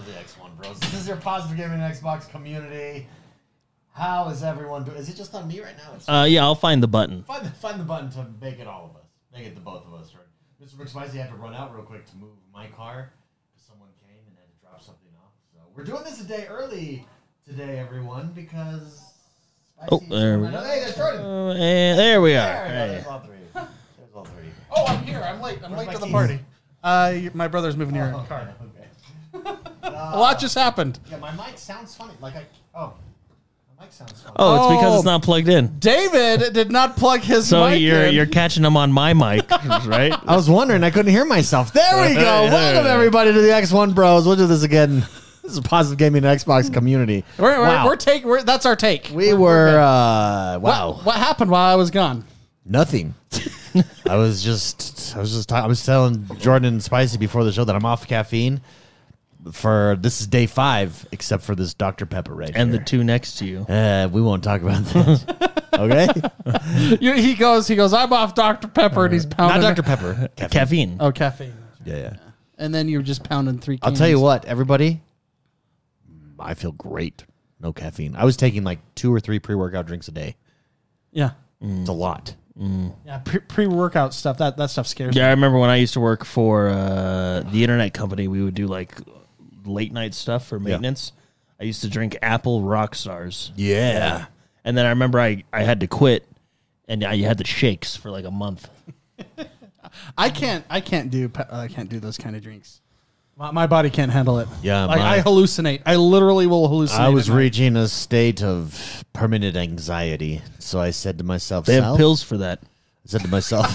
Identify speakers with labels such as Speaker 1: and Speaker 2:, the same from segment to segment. Speaker 1: next one, bros. This is your positive gaming and Xbox community. How is everyone doing? Is it just on me right now? It's
Speaker 2: Uh, yeah, I'll find the button.
Speaker 1: find the find the button to make it all of us, make it the both of us. Right? Mr. McSpicy had to run out real quick to move my car because someone came and had to drop something off. So we're doing this a day early today, everyone, because Spicy
Speaker 2: Oh, there we
Speaker 1: Hey, there's Jordan.
Speaker 2: Uh, and there we
Speaker 1: There
Speaker 2: are.
Speaker 1: we go.
Speaker 2: Hey.
Speaker 1: There's all three. There's all three.
Speaker 3: Oh, I'm here. I'm late. I'm
Speaker 1: Where's
Speaker 3: late
Speaker 1: my
Speaker 3: to the
Speaker 1: keys?
Speaker 3: party. Uh, y- my brother's moving here in
Speaker 1: Oh,
Speaker 3: the car.
Speaker 1: okay.
Speaker 3: A lot just happened.
Speaker 1: Yeah, my mic sounds funny. Like I oh, my mic sounds funny.
Speaker 2: Oh, it's because
Speaker 3: Oh.
Speaker 2: it's not plugged in.
Speaker 3: David did not plug his
Speaker 2: So
Speaker 3: mic
Speaker 2: you're
Speaker 3: in.
Speaker 2: you're catching them on my mic, right?
Speaker 1: I was wondering. I couldn't hear myself. There we go.
Speaker 2: Hey,
Speaker 1: Welcome
Speaker 2: hey.
Speaker 1: everybody to the X1 Bros. We'll do this again. This is a positive gaming and Xbox community.
Speaker 3: We're, we're,
Speaker 1: Wow.
Speaker 3: we're take. We're, that's our take.
Speaker 1: We were uh, wow,
Speaker 3: What, what happened while I was gone?
Speaker 1: nothing. I was just, I was just, I was telling Jordan and Spicy before the show that I'm off caffeine for this is day five, except for this Dr Pepper right
Speaker 2: And the
Speaker 1: here.
Speaker 2: two next to you.
Speaker 1: uh, we won't talk about that. okay,
Speaker 3: You, he goes. He goes. I'm off Dr Pepper, and he's
Speaker 1: not
Speaker 3: pounding.
Speaker 1: Dr Pepper. Caffeine.
Speaker 2: Caffeine.
Speaker 3: Oh, caffeine.
Speaker 1: Yeah, yeah.
Speaker 3: And then you're just pounding three.
Speaker 1: I'll
Speaker 3: Cans.
Speaker 1: tell you what, everybody, I feel great. No caffeine. I was taking like two or three pre workout drinks a day.
Speaker 3: Yeah.
Speaker 1: It's a lot.
Speaker 3: Yeah. Pre- pre-workout stuff. That that stuff scares me.
Speaker 2: Yeah, I remember when I used to work for uh, the internet company, we would do like late night stuff for maintenance. I used to drink Apple Rock Stars.
Speaker 1: Yeah.
Speaker 2: And then I remember I, I had to quit and I had the shakes for like a month.
Speaker 3: I can't. I can't do. pe- I can't do those kind of drinks. My, my body can't handle it.
Speaker 1: Yeah,
Speaker 3: Like
Speaker 1: my-
Speaker 3: I hallucinate. I literally will hallucinate.
Speaker 1: I was
Speaker 3: at night.
Speaker 1: reaching a state of permanent anxiety, so I said to myself,
Speaker 2: They have
Speaker 1: "Self?"
Speaker 2: pills for that.
Speaker 1: I said to myself,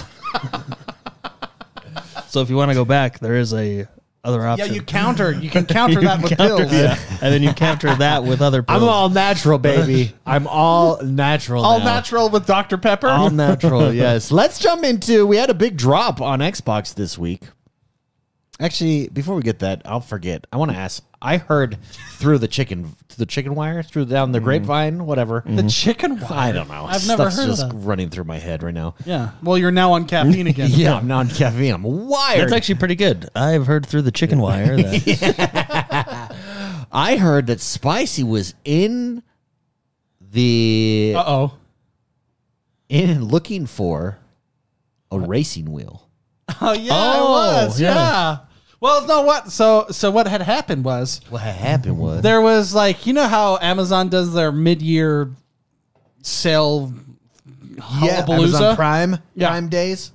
Speaker 2: So if you want to go back, there is a other
Speaker 3: Yeah,
Speaker 2: option.
Speaker 3: you counter. You can counter that with
Speaker 2: counter
Speaker 3: pills.
Speaker 2: that, and then you counter that with other pills.
Speaker 1: "I'm all natural, baby. I'm all natural.
Speaker 3: All
Speaker 1: now.
Speaker 3: natural with Dr. Pepper.
Speaker 1: All natural. Yes. Let's jump into. We had a big drop on Xbox this week. Actually, before we get that, I'll forget. I want to ask. I heard through the chicken, the chicken wire, through down the grapevine, whatever.
Speaker 3: the chicken wine.
Speaker 1: I don't know.
Speaker 3: I've never
Speaker 1: Stuff's
Speaker 3: heard of
Speaker 1: just
Speaker 3: that.
Speaker 1: running through my head right now.
Speaker 3: Yeah. Well, you're now on caffeine again.
Speaker 1: Yeah, I'm not caffeine. I'm wired.
Speaker 2: That's actually pretty good. I've heard through the chicken wire that
Speaker 1: I heard that Spicy was in the
Speaker 3: Uh oh.
Speaker 1: in looking for a racing wheel.
Speaker 3: Oh yeah, I
Speaker 2: Oh,
Speaker 3: was.
Speaker 2: yeah.
Speaker 3: Yeah. Well, no. What? So so what had happened was
Speaker 1: What had happened was
Speaker 3: there was like you know how Amazon does their mid-year sale.
Speaker 1: yeah,
Speaker 3: Hullabalooza?
Speaker 1: Amazon Prime
Speaker 3: Yeah.
Speaker 1: Prime days.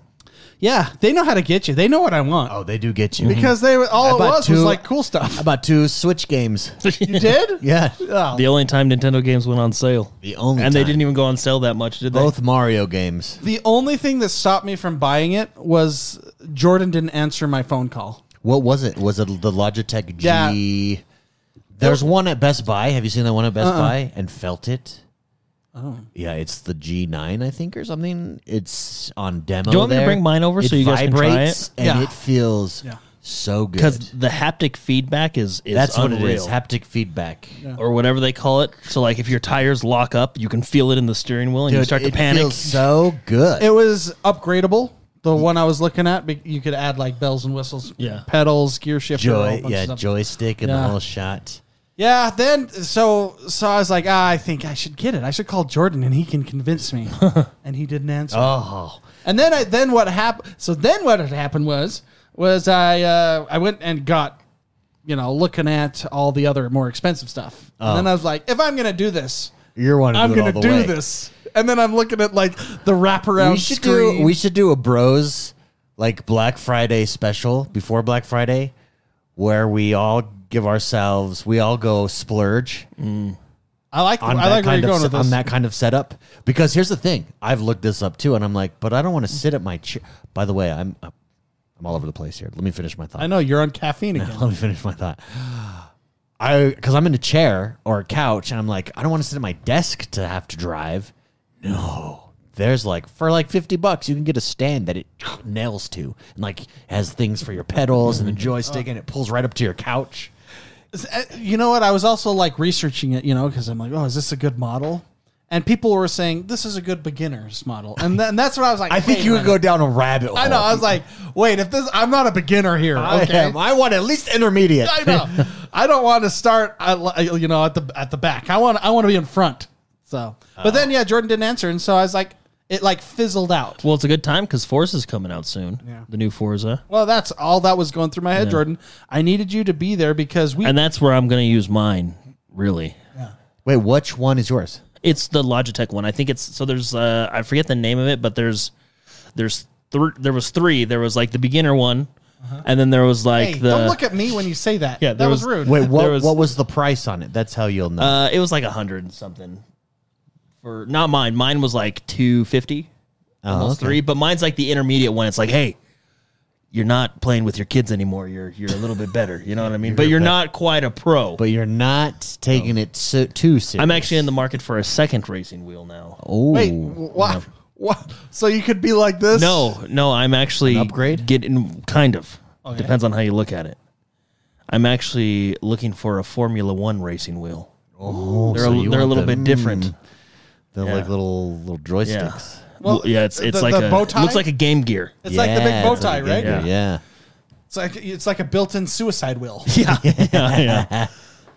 Speaker 3: Yeah, they know how to get you. They know what I want
Speaker 1: Oh, they do get you
Speaker 3: because they were- all
Speaker 1: I
Speaker 3: it
Speaker 1: bought
Speaker 3: was
Speaker 1: two-
Speaker 3: was like cool
Speaker 1: How
Speaker 3: stuff.
Speaker 1: about two Switch games?
Speaker 3: You did?
Speaker 1: Yeah,
Speaker 3: Oh.
Speaker 2: the only time Nintendo games went on sale.
Speaker 1: the only
Speaker 2: and they
Speaker 1: time.
Speaker 2: didn't even go on sale that much, did they?
Speaker 1: both Mario games.
Speaker 3: The only thing that stopped me from buying it was Jordan didn't answer my phone call.
Speaker 1: What was it? Was it the Logitech G?
Speaker 3: Yeah.
Speaker 1: There's one at Best Buy. Have you seen that one at Best
Speaker 2: Uh-uh.
Speaker 1: Buy? And felt it.
Speaker 3: Oh.
Speaker 1: Yeah, it's the G9, I think, or something. It's on demo.
Speaker 2: Do you want me to
Speaker 1: there.
Speaker 2: bring mine over
Speaker 1: It
Speaker 2: so you guys can try
Speaker 1: vibrates
Speaker 2: it?
Speaker 1: And
Speaker 3: Yeah.
Speaker 1: it feels
Speaker 3: Yeah.
Speaker 1: so good.
Speaker 2: because the haptic feedback is, is
Speaker 1: that's
Speaker 2: unreal.
Speaker 1: what it is. Haptic feedback.
Speaker 2: or whatever they call it. So like if your tires lock up, you can feel it in the steering wheel and you
Speaker 1: Dude,
Speaker 2: start to
Speaker 1: it
Speaker 2: panic.
Speaker 1: feels so good.
Speaker 3: It was upgradable. The one I was looking at, be- you could add like bells and whistles,
Speaker 2: Yeah.
Speaker 3: pedals, gear shifter, a whole
Speaker 1: Joy,
Speaker 3: bunch of
Speaker 1: yeah,
Speaker 3: stuff.
Speaker 1: joystick and the
Speaker 3: Yeah.
Speaker 1: whole shot.
Speaker 3: Yeah, then so so I was like, ah, I think I should get it. I should call Jordan and he can convince me. and he didn't answer.
Speaker 1: Oh,
Speaker 3: And then I then what happened? So then what had happened was was I uh, I went and got you know looking at all the other more expensive stuff. And
Speaker 1: Oh.
Speaker 3: then I was like, if I'm gonna do this,
Speaker 1: you're one.
Speaker 3: I'm
Speaker 1: do it all
Speaker 3: gonna
Speaker 1: the
Speaker 3: do
Speaker 1: way.
Speaker 3: this. And then I'm looking at like the wraparound
Speaker 1: we should
Speaker 3: screen.
Speaker 1: do we should do a bros like Black Friday special before Black Friday, where we all give ourselves we all go splurge
Speaker 3: I like
Speaker 1: on
Speaker 3: Mm-hmm.
Speaker 1: that
Speaker 3: I like where
Speaker 1: kind
Speaker 3: you're
Speaker 1: of
Speaker 3: going
Speaker 1: se-
Speaker 3: with this.
Speaker 1: on that kind of setup. Because here's the thing, I've looked this up too, and I'm like, but I don't want to sit at my chair. By the way, I'm I'm all over the place here. Let me finish my thought.
Speaker 3: I know you're on caffeine again.
Speaker 1: Let me finish my thought. I because I'm in a chair or a couch and I'm like, I don't want to sit at my desk to have to drive. No. There's like for like fifty bucks you can get a stand that it nails to and like has things for your pedals and a joystick and it pulls right up to your couch.
Speaker 3: eh, Uh, you know what? I was also like researching it, you know, because I'm like, oh, is this a good model? and people were saying this is a good beginner's model, and then that's what I was like.
Speaker 1: I think
Speaker 3: wait
Speaker 1: you
Speaker 3: a
Speaker 1: would go
Speaker 3: minute.
Speaker 1: down a rabbit hole.
Speaker 3: I know. I was like, wait, if this, I'm not a beginner here.
Speaker 1: I
Speaker 3: okay,
Speaker 1: am. I want at least intermediate.
Speaker 3: I know. I don't want to start, I li- you know, at the at the back. I want I want to be in front. So,
Speaker 1: Oh.
Speaker 3: but then yeah, Jordan didn't answer, and so I was like, it like fizzled out.
Speaker 2: Well, it's a good time because Forza's coming out soon.
Speaker 3: Yeah.
Speaker 2: The new Forza.
Speaker 3: Well, that's all that was going through my head, Jordan. I needed you to be there because we.
Speaker 2: And that's where I'm going to use mine, really.
Speaker 1: Wait, which one is yours?
Speaker 2: It's the Logitech one. I think it's so there's uh I forget the name of it, but there's there's three there was three. There was like the beginner one and then there was like
Speaker 3: hey,
Speaker 2: the
Speaker 3: don't look at me when you say that.
Speaker 2: Yeah,
Speaker 3: that
Speaker 2: there
Speaker 3: was,
Speaker 2: was-
Speaker 3: rude.
Speaker 1: Wait, what
Speaker 2: There was-
Speaker 1: what was the price on it? That's how you'll know.
Speaker 2: uh it was like a hundred and something. For not mine. Mine was like two fifty. almost
Speaker 1: Oh, okay.
Speaker 2: three. But mine's like the intermediate one. It's like, hey, you're not playing with your kids anymore. You're you're a little bit better. You know what I mean? but you're not quite a pro.
Speaker 1: but you're not taking it so, too serious.
Speaker 2: I'm actually in the market for a second racing wheel now.
Speaker 1: Oh,
Speaker 3: Wait, what? What? So you could be like this?
Speaker 2: No, no, I'm actually
Speaker 1: An upgrade?
Speaker 2: Getting kind of depends on how you look at it. I'm actually looking for a Formula One racing wheel.
Speaker 1: oh,
Speaker 2: They're
Speaker 1: so
Speaker 2: a,
Speaker 1: you
Speaker 2: they're a
Speaker 1: want
Speaker 2: little
Speaker 1: the-
Speaker 2: bit different.
Speaker 3: hmm.
Speaker 1: The
Speaker 2: Yeah.
Speaker 1: like little little
Speaker 2: Yeah,
Speaker 1: joysticks.
Speaker 3: Well,
Speaker 2: Well, yeah, it's
Speaker 3: the-
Speaker 2: it's
Speaker 3: the
Speaker 2: like a
Speaker 3: bow tie?
Speaker 2: looks like a Game Gear.
Speaker 3: It's like the big
Speaker 1: Yeah,
Speaker 3: bow
Speaker 1: it's like
Speaker 3: tie,
Speaker 1: a
Speaker 3: right?
Speaker 1: gator,
Speaker 2: Yeah.
Speaker 1: Yeah.
Speaker 3: It's like it's like a built-in suicide wheel.
Speaker 2: Yeah, yeah, yeah.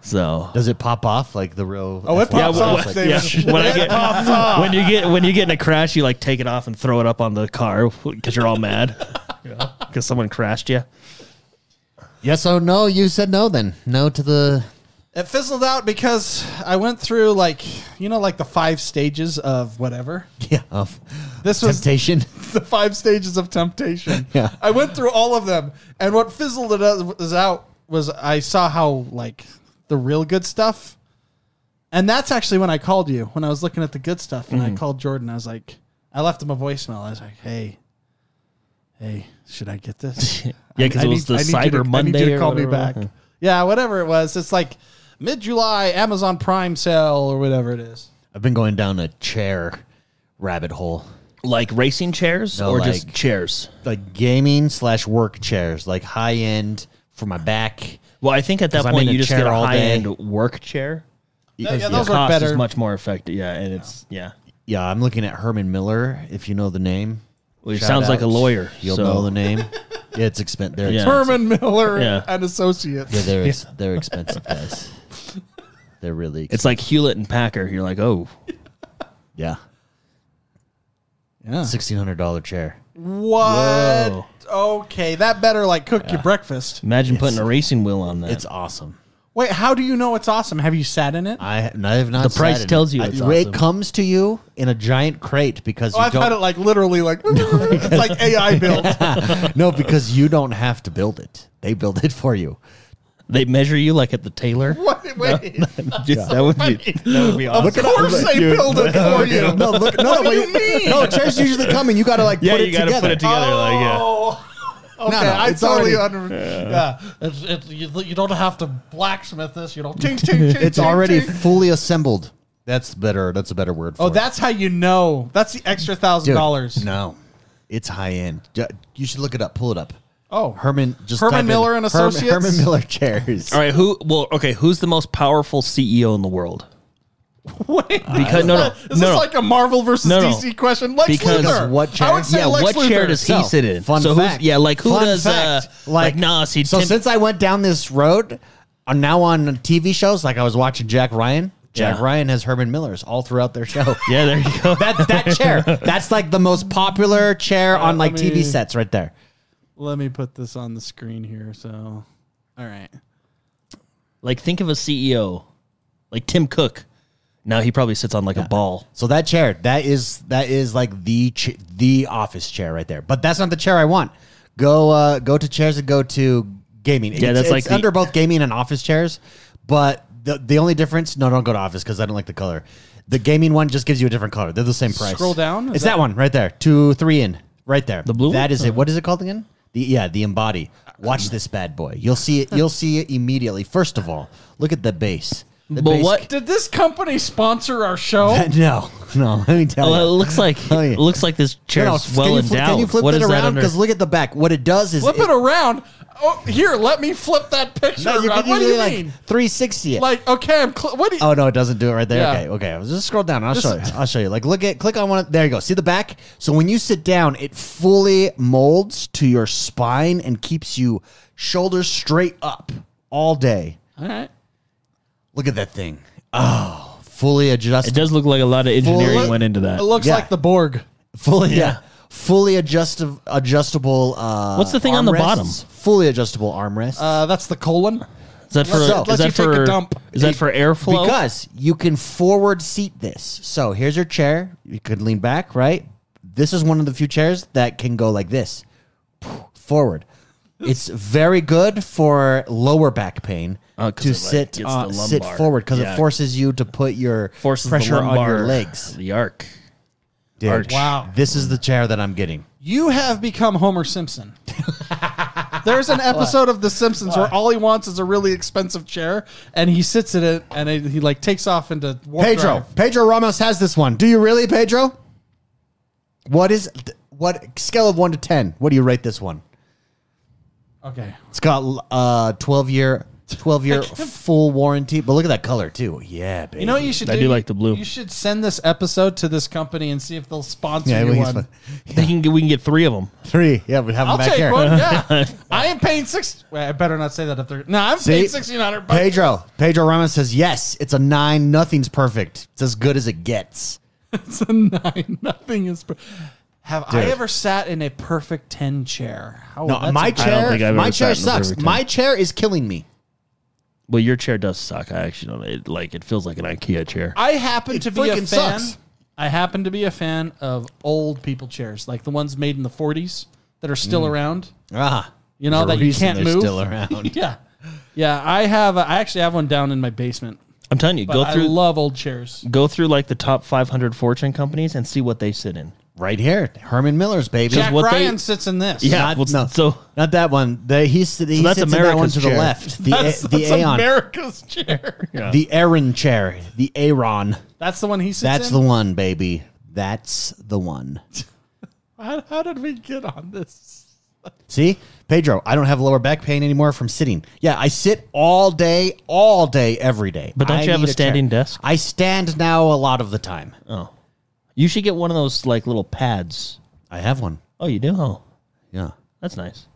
Speaker 2: So
Speaker 1: Does it pop off like the real?
Speaker 3: Oh, it
Speaker 1: F1 stuff?
Speaker 3: pops
Speaker 2: well,
Speaker 3: off.
Speaker 1: Like,
Speaker 3: David.
Speaker 2: yeah. When I get when you get when you get in a crash, you like take it off and throw it up on the car because you're all mad because someone crashed you.
Speaker 1: yes or no? You said no. Then no to the.
Speaker 3: It fizzled out because I went through like you know like the five stages of whatever.
Speaker 1: Yeah. Of
Speaker 3: This was
Speaker 1: temptation.
Speaker 3: the five stages of temptation.
Speaker 1: Yeah.
Speaker 3: I went through all of them, and what fizzled it out- was out was I saw how like the real good stuff, and that's actually when I called you when I was looking at the good stuff, and
Speaker 2: Mm-hmm.
Speaker 3: I called Jordan. I was like, I left him a voicemail. I was like, Hey, hey, should I get this?
Speaker 2: Yeah, 'cause
Speaker 3: I- I
Speaker 2: it was the
Speaker 3: need- I need you to-
Speaker 2: Cyber
Speaker 3: I need you
Speaker 2: Monday
Speaker 3: to
Speaker 2: or
Speaker 3: call me
Speaker 2: whatever.
Speaker 3: back. Yeah, whatever it was. It's like mid July Amazon Prime sale or whatever it is.
Speaker 1: I've been going down a chair rabbit hole,
Speaker 2: Like racing chairs
Speaker 1: No,
Speaker 2: or just
Speaker 1: like-
Speaker 2: chairs.
Speaker 1: like gaming slash work chairs, like high end for my back.
Speaker 2: Well, I think at
Speaker 1: 'Cause
Speaker 2: that
Speaker 1: I'm
Speaker 2: point
Speaker 1: in a
Speaker 2: you just
Speaker 1: chair
Speaker 2: get a
Speaker 1: all
Speaker 2: high
Speaker 1: day.
Speaker 2: end work chair.
Speaker 3: Yeah, yeah,
Speaker 2: The
Speaker 3: those are
Speaker 2: cost
Speaker 3: better.
Speaker 2: is much more effective. Yeah, and it's yeah.
Speaker 1: Yeah, I'm looking at Herman Miller. If you know the name,
Speaker 2: Well, he
Speaker 1: Shout
Speaker 2: sounds like
Speaker 1: out.
Speaker 2: a lawyer.
Speaker 1: You'll
Speaker 2: so.
Speaker 1: know the name. yeah, it's expensive. They're,
Speaker 2: Yeah.
Speaker 1: expensive.
Speaker 3: Herman Miller
Speaker 2: Yeah.
Speaker 3: and Associates.
Speaker 1: Yeah, they're, ex- they're expensive guys. They're really.
Speaker 2: It's like Hewlett and Packer. You're like, oh,
Speaker 1: yeah,
Speaker 3: Yeah.
Speaker 1: sixteen hundred dollar chair.
Speaker 3: What? Okay, that better like cook your breakfast.
Speaker 2: imagine putting a racing wheel on that.
Speaker 1: It's awesome.
Speaker 3: Wait, how do you know it's awesome? Have you sat in it?
Speaker 1: I have I have not.
Speaker 2: The
Speaker 1: sat
Speaker 2: price
Speaker 1: in it.
Speaker 2: tells you
Speaker 1: I-
Speaker 2: it's
Speaker 1: It
Speaker 2: awesome.
Speaker 1: comes to you in a giant crate because
Speaker 3: Oh,
Speaker 1: you
Speaker 3: I've
Speaker 1: don't.
Speaker 3: had it like literally like it's like AI built.
Speaker 1: no, because you don't have to build it. They build it for you.
Speaker 2: they measure you like at the tailor.
Speaker 3: Wait, wait.
Speaker 2: that would be that would be awesome.
Speaker 3: Of course they build it for you.
Speaker 1: No, look, no,
Speaker 3: What do
Speaker 1: wait,
Speaker 3: you mean?
Speaker 1: no. Chairs usually come and you gotta like
Speaker 2: Yeah,
Speaker 1: put
Speaker 2: you
Speaker 1: it
Speaker 2: gotta
Speaker 1: together.
Speaker 2: put it together. Like, yeah.
Speaker 3: Oh. Okay,
Speaker 1: no,
Speaker 3: I
Speaker 1: it's
Speaker 3: totally
Speaker 1: already-
Speaker 3: under. Yeah, It's, it's, you, you don't have to blacksmith this. You don't. Ting, ting, ting,
Speaker 1: It's
Speaker 3: ting,
Speaker 1: already
Speaker 3: ting.
Speaker 1: fully assembled. That's better. That's a better word. for
Speaker 3: Oh,
Speaker 1: it.
Speaker 3: that's how you know. That's the extra thousand
Speaker 1: Dude,
Speaker 3: dollars.
Speaker 1: No, it's high end. Ju- You should look it up. Pull it up.
Speaker 3: Oh,
Speaker 1: Herman just
Speaker 3: Herman
Speaker 1: type in
Speaker 3: Miller and
Speaker 1: Herm-
Speaker 3: Associates?
Speaker 1: Herman Miller chairs.
Speaker 2: All right, who? Well, okay, who's the most powerful CEO in the world?
Speaker 3: Wait,
Speaker 2: Because no, no, no,
Speaker 3: is this
Speaker 2: no.
Speaker 3: like a Marvel versus
Speaker 2: No, no.
Speaker 3: DC question? Lex
Speaker 2: Because
Speaker 3: Luthor.
Speaker 1: what
Speaker 3: I
Speaker 1: chair-
Speaker 3: would say
Speaker 2: yeah,
Speaker 3: Lex
Speaker 2: what
Speaker 3: Luthor.
Speaker 2: chair does he sit in?
Speaker 1: Fun
Speaker 2: so
Speaker 1: fact.
Speaker 2: Who's, yeah, like who
Speaker 1: Fun
Speaker 2: does?
Speaker 1: fact.
Speaker 2: Uh, like, nah, see,
Speaker 1: so
Speaker 2: Tim-
Speaker 1: since I went down this road, I'm now on TV shows. Like I was watching Jack Ryan. Jack
Speaker 2: Yeah.
Speaker 1: Ryan has Herman Millers all throughout their show.
Speaker 2: yeah, there you go.
Speaker 1: that that chair. That's like the most popular chair on like
Speaker 3: I
Speaker 1: TV
Speaker 3: mean-
Speaker 1: sets right there.
Speaker 3: Let me put this on the screen here. So, all right.
Speaker 2: like, think of a CEO, like Tim Cook. Now he probably sits on like a ball.
Speaker 1: So that chair, that is that is like the ch- the office chair right there. But that's not the chair I want. Go uh, go to chairs and go to gaming. Yeah,
Speaker 2: that's like the-
Speaker 1: under both gaming and office chairs. But the the only difference, no, don't go to office because I don't like the color. The gaming one just gives you a different color. They're the same price.
Speaker 3: Scroll down? Is
Speaker 1: It's
Speaker 3: that-
Speaker 1: that, one right there. Two, three in right there. The
Speaker 2: blue
Speaker 1: That
Speaker 2: one?
Speaker 1: is it. What is it called again? The yeah, the embody. Watch this bad boy. You'll see it. You'll see it immediately. First of all, look at the base.
Speaker 2: But what?
Speaker 3: Did this company sponsor our show?
Speaker 1: No, no. Let me tell
Speaker 2: Well, it
Speaker 1: you.
Speaker 2: looks like
Speaker 1: Oh, yeah.
Speaker 2: it looks like this chair
Speaker 1: No, no,
Speaker 2: is well
Speaker 1: you flip-
Speaker 2: endowed.
Speaker 1: can you flip
Speaker 2: what
Speaker 1: it
Speaker 2: is that
Speaker 1: around?
Speaker 2: under?
Speaker 1: Because look at the back. What it does is
Speaker 3: Flip it around. Oh, here, let me flip that picture
Speaker 1: No, you
Speaker 3: around.
Speaker 1: can
Speaker 3: What do you
Speaker 1: like
Speaker 3: mean?
Speaker 1: 360 it.
Speaker 3: Like, okay, I'm. Cl- what do you?
Speaker 1: Oh no, it doesn't do it right there.
Speaker 3: Yeah.
Speaker 1: Okay, okay. I'll Just scroll down. I'll
Speaker 3: Just-
Speaker 1: show you. I'll show you. Like, look at, click on one. There you go. See the back. So when you sit down, it fully molds to your spine and keeps you shoulders straight up all day.
Speaker 2: Oh.
Speaker 3: All right.
Speaker 1: Look at that thing. Oh, fully adjusted.
Speaker 2: it does look like a lot of engineering went into that.
Speaker 3: It looks
Speaker 1: Yeah.
Speaker 3: like the Borg.
Speaker 1: fully, yeah. Fully adjustable. Adjustable. Uh,
Speaker 2: What's the thing on the
Speaker 1: armrests.
Speaker 2: bottom?
Speaker 1: Fully adjustable armrests.
Speaker 3: Uh, that's the colon.
Speaker 2: Is that for?
Speaker 1: Let's go. Let
Speaker 2: is
Speaker 3: you
Speaker 2: that
Speaker 3: take a
Speaker 2: for?
Speaker 3: dump.
Speaker 2: Is that for airflow?
Speaker 1: Because you can forward seat this. So here's your chair. You could lean back, right? This is one of the few chairs that can go like this forward. It's very good for lower back pain
Speaker 2: Oh, 'cause it,
Speaker 1: to
Speaker 2: like,
Speaker 1: sit
Speaker 2: gets
Speaker 1: uh,
Speaker 2: the
Speaker 1: sit
Speaker 2: lumbar.
Speaker 1: forward because
Speaker 2: Yeah.
Speaker 1: it forces you to put your
Speaker 2: forces
Speaker 1: pressure
Speaker 2: the lumbar,
Speaker 1: on your legs.
Speaker 2: the arc.
Speaker 1: Dude,
Speaker 2: arch.
Speaker 3: Wow.
Speaker 1: This is the chair that I'm getting.
Speaker 3: You have become Homer Simpson. There's an episode of The Simpsons where all he wants is a really expensive chair, and he sits in it, and it, he like takes off into warp
Speaker 1: Pedro.
Speaker 3: drive.
Speaker 1: Pedro Ramos has this one. Do you really, Pedro? What is what scale of 1 to 10? What do you rate this one?
Speaker 3: Okay,
Speaker 1: It's got uh twelve year twelve year full warranty. But look at that color too. Yeah, baby.
Speaker 3: you know what you should.
Speaker 2: I do like the blue.
Speaker 3: You should send this episode to this company and see if they'll sponsor
Speaker 1: yeah,
Speaker 3: you
Speaker 1: we
Speaker 3: one.
Speaker 1: can
Speaker 2: They can get, we can get three of them.
Speaker 1: three. Yeah, we have them
Speaker 3: I'll
Speaker 1: back
Speaker 3: take
Speaker 1: here.
Speaker 3: one. Yeah, I am paying six. Wait, I better not say that if they're. No, I'm paying sixteen hundred bucks.
Speaker 1: Pedro Pedro Ramos says yes. It's a nine. Nothing's perfect. It's as good as it gets.
Speaker 3: It's a nine. Nothing is. Per- have I
Speaker 1: Dude.
Speaker 3: ever sat in a perfect ten chair? How,
Speaker 1: No,
Speaker 3: that's
Speaker 1: my
Speaker 3: a-
Speaker 1: chair.
Speaker 2: think I've
Speaker 1: my
Speaker 2: ever
Speaker 1: chair
Speaker 2: sat in a
Speaker 1: sucks.
Speaker 2: perfect
Speaker 1: My chair is killing me.
Speaker 2: Well, your chair does suck. I actually don't. It like it feels like an IKEA chair.
Speaker 3: I happen to be a fan.
Speaker 1: freaking sucks.
Speaker 3: I happen to be a fan of old people chairs, like the ones made in the '40s that are still around.
Speaker 1: Ah,
Speaker 3: You
Speaker 1: There's a
Speaker 3: know that you
Speaker 1: Mm. reason
Speaker 3: can't
Speaker 1: they're
Speaker 3: move.
Speaker 1: Still around.
Speaker 3: yeah, yeah. I have. A, I actually have one down in my basement.
Speaker 2: I'm telling you,
Speaker 3: But
Speaker 2: go
Speaker 3: I
Speaker 2: through
Speaker 3: love old chairs.
Speaker 2: go through like the top 500 fortune companies and see what they sit in.
Speaker 1: right here, Herman Miller's baby.
Speaker 3: Jack
Speaker 2: what they-
Speaker 3: Ryan sits in this.
Speaker 2: Yeah,
Speaker 1: Not,
Speaker 2: well,
Speaker 1: no,
Speaker 2: so-
Speaker 1: not that one. They, he, s- he
Speaker 2: that's
Speaker 1: sits in that one
Speaker 2: America's
Speaker 1: to the
Speaker 2: chair.
Speaker 1: left. The
Speaker 3: that's,
Speaker 1: A- the
Speaker 3: that's
Speaker 1: Aeon,
Speaker 3: America's chair.
Speaker 1: the Aaron chair, the Aaron.
Speaker 3: That's the one he sits
Speaker 1: That's
Speaker 3: in.
Speaker 1: the one, baby. That's the one.
Speaker 3: How, how did we get on this?
Speaker 1: See, Pedro, I don't have lower back pain anymore from sitting. Yeah, I sit all day, all day, every day.
Speaker 2: But don't
Speaker 1: I
Speaker 2: you have
Speaker 1: need
Speaker 2: a standing
Speaker 1: chair.
Speaker 2: desk?
Speaker 1: I stand now a lot of the time.
Speaker 2: Oh. You should get one of those like little pads.
Speaker 1: I have one.
Speaker 2: Oh, you do? Oh,
Speaker 1: Yeah,
Speaker 2: that's nice.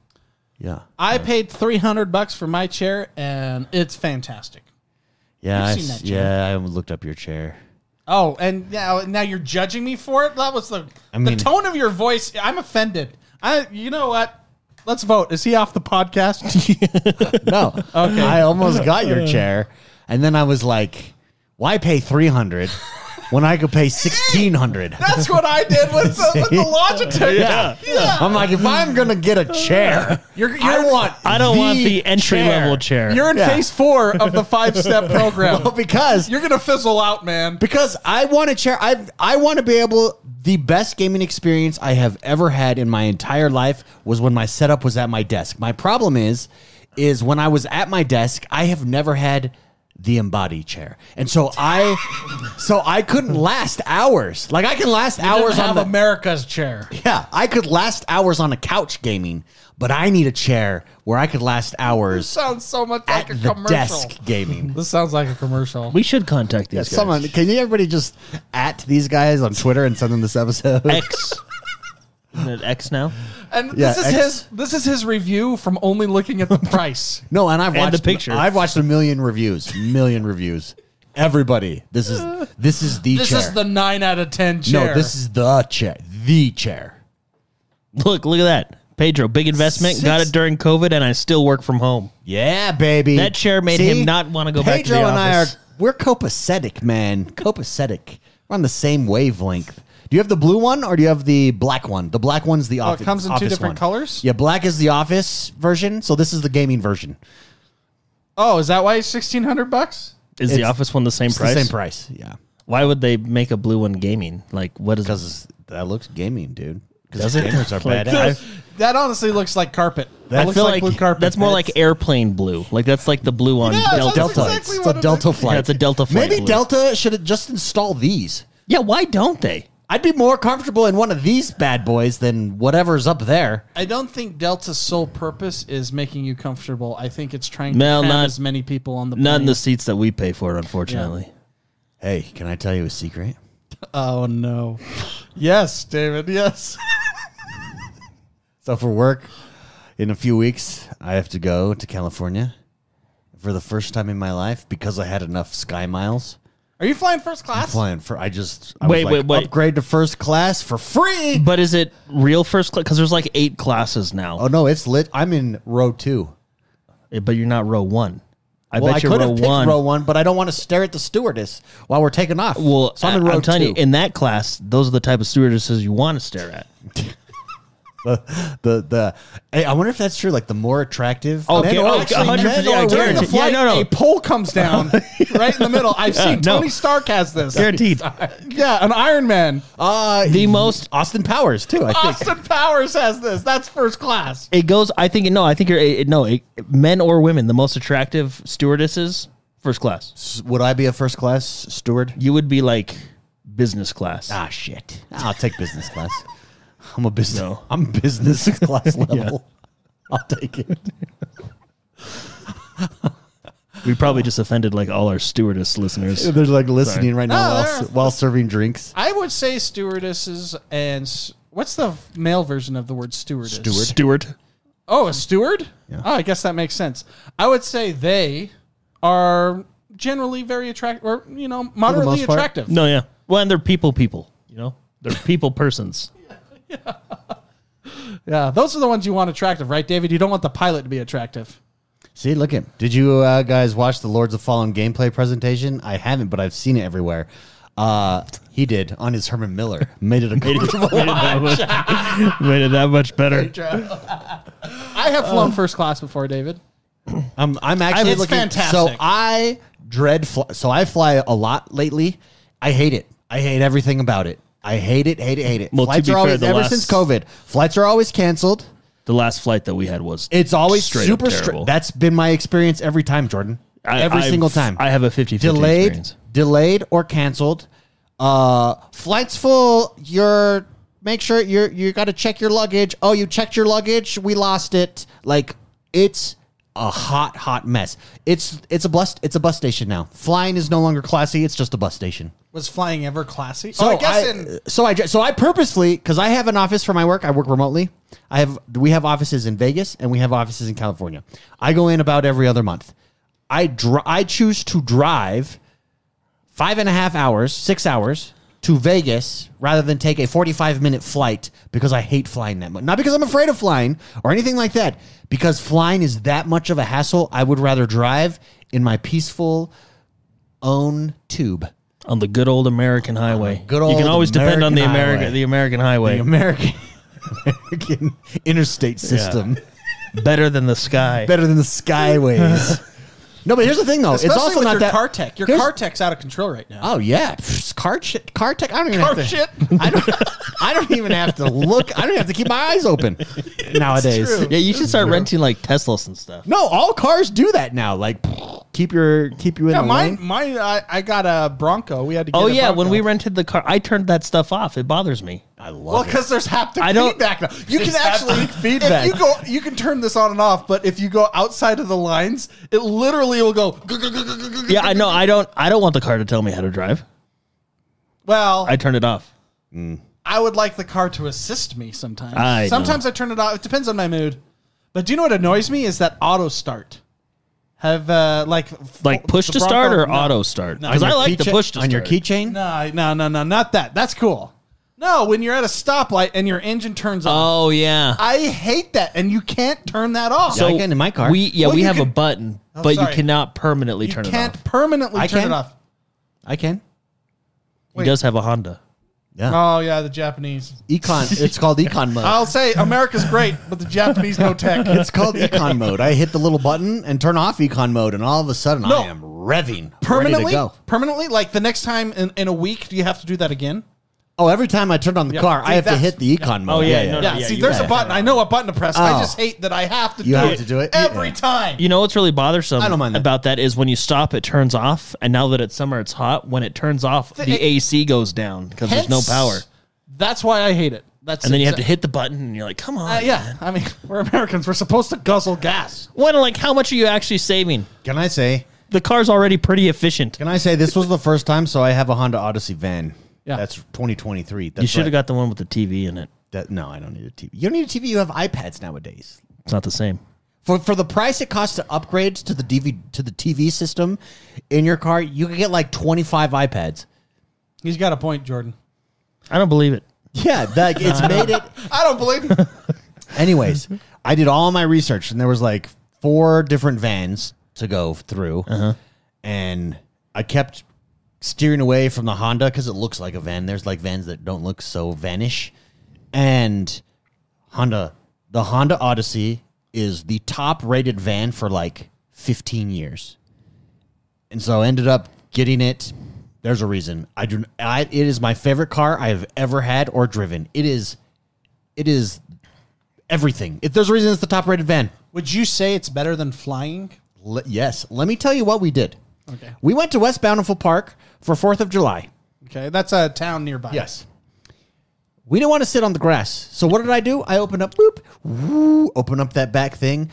Speaker 1: yeah,
Speaker 3: I paid three hundred bucks for my chair, and it's fantastic.
Speaker 1: yeah.
Speaker 3: You've
Speaker 1: I,
Speaker 3: seen
Speaker 1: s-
Speaker 3: that chair.
Speaker 1: Yeah, I looked up your chair.
Speaker 3: Oh, and now now you're judging me for it. That was the
Speaker 1: I mean-
Speaker 3: the tone of your voice. I'm offended. I you know what? Let's vote. Is he off the podcast?
Speaker 1: No, okay. I almost got your chair, and then I was like, "Why pay three hundred when I could pay sixteen hundred?
Speaker 3: That's what I did with the, with the Logitech.
Speaker 1: Yeah. I'm like, if I'm gonna get a chair,
Speaker 3: You're, you're,
Speaker 1: I want.
Speaker 2: I don't want the entry level chair.
Speaker 3: you're in
Speaker 1: Yeah.
Speaker 3: phase four of the five step program.
Speaker 1: Well, because
Speaker 3: you're gonna fizzle out, man.
Speaker 1: because I want a chair. I I want to be able. The best gaming experience I have ever had in my entire life was when my setup was at my desk. My problem is, is when I was at my desk, I have never had the embody chair, and so I, so I couldn't last hours. Like I can last hours
Speaker 3: Hours
Speaker 1: on
Speaker 3: have
Speaker 1: the
Speaker 3: America's chair.
Speaker 1: yeah, I could last hours on a couch gaming, but I need a chair where I could last hours
Speaker 3: Sounds so much
Speaker 1: at
Speaker 3: like a
Speaker 1: the
Speaker 3: commercial.
Speaker 1: desk gaming.
Speaker 3: This sounds like a commercial.
Speaker 2: We should contact these guys.
Speaker 1: Someone, can you everybody just at these guys on Twitter and send them this episode?
Speaker 2: X. Isn't it X now?
Speaker 3: And
Speaker 1: Yeah,
Speaker 3: this is
Speaker 1: ex-
Speaker 3: his this is his review from only looking at the price.
Speaker 1: No, and I've
Speaker 2: And
Speaker 1: watched
Speaker 2: the picture.
Speaker 1: I've watched a million reviews, million reviews. Everybody, this is this is the
Speaker 3: This
Speaker 1: chair.
Speaker 3: is the nine out of ten chair.
Speaker 1: no, this is the chair, the chair.
Speaker 2: Look, look at that. Pedro, big investment. Got
Speaker 1: Six-
Speaker 2: it during COVID, and I still work from home.
Speaker 1: Yeah, baby.
Speaker 2: That chair made him not wanna go back to the
Speaker 1: Pedro and
Speaker 2: office.
Speaker 1: I are we're copacetic, man. Copacetic. We're on the same wavelength. Do you have the blue one or do you have the black one? The black one's the
Speaker 3: Oh, it
Speaker 1: office.
Speaker 3: comes in two
Speaker 1: office
Speaker 3: different
Speaker 1: one.
Speaker 3: colors?
Speaker 1: Yeah, black is the office version, so this is the gaming version.
Speaker 3: Oh, is that why it's sixteen hundred bucks?
Speaker 2: Is the
Speaker 1: It's-
Speaker 2: office one the same
Speaker 1: It's the
Speaker 2: price?
Speaker 1: same price. Yeah,
Speaker 2: Why would they make a blue one gaming? Like, what is
Speaker 1: because that looks gaming, dude. Because those gamers are bad. I,
Speaker 3: That honestly looks like carpet.
Speaker 1: That
Speaker 3: That
Speaker 2: I
Speaker 3: looks
Speaker 2: feel
Speaker 3: like,
Speaker 2: like,
Speaker 3: blue carpet.
Speaker 2: that's more like airplane blue. Like that's like the blue on
Speaker 3: Yeah, that's
Speaker 2: Delta.
Speaker 1: Delta.
Speaker 3: exactly
Speaker 1: it's
Speaker 3: what
Speaker 1: a
Speaker 3: I'm
Speaker 1: Delta
Speaker 3: thinking.
Speaker 1: flight.
Speaker 2: Yeah, it's a Delta flight
Speaker 1: Maybe
Speaker 2: blue.
Speaker 1: Delta should just install these.
Speaker 2: Yeah, why don't they?
Speaker 1: I'd be more comfortable in one of these bad boys than whatever's up there.
Speaker 3: I don't think Delta's sole purpose is making you comfortable. I think it's trying to
Speaker 2: Well,
Speaker 3: cram
Speaker 2: not-
Speaker 3: as many people on the
Speaker 2: Not in the
Speaker 3: plane.
Speaker 2: seats that we pay for, unfortunately.
Speaker 1: Hey, can I tell you a secret?
Speaker 3: Oh no. Yes, David. Yes.
Speaker 1: So for work, in a few weeks, I have to go to California for the first time in my life because I had enough sky miles.
Speaker 3: Are you flying first class?
Speaker 1: Flying for I just I was
Speaker 2: Wait,
Speaker 1: like,
Speaker 2: wait, wait.
Speaker 1: upgrade to first class for free.
Speaker 2: But is it real first class? Because there's like eight classes now, Eh,
Speaker 1: Oh no, it's lit. I'm in row two.
Speaker 2: but you're not row one. I
Speaker 1: well, I
Speaker 2: bet you're
Speaker 1: could
Speaker 2: row
Speaker 1: have picked
Speaker 2: one.
Speaker 1: row one, but I don't want to stare at the stewardess while we're taking off.
Speaker 2: well,
Speaker 1: so
Speaker 2: I,
Speaker 1: I'm in
Speaker 2: am
Speaker 1: row
Speaker 2: telling
Speaker 1: two.
Speaker 2: you, in that class, those are the type of stewardesses you want to stare at.
Speaker 1: the the hey, I wonder if that's true. Like the more attractive,
Speaker 2: Oh,
Speaker 1: men
Speaker 2: gu-
Speaker 1: or
Speaker 2: oh,
Speaker 1: actually
Speaker 2: 100%
Speaker 1: men or
Speaker 2: I
Speaker 1: women.
Speaker 3: During the
Speaker 2: guarantee-
Speaker 3: flight,
Speaker 2: Yeah, no, no.
Speaker 3: a pole comes down right in the middle. I've seen
Speaker 2: No.
Speaker 3: Tony Stark has this.
Speaker 2: Guaranteed.
Speaker 3: Yeah, an Iron Man.
Speaker 1: Uh,
Speaker 2: The most-
Speaker 1: Austin Powers too. I think
Speaker 3: Austin Powers has this. That's first class.
Speaker 2: It goes. I think no. I think you're it, no. It, men or women, the most attractive stewardesses, first class.
Speaker 1: S- would I be a first class steward?
Speaker 2: You would be like business class.
Speaker 1: Ah, shit. I'll take business class. I'm a business.
Speaker 2: No.
Speaker 1: I'm business class level. I'll take it.
Speaker 2: We probably just offended like all our stewardess listeners.
Speaker 1: They're like listening right now
Speaker 3: No,
Speaker 1: while,
Speaker 3: they're-
Speaker 1: s- while serving drinks.
Speaker 3: I would say stewardesses and s- what's the male version of the word stewardess?
Speaker 1: Steward.
Speaker 2: Steward.
Speaker 3: Oh, a steward?
Speaker 1: Yeah.
Speaker 3: Oh, I guess that makes sense. I would say they are generally very attractive or, you know, moderately
Speaker 1: most part.
Speaker 3: attractive.
Speaker 2: No, yeah. Well, and they're people, people. You know, they're people persons.
Speaker 3: Yeah, those are the ones you want attractive, right, David? You don't want the pilot to be attractive.
Speaker 1: See, look at. Did you uh, guys watch the Lords of Fallen gameplay presentation? I haven't, but I've seen it everywhere. Uh, he did on his Herman Miller. Made it a comfortable.
Speaker 2: Made it that much, made it that much better.
Speaker 3: I have
Speaker 1: Uh.
Speaker 3: flown first class before, David.
Speaker 1: I'm I'm actually
Speaker 3: It's
Speaker 1: looking.
Speaker 3: fantastic.
Speaker 1: So I dread fly, so I fly a lot lately. I hate it. I hate everything about it. I hate it. Hate it. Hate it.
Speaker 2: Well, to
Speaker 1: flights
Speaker 2: be
Speaker 1: are
Speaker 2: fair,
Speaker 1: always
Speaker 2: the
Speaker 1: ever
Speaker 2: last-
Speaker 1: since COVID. Flights are always canceled.
Speaker 2: The last flight that we had was
Speaker 1: It's always
Speaker 2: Straight up
Speaker 1: super. Str-
Speaker 2: terrible.
Speaker 1: that's been my experience every time, Jordan.
Speaker 2: I-
Speaker 1: every
Speaker 2: I've-
Speaker 1: single time.
Speaker 2: I have a 50
Speaker 1: delayed,
Speaker 2: experience.
Speaker 1: delayed or canceled. Uh, flights full. You're make sure you're you got to check your luggage. Oh, you checked your luggage. We lost it. Like it's a hot, hot mess. It's it's a bus. It's a bus station now. Flying is no longer classy. It's just a bus station.
Speaker 3: Was flying ever classy?
Speaker 1: So
Speaker 3: oh, I guess
Speaker 1: I,
Speaker 3: in
Speaker 1: so I ju- so I purposely because I have an office for my work. I work remotely. I have we have offices in Vegas and we have offices in California. I go in about every other month. I dr- I choose to drive five and a half hours, six hours to Vegas rather than take a forty-five minute flight because I hate flying that much. Not because I'm afraid of flying or anything like that. Because flying is that much of a hassle. I would rather drive in my peaceful own tube.
Speaker 2: on the good old American highway.
Speaker 1: good
Speaker 2: you
Speaker 1: old
Speaker 2: can always depend on the
Speaker 1: American
Speaker 2: American
Speaker 1: highway.
Speaker 2: the American highway
Speaker 1: the American American interstate system
Speaker 2: better than the sky.
Speaker 1: better than the skyways. no, but here's the thing though, it's
Speaker 3: especially
Speaker 1: also
Speaker 3: with
Speaker 1: not
Speaker 3: your
Speaker 1: that
Speaker 3: car tech. Your
Speaker 1: here's-
Speaker 3: car tech's out of control right now.
Speaker 1: Oh yeah, Pfft, car shit, car tech. I don't even
Speaker 3: Car
Speaker 1: have to,
Speaker 3: Oh, shit.
Speaker 1: I don't. I don't even have to look. I don't even have to keep my eyes open nowadays.
Speaker 3: true.
Speaker 2: yeah, you should start renting like Teslas and stuff.
Speaker 1: No, all cars do that now. Like keep your keep you in
Speaker 3: Yeah,
Speaker 1: the
Speaker 3: mine,
Speaker 1: lane.
Speaker 3: mine. I, I got a Bronco. We had to. Get
Speaker 2: Oh
Speaker 3: a
Speaker 2: yeah, when
Speaker 3: Bronco.
Speaker 2: we rented the car, I turned that stuff off. It bothers me.
Speaker 1: I
Speaker 3: Well,
Speaker 1: love it.
Speaker 3: because there's haptic
Speaker 2: I don't-
Speaker 3: feedback now. You can
Speaker 2: There's
Speaker 3: actually
Speaker 2: haptic feedback.
Speaker 3: If you go, you can turn this on and off. But if you go outside of the lines, it literally will go.
Speaker 2: Yeah, I know. I don't. I don't want the car to tell me how to drive.
Speaker 3: Well,
Speaker 2: I turned it off.
Speaker 3: I would like the car to assist me sometimes.
Speaker 2: I know.
Speaker 3: sometimes I turn it off. It depends on my mood. But do you know what annoys me is that auto start. Have uh, like f-
Speaker 2: Like push
Speaker 3: the
Speaker 2: to start
Speaker 3: Bronco-
Speaker 2: or
Speaker 3: no.
Speaker 2: auto start?
Speaker 1: On
Speaker 2: Because I
Speaker 1: your
Speaker 2: like the
Speaker 1: keychain-
Speaker 2: push to
Speaker 1: on your
Speaker 2: start.
Speaker 1: keychain.
Speaker 3: No, no, no, no, not that. That's cool. No, when you're at a stoplight and your engine turns off,
Speaker 2: Oh yeah.
Speaker 3: I hate that, and you can't turn that off.
Speaker 1: So- I can in my car.
Speaker 2: We yeah,
Speaker 3: Well,
Speaker 2: we
Speaker 3: you
Speaker 2: have a
Speaker 3: can-
Speaker 2: button, but
Speaker 3: sorry.
Speaker 2: you cannot permanently
Speaker 3: you
Speaker 2: turn
Speaker 3: can't
Speaker 2: it off.
Speaker 3: permanently
Speaker 1: I
Speaker 3: turn
Speaker 1: can.
Speaker 3: it off.
Speaker 1: I can.
Speaker 2: He does have a Honda.
Speaker 1: Yeah.
Speaker 3: Oh yeah, the Japanese.
Speaker 1: Econ. It's called econ mode.
Speaker 3: I'll say America's great, but the Japanese no tech.
Speaker 1: It's called econ mode. I hit the little button and turn off econ mode, and all of a sudden
Speaker 3: No.
Speaker 1: I am revving ready to
Speaker 3: permanently.
Speaker 1: go.
Speaker 3: Permanently, like the next time in, in a week, do you have to do that again?
Speaker 1: Oh, every time I turn on the
Speaker 3: Yeah.
Speaker 1: car,
Speaker 3: See,
Speaker 1: I have to
Speaker 3: that's-
Speaker 1: hit the econ mode.
Speaker 2: yeah, no, no.
Speaker 3: Yeah,
Speaker 2: yeah,
Speaker 3: see,
Speaker 2: you
Speaker 3: there's
Speaker 2: got
Speaker 3: a
Speaker 2: it.
Speaker 3: button. I know a button to press. I
Speaker 1: Oh.
Speaker 3: just hate that I have to
Speaker 1: You
Speaker 3: do
Speaker 1: have
Speaker 3: it
Speaker 1: to do it?
Speaker 3: every
Speaker 1: Yeah.
Speaker 3: time.
Speaker 2: You know what's really bothersome
Speaker 1: I don't mind that.
Speaker 2: about that is when you stop, it turns off, and now that it's summer, it's hot. When it turns off, the,
Speaker 3: it-
Speaker 2: AC goes down because there's no
Speaker 3: Hence,
Speaker 2: power,
Speaker 3: That's why I hate it. That's
Speaker 2: and then you have
Speaker 3: exa-
Speaker 2: to hit the button, and you're like, "Come on,
Speaker 3: Uh, yeah, I mean, we're Americans. We're supposed to guzzle gas.
Speaker 2: When like, how much are you actually saving?
Speaker 1: Can I say?
Speaker 2: The car's already pretty efficient.
Speaker 1: Can I say this was the first time? So I have a Honda Odyssey van.
Speaker 3: Yeah.
Speaker 1: that's 2023. That's
Speaker 2: You should have
Speaker 1: right.
Speaker 2: got the one with the TV in it.
Speaker 1: That, no, I don't need a TV. You don't need a TV. You have iPads nowadays.
Speaker 2: It's not the same.
Speaker 1: For for the price it costs to upgrade to the DV to the TV system in your car, you could get like 25 iPads.
Speaker 3: He's got a point, Jordan.
Speaker 2: I don't believe it.
Speaker 1: Yeah, like it's made it.
Speaker 3: I don't believe. it.
Speaker 1: Anyways, I did all my research, and there was like four different vans to go through,
Speaker 3: Uh-huh.
Speaker 1: and I kept steering away from the Honda because it looks like a van. There's like vans that don't look so vanish, and Honda, the Honda Odyssey is the top rated van for like 15 years, and so I ended up getting it. There's a reason. I do. I, it is my favorite car I have ever had or driven. It is. It is everything. If there's a reason it's the top rated van,
Speaker 3: Would you say it's better than flying?
Speaker 1: le- yes. Let me tell you what we did.
Speaker 3: Okay.
Speaker 1: We went to West Bountiful Park for 4th of July.
Speaker 3: Okay, that's a town nearby.
Speaker 1: We didn't want to sit on the grass. So what did I do? I opened up, boop, woo, open up that back thing.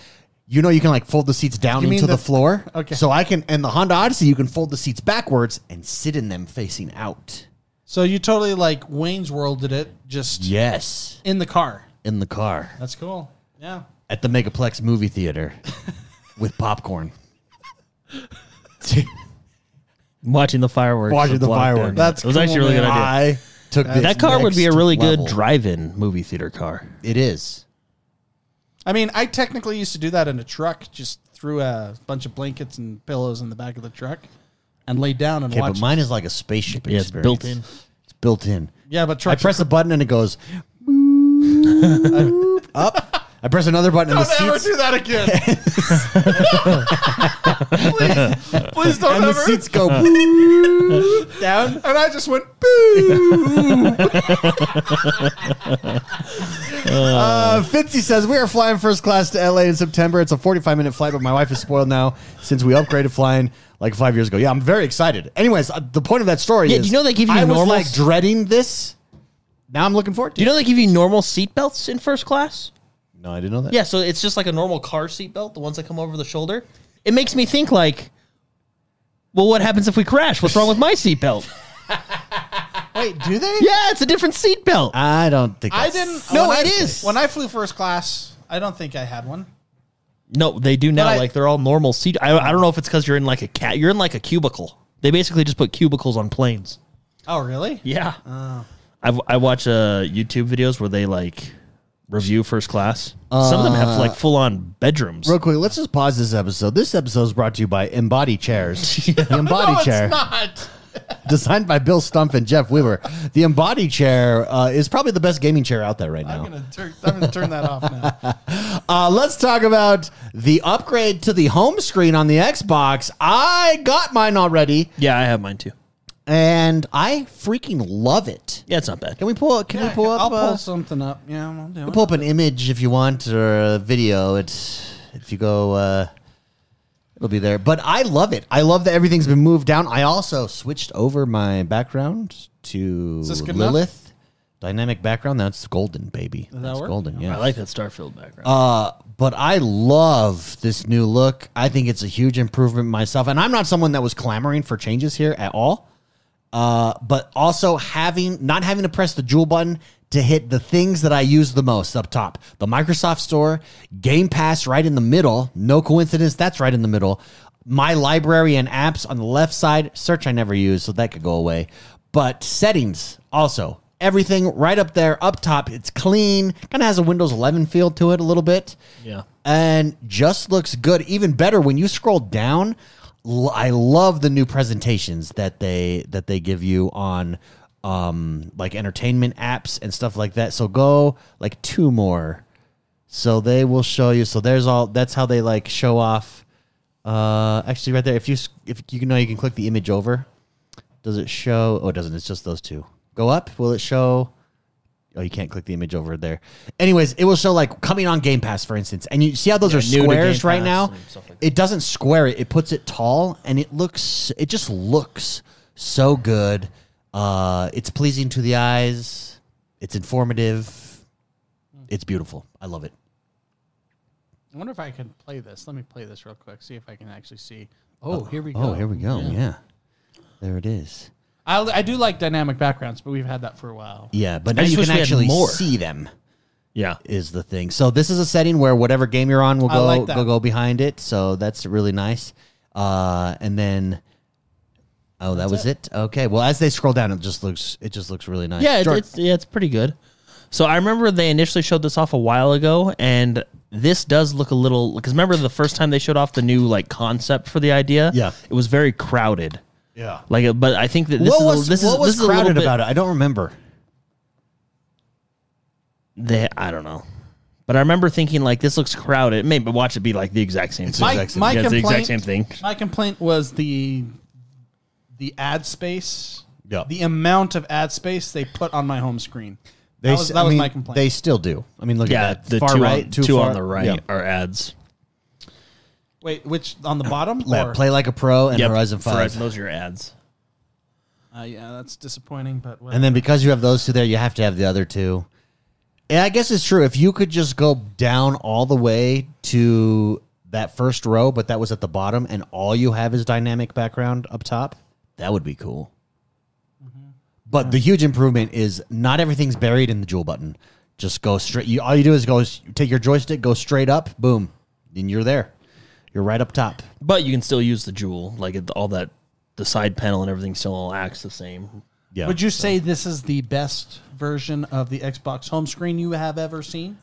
Speaker 1: You know, you can like fold the seats down
Speaker 3: You mean
Speaker 1: into the,
Speaker 3: the-
Speaker 1: floor.
Speaker 3: Okay.
Speaker 1: So I can, and the Honda Odyssey, you can fold the seats backwards and sit in them facing out.
Speaker 3: So you totally like Wayne's World did it just
Speaker 1: Yes.
Speaker 3: in the car.
Speaker 1: In the car
Speaker 3: That's cool. Yeah.
Speaker 1: at the Megaplex movie theater with popcorn.
Speaker 2: Watching the fireworks.
Speaker 1: Watching
Speaker 2: with
Speaker 1: the
Speaker 2: Black
Speaker 1: fireworks.
Speaker 2: Diamond.
Speaker 3: That's
Speaker 2: it was actually a
Speaker 3: cool,
Speaker 2: really good
Speaker 3: man.
Speaker 2: idea.
Speaker 1: I took this
Speaker 2: That car would be a
Speaker 1: Ah, next
Speaker 2: really
Speaker 1: level.
Speaker 2: good drive-in movie theater car.
Speaker 1: It is.
Speaker 3: I mean, I technically used to do that in a truck. Just threw a bunch of blankets and pillows in the back of the truck and laid down and
Speaker 1: Okay,
Speaker 3: watched.
Speaker 1: but mine is like a spaceship
Speaker 2: Yeah, it's
Speaker 1: experience.
Speaker 2: built in.
Speaker 1: It's built in.
Speaker 3: yeah, but
Speaker 1: I
Speaker 3: trucks.
Speaker 1: press a button and it goes boop, up. I press another button and the
Speaker 3: don't ever
Speaker 1: seats
Speaker 3: do that again. please, please don't
Speaker 1: and the
Speaker 3: ever.
Speaker 1: seats go
Speaker 2: Uh-huh.
Speaker 1: boop, down.
Speaker 3: and I just went boo.
Speaker 1: Uh, Fitzy says we are flying first class to LA in September. It's a 45 minute flight, but my wife is spoiled now since we upgraded flying like five years ago. Yeah, I'm very excited. Anyways, uh, the point of that story
Speaker 2: Yeah,
Speaker 1: is
Speaker 2: you know they give you
Speaker 1: I was
Speaker 2: normals?
Speaker 1: like dreading this. Now I'm looking forward to.
Speaker 2: Do you know they give you normal seat belts in first class?
Speaker 1: it. No, I didn't know that.
Speaker 2: Yeah, so it's just like a normal car seat belt, the ones that come over the shoulder. It makes me think like, well, what happens if we crash? What's wrong with my seat belt?
Speaker 3: Wait, do they?
Speaker 2: yeah, it's a different seat belt.
Speaker 1: I don't think
Speaker 3: I
Speaker 1: that's-
Speaker 3: didn't.
Speaker 2: No,
Speaker 3: when
Speaker 2: it
Speaker 3: I-
Speaker 2: is.
Speaker 3: When I flew first class, I don't think I had one.
Speaker 2: No, they do now.
Speaker 3: But I-
Speaker 2: like they're all normal seat. I, I don't know if it's because you're in like a cat. You're in like a cubicle. They basically just put cubicles on planes.
Speaker 3: Oh, really?
Speaker 2: Yeah. I've, I watch uh, YouTube videos where they like review first class. Some of them have like full on bedrooms.
Speaker 1: Real quick, let's just pause this episode. This episode is brought to you by Embody Chairs. The Embody
Speaker 3: no,
Speaker 1: Chair,
Speaker 3: it's not.
Speaker 1: designed by Bill Stump and Jeff Weaver. The Embody Chair uh, is probably the best gaming chair out there right
Speaker 3: I'm
Speaker 1: now.
Speaker 3: gonna turn. I'm gonna turn that off now.
Speaker 1: Uh, let's talk about the upgrade to the home screen on the Xbox. I got mine already,
Speaker 2: yeah, I have mine too.
Speaker 1: and I freaking love it.
Speaker 2: Yeah, it's not bad.
Speaker 1: Can we pull? Can we pull up?
Speaker 3: I'll
Speaker 1: uh,
Speaker 3: pull something up. Yeah, I'll do it.
Speaker 1: pull up an image if you want or a video. It's if you go, uh, it'll be there. But I love it. I love that everything's been moved down. I also switched over my background to
Speaker 3: this good enough?
Speaker 1: Lilith dynamic background. That's golden, baby.
Speaker 3: that
Speaker 1: That's
Speaker 3: work?
Speaker 1: golden. Yeah.
Speaker 2: I like that Starfield background.
Speaker 1: Uh, but I love this new look. I think it's a huge improvement myself, and I'm not someone that was clamoring for changes here at all. Uh, but also having not having to press the jewel button to hit the things that I use the most up top, the Microsoft Store, Game Pass right in the middle. No coincidence, that's right in the middle. My library and apps on the left side. Search I never use, so that could go away. But settings also everything right up there, up top. It's clean. Kind of has a Windows 11 feel to it a little bit
Speaker 2: yeah.
Speaker 1: and just looks good. Even better when you scroll down. L- I love the new presentations that they that they give you on um like entertainment apps and stuff like that. So go like two more. So they will show you. So there's all that's how they like show off. Uh, actually, right there. If you s- if you know you can click the image over. Does it show? Oh, it doesn't. It's just those two. go up? Will it show? Oh, you can't click the image over there. Anyways, it will show like coming on Game Pass, for instance. And you see how those are
Speaker 2: new to
Speaker 1: squares
Speaker 2: Game
Speaker 1: right
Speaker 2: Pass
Speaker 1: now?
Speaker 2: and stuff like
Speaker 1: It doesn't square it. It puts it tall, and it looks. It just looks so good. Uh, it's pleasing to the eyes. It's informative. It's beautiful. I love it.
Speaker 3: I wonder if I can play this. Let me play this real quick. See if I can actually see. Oh, here we go.
Speaker 1: Oh, here we go. Yeah. There it is.
Speaker 3: I, I do like dynamic backgrounds, but we've had that for a while.
Speaker 1: Yeah, but now
Speaker 2: just
Speaker 1: you
Speaker 2: wish
Speaker 1: can
Speaker 2: we had
Speaker 1: actually
Speaker 2: more.
Speaker 1: see them.
Speaker 2: Yeah.
Speaker 1: is the thing. So this is a setting where whatever game you're on will
Speaker 3: I
Speaker 1: go
Speaker 3: like that.
Speaker 1: go, go behind it. So that's really nice. Uh, and then oh, that was it. Okay. Well, as they scroll down, it just looks it just looks really nice.
Speaker 2: Yeah, it,
Speaker 1: Jordan,
Speaker 2: it's yeah, it's pretty good. So I remember they initially showed this off a while ago, and this does look a little because remember the first time they showed off the new like concept for the idea.
Speaker 1: Yeah.
Speaker 2: it was very crowded.
Speaker 1: Yeah.
Speaker 2: Like, uh, but I think that this
Speaker 1: what
Speaker 2: is a-
Speaker 1: was
Speaker 2: this
Speaker 1: what
Speaker 2: is
Speaker 1: was
Speaker 2: this is a little
Speaker 1: crowded
Speaker 2: bit-
Speaker 1: about it? I don't remember.
Speaker 2: They, I don't know, but I remember thinking like this looks crowded. Maybe watch it be like the exact same. thing.
Speaker 1: the
Speaker 3: My,
Speaker 1: exact same-
Speaker 3: my
Speaker 2: Yeah, it's the
Speaker 3: complaint,
Speaker 2: exact same thing.
Speaker 3: My complaint was the the ad space.
Speaker 1: Yeah.
Speaker 3: The amount of ad space they put on my home screen. that was,
Speaker 1: s-
Speaker 3: that
Speaker 1: I
Speaker 3: was
Speaker 1: mean,
Speaker 3: my complaint.
Speaker 1: They still do. I mean, look
Speaker 2: Yeah,
Speaker 1: at that.
Speaker 2: the
Speaker 1: far
Speaker 2: two
Speaker 1: right,
Speaker 2: on,
Speaker 1: too
Speaker 2: two
Speaker 1: far-
Speaker 2: on the right
Speaker 1: Yeah.
Speaker 2: are ads.
Speaker 3: Wait, which on the bottom?
Speaker 1: Let-
Speaker 3: or-
Speaker 1: Play like a pro and
Speaker 2: Yep,
Speaker 1: Horizon Five.
Speaker 2: Horizon, those are your ads.
Speaker 3: Uh, yeah, that's disappointing. But whatever.
Speaker 1: And then because you have those two there, you have to have the other two. And I guess it's true. If you could just go down all the way to that first row, but that was at the bottom, and all you have is dynamic background up top, that would be cool.
Speaker 3: Mm-hmm.
Speaker 1: But the huge improvement is not everything's buried in the jewel button. Just go straight. You, all you do is go s- take your joystick, go straight up, boom, and you're there. You're right up top.
Speaker 2: But you can still use the jewel, like it- all that, the side panel and everything still all acts the same.
Speaker 1: Yeah.
Speaker 3: Would you say this is the best version of the Xbox home screen you have ever seen?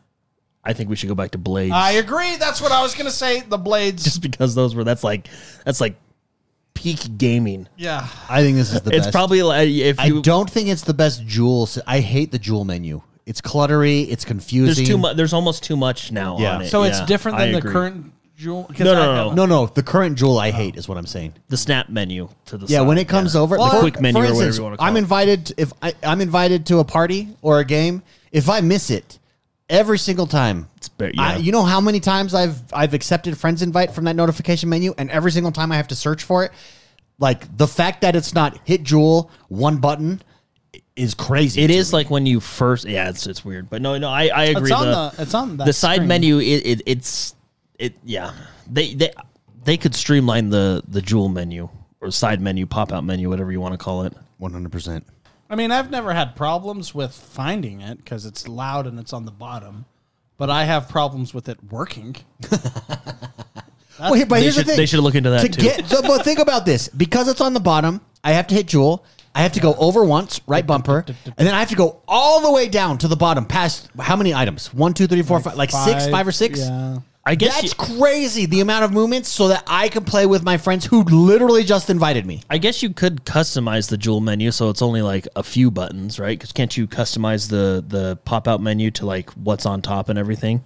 Speaker 2: I think we should go back to Blades.
Speaker 3: I agree. That's what I was gonna say. The blades.
Speaker 2: just because those were that's like that's like peak gaming.
Speaker 3: yeah.
Speaker 1: I think this is the
Speaker 2: It's
Speaker 1: best.
Speaker 2: probably like if
Speaker 1: I
Speaker 2: you
Speaker 1: don't think it's the best jewel. s- I hate the jewel menu. It's cluttery. It's confusing.
Speaker 2: there's too much there's almost too much now
Speaker 1: Yeah.
Speaker 2: on it.
Speaker 3: So it's
Speaker 2: Yeah,
Speaker 3: different than
Speaker 2: I
Speaker 3: the
Speaker 2: agree.
Speaker 3: current jewel. 'cause
Speaker 2: No, no,
Speaker 3: I
Speaker 2: no,
Speaker 3: have-
Speaker 1: No, no. The current jewel I hate is what I'm saying.
Speaker 2: the snap menu to the
Speaker 1: Yeah,
Speaker 2: side,
Speaker 1: when it comes over,
Speaker 2: the
Speaker 1: for-
Speaker 2: quick menu
Speaker 1: for
Speaker 2: or whatever
Speaker 1: instance,
Speaker 2: you want to call
Speaker 1: I'm
Speaker 2: it.
Speaker 1: invited if I, I'm invited to a party or a game. If I miss it, every single time.
Speaker 2: ba-
Speaker 1: I-
Speaker 2: yeah.
Speaker 1: you know how many times I've I've accepted friends invite from that notification menu, and every single time I have to search for it. Like the fact that it's not hit jewel one button i- is crazy.
Speaker 2: it
Speaker 1: to
Speaker 2: is
Speaker 1: me.
Speaker 2: like when you first yeah it's it's weird but no no I I agree
Speaker 3: It's on
Speaker 2: the,
Speaker 3: the. It's on that
Speaker 2: the side
Speaker 3: screen.
Speaker 2: menu it, it it's it yeah they they they could streamline the the jewel menu or side menu pop out menu whatever you want to call it
Speaker 1: 100. percent
Speaker 3: I mean, I've never had problems with finding it because it's loud and it's on the bottom, but I have problems with it working.
Speaker 1: Well, here- but
Speaker 2: they
Speaker 1: here's
Speaker 2: should
Speaker 1: the thing:
Speaker 2: they should look into that
Speaker 1: to
Speaker 2: too
Speaker 1: get so, but think about this because it's on the bottom i have to hit jewel i have to go over once right bumper and then i have to go all the way down to the bottom past how many items one two three four five like six five or six
Speaker 3: Yeah.
Speaker 2: I guess
Speaker 1: that's
Speaker 2: you-
Speaker 1: crazy the amount of movements so that i can play with my friends who literally just invited me
Speaker 2: I guess you could customize the jewel menu so it's only like a few buttons, right? Because can't you customize the the pop out menu to like what's on top and everything?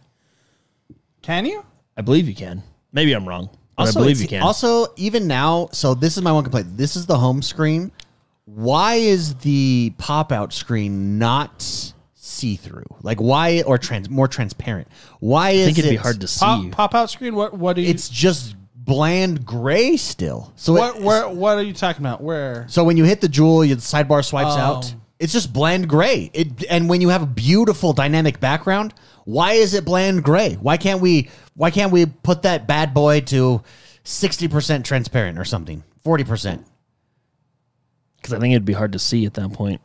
Speaker 3: Can you?
Speaker 2: I believe you can. Maybe I'm wrong, but I believe you
Speaker 1: it's-
Speaker 2: can.
Speaker 1: Also, even now, so this is my one complaint. This is the home screen. Why is the pop out screen not see through? Like why or trans more transparent? Why is
Speaker 2: I think it'd
Speaker 1: it
Speaker 2: be hard to see.
Speaker 3: Pop, pop out screen. What? What do you?
Speaker 1: It's just bland gray still. So
Speaker 3: what?
Speaker 1: it-
Speaker 3: Where? What are you talking about? Where?
Speaker 1: So when you hit the jewel, your sidebar swipes
Speaker 3: Oh.
Speaker 1: out. It's just bland gray. It and when you have a beautiful dynamic background, why is it bland gray? Why can't we why can't we put that bad boy to 60% transparent or something? 40%.
Speaker 2: Because I think it'd be hard to see at that point.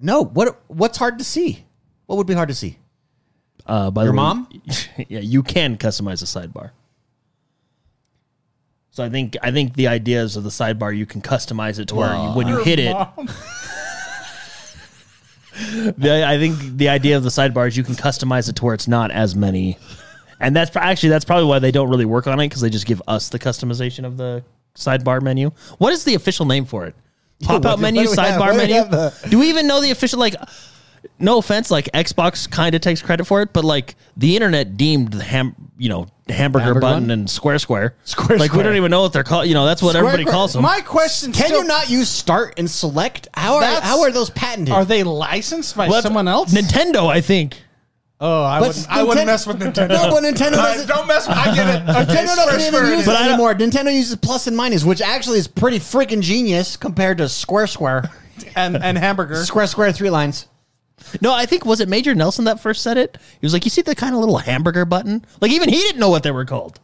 Speaker 1: No, what what's hard to see? What would be hard to see?
Speaker 2: Uh, by
Speaker 1: Your
Speaker 2: the way-
Speaker 1: mom?
Speaker 2: yeah, you can customize the sidebar. So I think I think the idea is of the sidebar you can customize it to where you, when you hit it, The, I think the idea of the sidebar is you can customize it to where it's not as many, and that's pro- actually that's probably why they don't really work on it because they just give us the customization of the sidebar menu. What is the official name for it? Pop
Speaker 1: what
Speaker 2: out
Speaker 1: do-
Speaker 2: menu,
Speaker 1: what do we have? What
Speaker 2: sidebar
Speaker 1: do we
Speaker 2: menu.
Speaker 1: have the-
Speaker 2: do we even know the official like? no offense, like Xbox kind of takes credit for it, but like the internet deemed the ham, you know, hamburger,
Speaker 1: Hamburger
Speaker 2: button
Speaker 1: bun?
Speaker 2: and square square.
Speaker 1: Square
Speaker 2: Like we
Speaker 1: square.
Speaker 2: don't even know what they're called. You know, that's what everybody
Speaker 3: Square-
Speaker 2: calls them.
Speaker 3: My question
Speaker 1: Can
Speaker 3: still-
Speaker 1: you not use start and select? How are
Speaker 3: That's-
Speaker 1: how are those patented?
Speaker 3: Are they licensed by
Speaker 2: But
Speaker 3: someone else?
Speaker 2: Nintendo, I think.
Speaker 3: oh, I
Speaker 1: But
Speaker 3: wouldn't, I wouldn't
Speaker 1: Nintendo-
Speaker 3: mess with Nintendo.
Speaker 1: No, but Nintendo
Speaker 3: I,
Speaker 1: doesn't-
Speaker 3: don't mess. With, I get it. Okay,
Speaker 1: Nintendo doesn't even use
Speaker 2: But
Speaker 1: it
Speaker 2: I don't-
Speaker 1: anymore. Nintendo uses plus and minus, which actually is pretty freaking genius compared to Square Square.
Speaker 3: and, and hamburger.
Speaker 1: square Square three lines.
Speaker 2: No, I think was it Major Nelson that first said it. He was like, "You see the kind of little hamburger button? Like even he didn't know what they were called."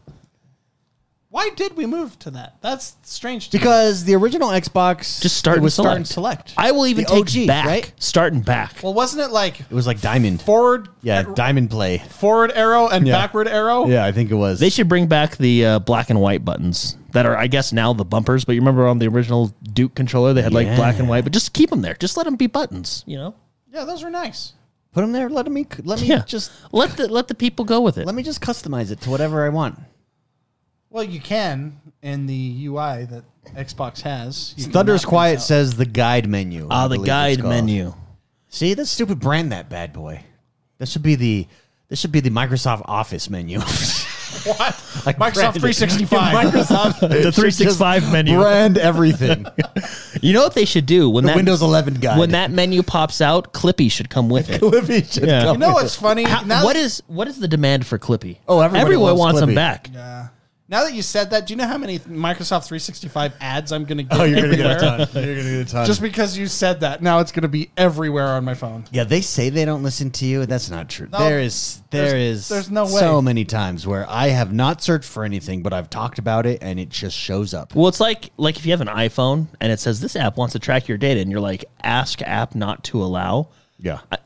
Speaker 3: Why did we move to that? That's strange. To me.
Speaker 1: Because the original Xbox
Speaker 2: Just start
Speaker 1: it was
Speaker 2: and select.
Speaker 1: start and select.
Speaker 2: I will even
Speaker 1: The
Speaker 2: take
Speaker 1: OG,
Speaker 2: back,
Speaker 1: right?
Speaker 2: start and back.
Speaker 3: well, wasn't it like
Speaker 1: It was like diamond.
Speaker 3: forward? er,
Speaker 1: yeah, diamond play.
Speaker 3: forward arrow and
Speaker 1: Yeah.
Speaker 3: backward arrow.
Speaker 1: Yeah, I think it was.
Speaker 2: They should bring back the uh, black and white buttons that are, I guess, now the bumpers. But you remember on the original Duke controller, they had like black and white. But just keep them there. Just let them be buttons. You know.
Speaker 3: Yeah, those were nice.
Speaker 1: put them there. Let me let me
Speaker 2: Yeah.
Speaker 1: just
Speaker 2: let the let the people go with it.
Speaker 1: let me just customize it to whatever I want.
Speaker 3: Well, you can in the UI that Xbox has. You can
Speaker 1: Thunder's
Speaker 3: map
Speaker 1: Quiet
Speaker 3: things out.
Speaker 1: says the guide menu.
Speaker 2: Ah,
Speaker 1: I
Speaker 2: the
Speaker 1: believe it's
Speaker 2: guide
Speaker 1: called.
Speaker 2: menu.
Speaker 1: See that stupid brand that bad boy. That should be the this should be the Microsoft Office menu.
Speaker 3: what?
Speaker 1: Like
Speaker 3: Microsoft
Speaker 1: branded.
Speaker 3: 365.
Speaker 1: Microsoft
Speaker 2: The 365
Speaker 1: should just
Speaker 2: menu.
Speaker 1: Brand everything.
Speaker 2: You know what they should do when
Speaker 1: the
Speaker 2: that
Speaker 1: Windows 11 guide.
Speaker 2: when that menu pops out, Clippy should come with it.
Speaker 1: Clippy should
Speaker 2: Yeah.
Speaker 1: come
Speaker 3: you know
Speaker 1: with
Speaker 3: what's funny?
Speaker 2: How-
Speaker 3: now
Speaker 2: what
Speaker 3: that,
Speaker 2: is what is the demand for Clippy?
Speaker 1: Oh, everybody
Speaker 2: everyone
Speaker 1: loves
Speaker 2: wants them
Speaker 1: Clippy.
Speaker 2: back.
Speaker 3: Yeah. Now that you said that, do you know how many Microsoft 365 ads I'm going to
Speaker 1: it.
Speaker 3: get? everywhere?
Speaker 1: You're gonna Oh, get a ton.
Speaker 3: Just because you said that, now it's going to be everywhere on my phone.
Speaker 1: yeah, they say they don't listen to you. That's not true.
Speaker 3: No,
Speaker 1: there is there
Speaker 3: there's-
Speaker 1: is
Speaker 3: there's no
Speaker 1: so
Speaker 3: way.
Speaker 1: many times where I have not searched for anything, but I've talked about it and it just shows up.
Speaker 2: Well, it's like like if you have an iPhone and it says this app wants to track your data, and you're like, ask app not to allow.
Speaker 1: Yeah.
Speaker 2: I,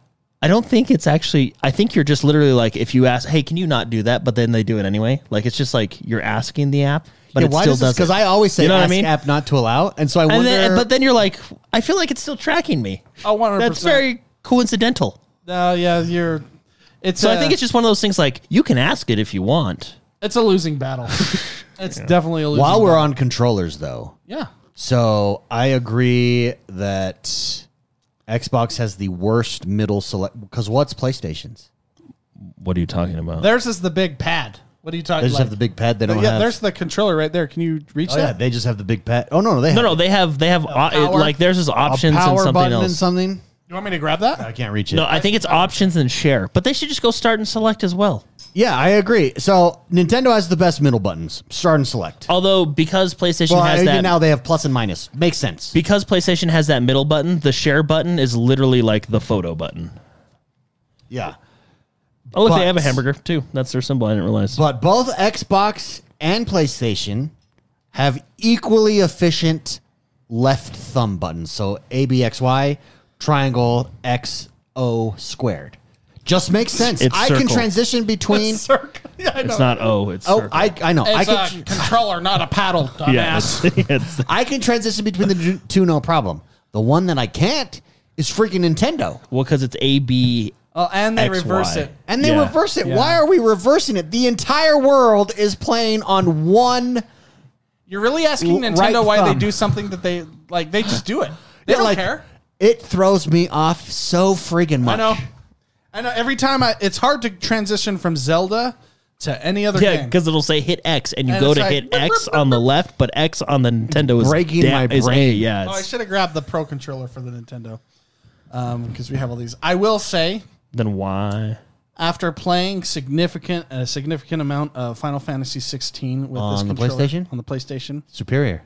Speaker 2: I don't think it's actually. I think you're just literally like, if you ask, hey, can you not do that? But then they do it anyway. Like it's just like you're asking the app, but
Speaker 1: Yeah,
Speaker 2: it still
Speaker 1: does this-
Speaker 2: does.
Speaker 1: Because I always say
Speaker 2: You know what I
Speaker 1: ask
Speaker 2: mean?
Speaker 1: app not to allow, and so I wonder.
Speaker 2: and then, but then you're like, I feel like it's still tracking me.
Speaker 3: Oh, 100%.
Speaker 2: That's very coincidental.
Speaker 3: No, yeah, you're. It's
Speaker 2: So
Speaker 3: a,
Speaker 2: I think it's just one of those things. Like you can ask it if you want.
Speaker 3: it's a losing battle. it's definitely a losing.
Speaker 1: while we're
Speaker 3: battle.
Speaker 1: on controllers, though,
Speaker 3: yeah,
Speaker 1: so I agree that Xbox has the worst middle select. Because what's PlayStation's?
Speaker 2: What are you talking about?
Speaker 3: theirs is the big pad. What are you talking?
Speaker 1: They just
Speaker 3: like,
Speaker 1: have the big pad. They don't
Speaker 3: yeah,
Speaker 1: have.
Speaker 3: there's the controller right there. Can you reach
Speaker 1: oh yeah,
Speaker 3: that?
Speaker 1: they just have the big pad. Oh no, no, they have
Speaker 2: no, no, they have they have uh, it-
Speaker 3: power-
Speaker 2: like theirs is
Speaker 1: a
Speaker 2: options and
Speaker 1: power
Speaker 2: something
Speaker 1: button
Speaker 2: else.
Speaker 1: and something.
Speaker 3: you want me to grab that?
Speaker 1: I can't reach it.
Speaker 2: No, I think it's options and share, but they should just go start and select as well.
Speaker 1: Yeah, I agree. So Nintendo has the best middle buttons: start and select.
Speaker 2: Although because PlayStation
Speaker 1: well,
Speaker 2: Oh, has
Speaker 1: even
Speaker 2: that
Speaker 1: now they have plus and minus. Makes sense.
Speaker 2: because PlayStation has that middle button, the share button is literally like the photo button.
Speaker 1: yeah.
Speaker 2: Oh, look,
Speaker 1: But-
Speaker 2: they have a hamburger too. That's their symbol. I didn't realize.
Speaker 1: But both Xbox and PlayStation have equally efficient left thumb buttons. So A B X Y, triangle X O squared. Just makes sense.
Speaker 2: It's
Speaker 1: I can
Speaker 2: circle.
Speaker 1: transition between.
Speaker 3: Circle. Yeah, I know.
Speaker 2: it's not O. It's
Speaker 1: Oh,
Speaker 2: circle.
Speaker 1: I, I know. I
Speaker 3: It's
Speaker 1: can,
Speaker 3: a controller, not a paddle, dumbass.
Speaker 2: yeah. It's, it's,
Speaker 1: I can transition between the two no problem. The one that I can't is freaking Nintendo.
Speaker 2: well, because it's A B.
Speaker 3: Oh, and they
Speaker 2: X,
Speaker 3: reverse
Speaker 2: Y.
Speaker 3: it.
Speaker 1: And they
Speaker 2: Yeah.
Speaker 1: reverse it.
Speaker 3: Yeah.
Speaker 1: Why are we reversing it? The entire world is playing on one.
Speaker 3: You're really asking
Speaker 1: L-
Speaker 3: Nintendo
Speaker 1: right
Speaker 3: why
Speaker 1: thumb.
Speaker 3: they do something that they like. They just do it. They
Speaker 1: Yeah,
Speaker 3: don't
Speaker 1: like,
Speaker 3: care.
Speaker 1: It throws me off so freaking much.
Speaker 3: I know. I know. Every time I, it's hard to transition from Zelda to any other
Speaker 2: Yeah,
Speaker 3: game.
Speaker 2: because it'll say hit X, and you
Speaker 3: And
Speaker 2: go
Speaker 3: it's
Speaker 2: to
Speaker 3: like-
Speaker 2: hit X on the left, but X on the Nintendo is
Speaker 1: Breaking
Speaker 2: da-
Speaker 1: my
Speaker 2: is A,
Speaker 1: brain.
Speaker 2: yeah,
Speaker 3: Oh, I
Speaker 2: it's-
Speaker 3: should have grabbed the Pro controller for the Nintendo because we have all these. I will say,
Speaker 2: then why?
Speaker 3: after playing significant a significant amount of Final Fantasy 16 with this
Speaker 1: On the
Speaker 3: controller-
Speaker 1: PlayStation?
Speaker 3: on the PlayStation,
Speaker 1: Superior.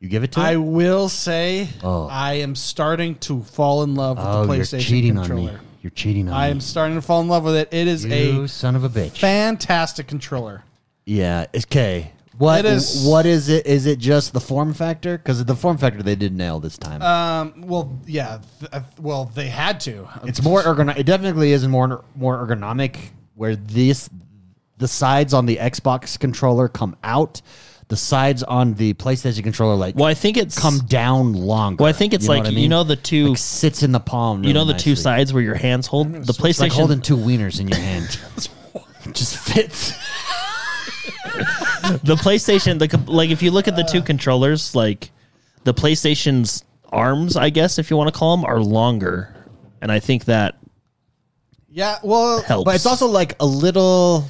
Speaker 1: You give it to
Speaker 3: I
Speaker 1: it?
Speaker 3: will say
Speaker 1: Oh.
Speaker 3: I am starting to fall in love with
Speaker 1: Oh,
Speaker 3: the
Speaker 1: you're
Speaker 3: PlayStation
Speaker 1: cheating
Speaker 3: controller.
Speaker 1: on me. You're cheating on
Speaker 3: I am
Speaker 1: me.
Speaker 3: starting to fall in love with it. It is
Speaker 1: You
Speaker 3: a
Speaker 1: son of a bitch.
Speaker 3: fantastic controller.
Speaker 1: yeah. Okay. What
Speaker 3: It is-
Speaker 1: what is it? Is it just the form factor? Because the form factor they did nail this time.
Speaker 3: Um, well, yeah. th- uh, well, they had to.
Speaker 1: it's more ergonomic. It definitely is more more ergonomic. Where this the sides on the Xbox controller come out, the sides on the PlayStation controller like
Speaker 2: Well, I think it's
Speaker 1: come down longer.
Speaker 2: Well, I think it's
Speaker 1: You know
Speaker 2: like
Speaker 1: what I
Speaker 2: you
Speaker 1: mean?
Speaker 2: know the two
Speaker 1: Like, sits in the palm.
Speaker 2: you know
Speaker 1: really
Speaker 2: the two
Speaker 1: nicely.
Speaker 2: sides where your hands hold
Speaker 3: Mm,
Speaker 2: the
Speaker 1: It's like
Speaker 2: PlayStation.
Speaker 1: holding two wieners in your hand. just fits.
Speaker 2: the PlayStation, the com- like if you look at the
Speaker 3: Uh.
Speaker 2: two controllers, like the PlayStation's arms, I guess if you want to call them, are longer, and I think that
Speaker 3: Yeah, well,
Speaker 2: Helps.
Speaker 1: But it's also like a little.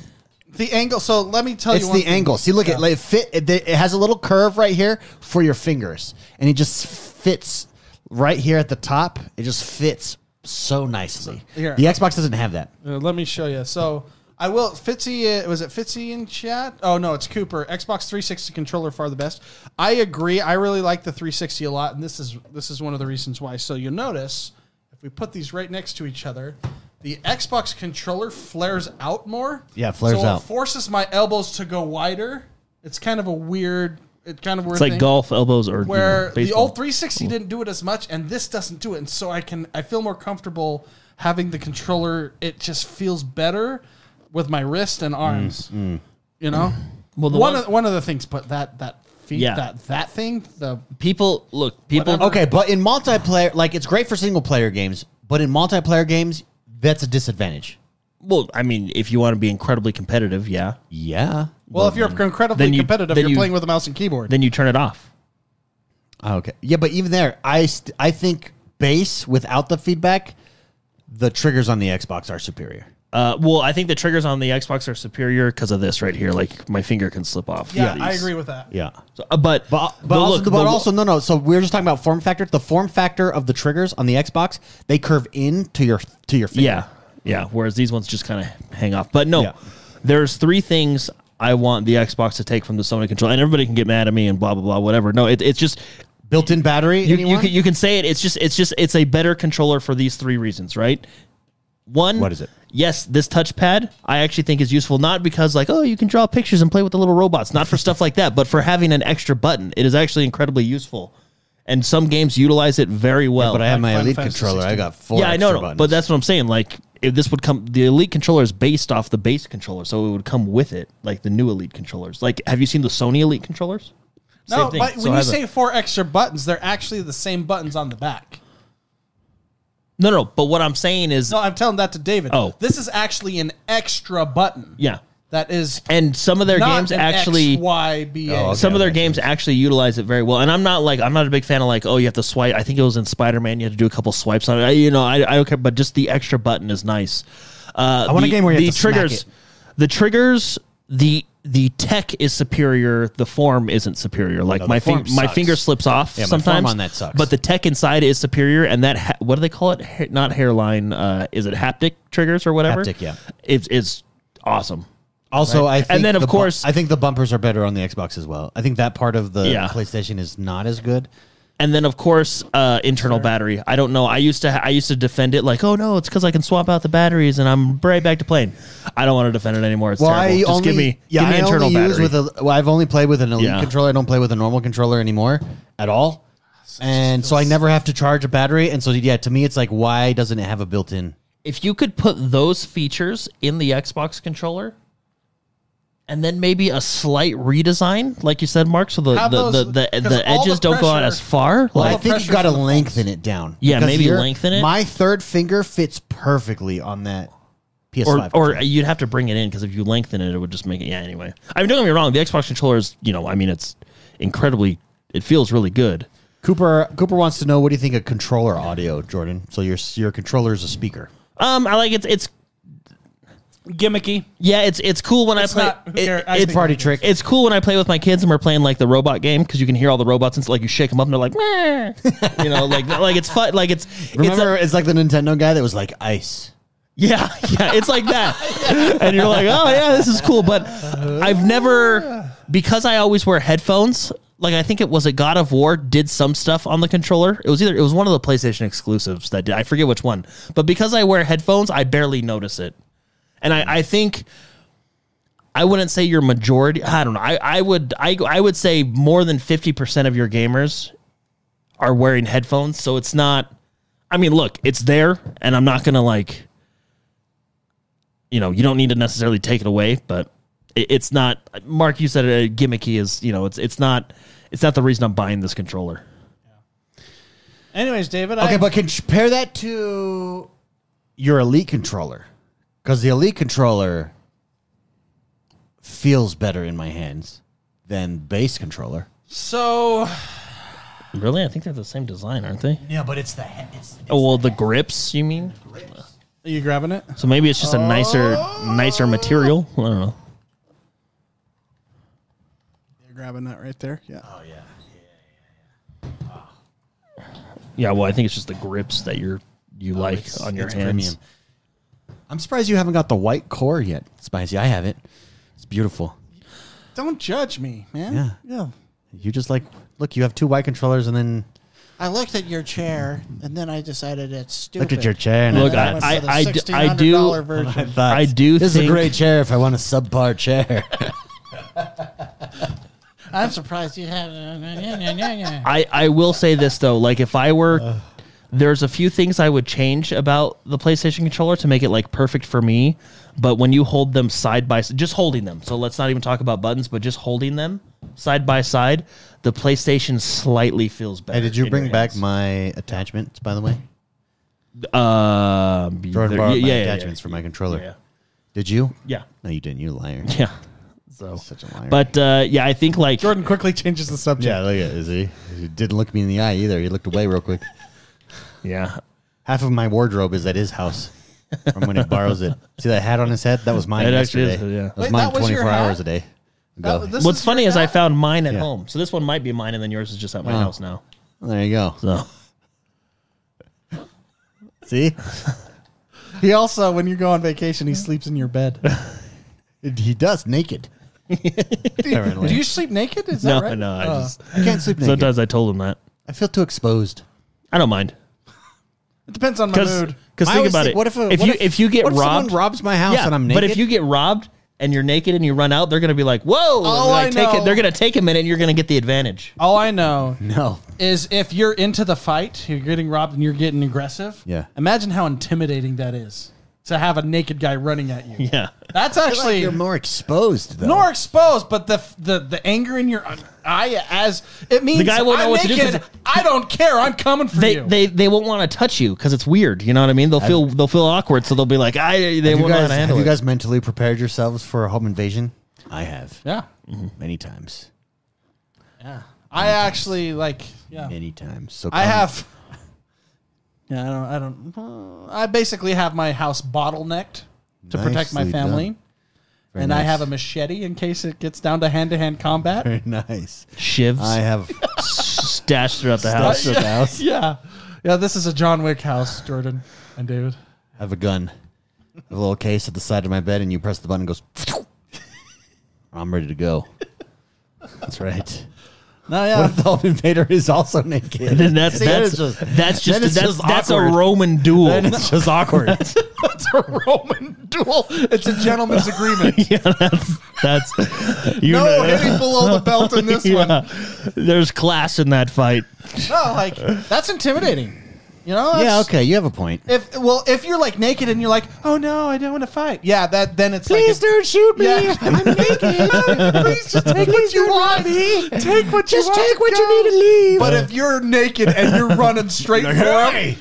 Speaker 3: the angle. So let me tell
Speaker 1: It's
Speaker 3: you. one
Speaker 1: the
Speaker 3: thing.
Speaker 1: angle. See, look it. Like, it fit. It, it has a little curve right here for your fingers, and it just fits right here at the top. It just fits so nicely.
Speaker 3: Here.
Speaker 1: The Xbox doesn't have that.
Speaker 3: Uh, let me show you. So I will. Fitzy, uh, was it Fitzy in chat? Oh no, it's Cooper. Xbox 360 controller far the best. I agree. I really like the 360 a lot, and this is this is one of the reasons why. So you'll notice if we put these right next to each other, the Xbox controller flares out more.
Speaker 1: Yeah, it flares
Speaker 3: so
Speaker 1: out.
Speaker 3: It forces my elbows to go wider. It's kind of a weird. It's kind of weird.
Speaker 2: It's like
Speaker 3: thing
Speaker 2: golf elbows or you know,
Speaker 3: where the
Speaker 2: baseball.
Speaker 3: old 360 didn't do it as much and this doesn't do it and so i can i feel more comfortable having the controller it just feels better with my wrist and arms you know well
Speaker 2: the
Speaker 3: one
Speaker 2: one-
Speaker 3: of, one of the things but that that feat,
Speaker 2: Yeah.
Speaker 3: that that thing the
Speaker 2: people look people.
Speaker 3: Whatever.
Speaker 1: Okay, but in multiplayer, like it's great for single player games, but in multiplayer games, that's a disadvantage.
Speaker 2: Well, I mean, if you want to be incredibly competitive, yeah,
Speaker 1: Yeah.
Speaker 3: well, if you're incredibly
Speaker 2: then you-
Speaker 3: competitive
Speaker 2: then
Speaker 3: you're
Speaker 2: you-
Speaker 3: playing with a mouse and keyboard
Speaker 2: then you turn it off.
Speaker 1: Okay. Yeah, but even there, I st- I think bass without the feedback, the triggers on the Xbox are superior.
Speaker 2: Uh, well, I think the triggers on the Xbox are superior because of this right here. Like my finger can slip off.
Speaker 3: yeah,
Speaker 2: These.
Speaker 3: i agree with that
Speaker 1: Yeah.
Speaker 2: So, uh, but
Speaker 1: But, but, also,
Speaker 2: look,
Speaker 1: but also, no, no. So we are just talking about form factor. The form factor of the triggers on the Xbox, they curve in to your to your finger.
Speaker 2: yeah, yeah. Whereas these ones just kind of hang off. But no,
Speaker 1: Yeah.
Speaker 2: there's three things I want the Xbox to take from the Sony controller, and everybody can get mad at me and blah blah blah whatever. No, it, it's just
Speaker 1: Built-in battery.
Speaker 2: you, you
Speaker 1: anyone?
Speaker 2: can you can say it. It's just it's just it's a better controller for these three reasons, right? One,
Speaker 1: What is it?
Speaker 2: Yes, this touchpad I actually think is useful, not because like oh you can draw pictures and play with the little robots, not for stuff like that, but for having an extra button. It is actually incredibly useful, and some games utilize it very well.
Speaker 1: but I have my
Speaker 3: Final
Speaker 1: Elite
Speaker 3: Fantasy
Speaker 1: controller. I
Speaker 3: 16.
Speaker 1: got four.
Speaker 2: yeah, I know,
Speaker 1: extra
Speaker 2: no,
Speaker 1: buttons.
Speaker 2: but that's what I'm saying. Like if this would come, the Elite controller is based off the base controller, so it would come with it, like the new Elite controllers. Like have you seen the Sony Elite controllers? Same
Speaker 3: no
Speaker 2: thing.
Speaker 3: but
Speaker 2: So
Speaker 3: when
Speaker 2: it
Speaker 3: you
Speaker 2: has a-
Speaker 3: say four extra buttons they're actually the same buttons on the back
Speaker 2: no, no, but what I'm saying is
Speaker 3: no i'm telling that to david
Speaker 2: Oh.
Speaker 3: this is actually an extra button
Speaker 2: yeah.
Speaker 3: that is
Speaker 2: And some of their
Speaker 3: not
Speaker 2: games
Speaker 3: an
Speaker 2: actually
Speaker 3: XYBA.
Speaker 1: Oh, okay.
Speaker 2: some of their
Speaker 1: that
Speaker 2: games actually utilize it very well. And I'm not like I'm not a big fan of like oh you have to swipe. I think it was in Spider Man you had to do a couple swipes on it. I, you know I, I don't care, but just the extra button is nice. Uh,
Speaker 1: I want a
Speaker 2: the-
Speaker 1: game where you
Speaker 2: the
Speaker 1: have to smack
Speaker 2: triggers,
Speaker 1: it.
Speaker 2: the triggers, the the tech is superior. The form isn't superior. Like
Speaker 1: no,
Speaker 2: my
Speaker 1: the form
Speaker 2: fing- my
Speaker 1: sucks.
Speaker 2: finger slips off
Speaker 1: Yeah, my form
Speaker 2: sometimes
Speaker 1: on that sucks.
Speaker 2: But the tech inside is superior, and that ha- what do they call it? Ha- not hairline. Uh, is it haptic triggers or whatever?
Speaker 1: Haptic, yeah.
Speaker 2: It's it's awesome.
Speaker 1: Also, I think
Speaker 2: then, of
Speaker 1: the bu-
Speaker 2: course-
Speaker 1: I think the bumpers are better on the Xbox as well. I think that part of the
Speaker 2: Yeah.
Speaker 1: PlayStation is not as good.
Speaker 2: and then of course uh, internal battery. I don't know. I used to I used to defend it like, oh no, it's because I can swap out the batteries and I'm right back to playing. I don't want to defend it anymore. It's terrible. Just give me give me
Speaker 1: I
Speaker 2: internal
Speaker 1: only use
Speaker 2: battery.
Speaker 1: with a. Well, I've only played with an elite
Speaker 2: Yeah.
Speaker 1: controller. I don't play with a normal controller anymore at all, and so I never have to charge a battery. And so yeah, to me, it's like why doesn't it have a built-in?
Speaker 2: if you could put those features in the Xbox controller. And then maybe a slight redesign, like you said, Mark, so the,
Speaker 3: Have
Speaker 2: the,
Speaker 3: those-
Speaker 2: the, the,
Speaker 3: 'cause
Speaker 2: the
Speaker 3: all the
Speaker 2: edges don't go out
Speaker 3: pressure-
Speaker 2: as far.
Speaker 1: Well, I
Speaker 2: Like,
Speaker 1: think
Speaker 3: pressure's
Speaker 1: you got to
Speaker 3: on the
Speaker 1: lengthen it down.
Speaker 2: Yeah,
Speaker 1: because
Speaker 2: maybe
Speaker 1: your-
Speaker 2: lengthen it.
Speaker 1: My third finger fits perfectly on that
Speaker 2: or,
Speaker 1: PS5.
Speaker 2: or you'd have to bring it in because if you lengthen it, it would just make it. Yeah, anyway. I mean, don't get me wrong. The Xbox controller is, you know, I mean, it's incredibly, it feels really good.
Speaker 1: Cooper Cooper wants to know what do you think of controller audio, Jordan? So your your controller is a speaker.
Speaker 2: Um, I like it's it's
Speaker 3: gimmicky.
Speaker 2: yeah, it's it's cool when I play.
Speaker 3: not- who cares?
Speaker 2: it-
Speaker 3: I
Speaker 2: it's
Speaker 3: think-
Speaker 1: Party trick.
Speaker 2: it's cool when I play with my kids and we're playing like the robot game because you can hear all the robots and it's like you shake them up and they're like, "Meh." you know, like like it's fun, like it's it's
Speaker 1: Remember,
Speaker 2: a-
Speaker 1: it's, like the Nintendo guy that was like ice.
Speaker 2: yeah yeah it's like that, and you're like, oh yeah, this is cool. But I've never because I always wear headphones. Like I think it was a God of War did some stuff on the controller. It was either it was one of the PlayStation exclusives that did. I forget which one. But because I wear headphones, I barely notice it. And I, I think I wouldn't say your majority. I don't know. I, I would I I would say more than fifty percent of your gamers are wearing headphones. So it's not. I mean, look, it's there, and I'm not gonna like. You know, you don't need to necessarily take it away, but it, it's not. Mark, you said it, uh, gimmicky is. You know, it's it's not. It's not the reason I'm buying this controller.
Speaker 3: Anyways, David.
Speaker 1: Okay,
Speaker 3: I,
Speaker 1: but compare that to your Elite controller, because the Elite controller feels better in my hands than base controller.
Speaker 3: so
Speaker 2: Really, I think they're the same design, aren't they?
Speaker 1: Yeah, but it's the it's
Speaker 2: Oh well, the grips. You mean?
Speaker 3: Are you grabbing it?
Speaker 2: So maybe it's just a nicer, nicer material. I don't know.
Speaker 3: You're grabbing that right there. Yeah.
Speaker 1: Oh,
Speaker 2: Yeah, well, I think it's just the grips that you're you like
Speaker 1: Oh, It's-
Speaker 2: on your
Speaker 1: it's
Speaker 2: hands.
Speaker 1: premium. I'm surprised you haven't got the white core yet, Spicy. I have it. It's beautiful.
Speaker 3: Don't judge me, man.
Speaker 1: Yeah.
Speaker 3: Yeah.
Speaker 1: You just like look. You have two white controllers, and then
Speaker 4: I looked at your chair, and then I decided it's stupid.
Speaker 1: looked at your chair. And
Speaker 2: Look,
Speaker 4: And
Speaker 1: I,
Speaker 2: I-
Speaker 4: went for
Speaker 2: I-
Speaker 4: the
Speaker 2: I d- I do-
Speaker 4: $1,600 version.
Speaker 1: thought,
Speaker 2: I do
Speaker 1: This is
Speaker 2: think-
Speaker 1: a great chair. If I want a subpar chair,
Speaker 4: I'm surprised you haven't.
Speaker 2: I I will say this though, like if I were,
Speaker 1: Uh.
Speaker 2: there's a few things I would change about the PlayStation controller to make it like perfect for me. But when you hold them side by side, just holding them. So let's not even talk about buttons, but just holding them side by side, the PlayStation slightly feels better.
Speaker 1: hey, did you
Speaker 2: in
Speaker 1: bring
Speaker 2: your
Speaker 1: back
Speaker 2: hands.
Speaker 1: my attachments? By the way, Jordan
Speaker 2: Um, there-
Speaker 1: borrowed
Speaker 2: yeah,
Speaker 1: my
Speaker 2: yeah, yeah,
Speaker 1: attachments for my controller.
Speaker 2: yeah,
Speaker 1: Did you?
Speaker 2: yeah,
Speaker 1: No, you didn't. You liar.
Speaker 2: yeah. So,
Speaker 1: Such a liar.
Speaker 2: but uh, yeah, I think like
Speaker 3: Jordan quickly changes the subject.
Speaker 1: yeah, look at he? He didn't look me in the eye either. He looked away real quick.
Speaker 2: yeah,
Speaker 1: Half of my wardrobe is at his house from when he borrows it. See that hat on his head? That was mine
Speaker 2: It actually
Speaker 1: yesterday.
Speaker 2: is, yeah.
Speaker 1: That was
Speaker 3: Wait,
Speaker 1: mine
Speaker 3: that was your
Speaker 1: 24
Speaker 3: hat?
Speaker 1: hours a day.
Speaker 3: That-
Speaker 1: ago.
Speaker 3: this
Speaker 2: What's
Speaker 3: is
Speaker 2: funny
Speaker 3: your
Speaker 2: is I
Speaker 3: hat?
Speaker 2: found mine at
Speaker 1: Yeah.
Speaker 2: home. So this one might be mine, and then yours is just at my
Speaker 1: Oh.
Speaker 2: house now.
Speaker 1: there you go.
Speaker 2: So
Speaker 1: See?
Speaker 3: He also, when you go on vacation, he sleeps in your bed.
Speaker 1: It- he does naked. Apparently.
Speaker 3: Do you sleep naked? Is
Speaker 2: no,
Speaker 3: that right?
Speaker 2: no, I
Speaker 1: Oh.
Speaker 3: Uh,
Speaker 2: just
Speaker 1: I can't sleep naked.
Speaker 2: sometimes I told him that.
Speaker 1: I feel too exposed.
Speaker 2: I don't mind
Speaker 3: It depends on my
Speaker 2: because
Speaker 3: mood.
Speaker 1: I
Speaker 2: think
Speaker 1: always
Speaker 2: about
Speaker 1: think,
Speaker 2: it.
Speaker 1: What if, a,
Speaker 2: if
Speaker 1: what
Speaker 2: you
Speaker 1: if,
Speaker 2: if you get
Speaker 1: what if
Speaker 2: robbed,
Speaker 1: someone robs my house
Speaker 2: yeah,
Speaker 1: and I'm naked?
Speaker 2: but if you get robbed and you're naked and you run out, they're gonna be like,
Speaker 1: Oh,
Speaker 2: "Whoa!"
Speaker 3: All
Speaker 2: and, like,
Speaker 3: I
Speaker 2: take
Speaker 3: know-
Speaker 2: it, they're gonna take a minute. and You're gonna get the advantage.
Speaker 3: All I know
Speaker 1: no,
Speaker 3: is if you're into the fight, you're getting robbed and you're getting aggressive.
Speaker 1: Yeah.
Speaker 3: Imagine how intimidating that is to have a naked guy running at you.
Speaker 2: Yeah,
Speaker 3: That's
Speaker 1: I feel like
Speaker 3: actually
Speaker 1: you're more exposed though.
Speaker 3: more exposed, but the the the anger in your eye as it means
Speaker 2: guy won't know
Speaker 3: I'm
Speaker 2: what to do
Speaker 3: naked.
Speaker 2: 'cause-
Speaker 3: I don't care. I'm coming for
Speaker 2: they
Speaker 3: you.
Speaker 2: they they won't want to touch you because it's weird. You know what I mean? They'll feel they'll feel awkward, so they'll be like, "I." They
Speaker 1: have you
Speaker 2: won't know how
Speaker 1: guys,
Speaker 2: to
Speaker 1: have
Speaker 2: handle
Speaker 1: you
Speaker 2: it.
Speaker 1: guys mentally prepared yourselves for a home invasion? I have
Speaker 3: yeah.
Speaker 1: many times,
Speaker 3: Yeah. I actually like yeah.
Speaker 1: many times. So
Speaker 3: I
Speaker 1: come-
Speaker 3: have. Yeah, I don't. I don't. uh, I basically have my house bottlenecked to protect my
Speaker 1: Nicely done.
Speaker 3: family,
Speaker 1: Very
Speaker 3: and I
Speaker 1: nice.
Speaker 3: have a machete in case it gets down to hand to hand combat.
Speaker 1: very nice.
Speaker 2: Shivs
Speaker 1: I have
Speaker 2: stashed throughout the
Speaker 1: stuff
Speaker 2: house.
Speaker 1: at the house.
Speaker 3: yeah, yeah. This is a John Wick house, Jordan and David.
Speaker 1: I have a gun, I have a little case at the side of my bed, and you press the button, it goes. I'm ready to go. That's right.
Speaker 3: No,
Speaker 1: What
Speaker 3: yeah.
Speaker 1: if the home invader is also naked?
Speaker 2: Then that's
Speaker 1: See,
Speaker 2: that's,
Speaker 1: that is just
Speaker 2: that's just
Speaker 1: then it's
Speaker 2: that's,
Speaker 1: just
Speaker 2: that's a
Speaker 1: awkward.
Speaker 2: Roman duel.
Speaker 1: Then it's just awkward.
Speaker 3: It's a Roman duel. It's a gentleman's agreement.
Speaker 2: yeah, that's that's you
Speaker 3: No
Speaker 2: know.
Speaker 3: hitting below the belt in this one.
Speaker 2: Yeah. There's class in that fight.
Speaker 3: No, like that's intimidating. You know?
Speaker 1: yeah,
Speaker 3: that's-
Speaker 1: okay, you have a point.
Speaker 3: If well, if you're like naked and you're like, oh no, I don't want to fight. Yeah, that then it's like
Speaker 1: Please don't shoot me.
Speaker 3: Yeah.
Speaker 1: I'm naked.
Speaker 3: Please just take what you
Speaker 1: don't
Speaker 3: want. Take what you
Speaker 1: Just
Speaker 3: want.
Speaker 1: take what you
Speaker 3: go.
Speaker 1: need to leave.
Speaker 3: But if you're naked and you're running straight for him,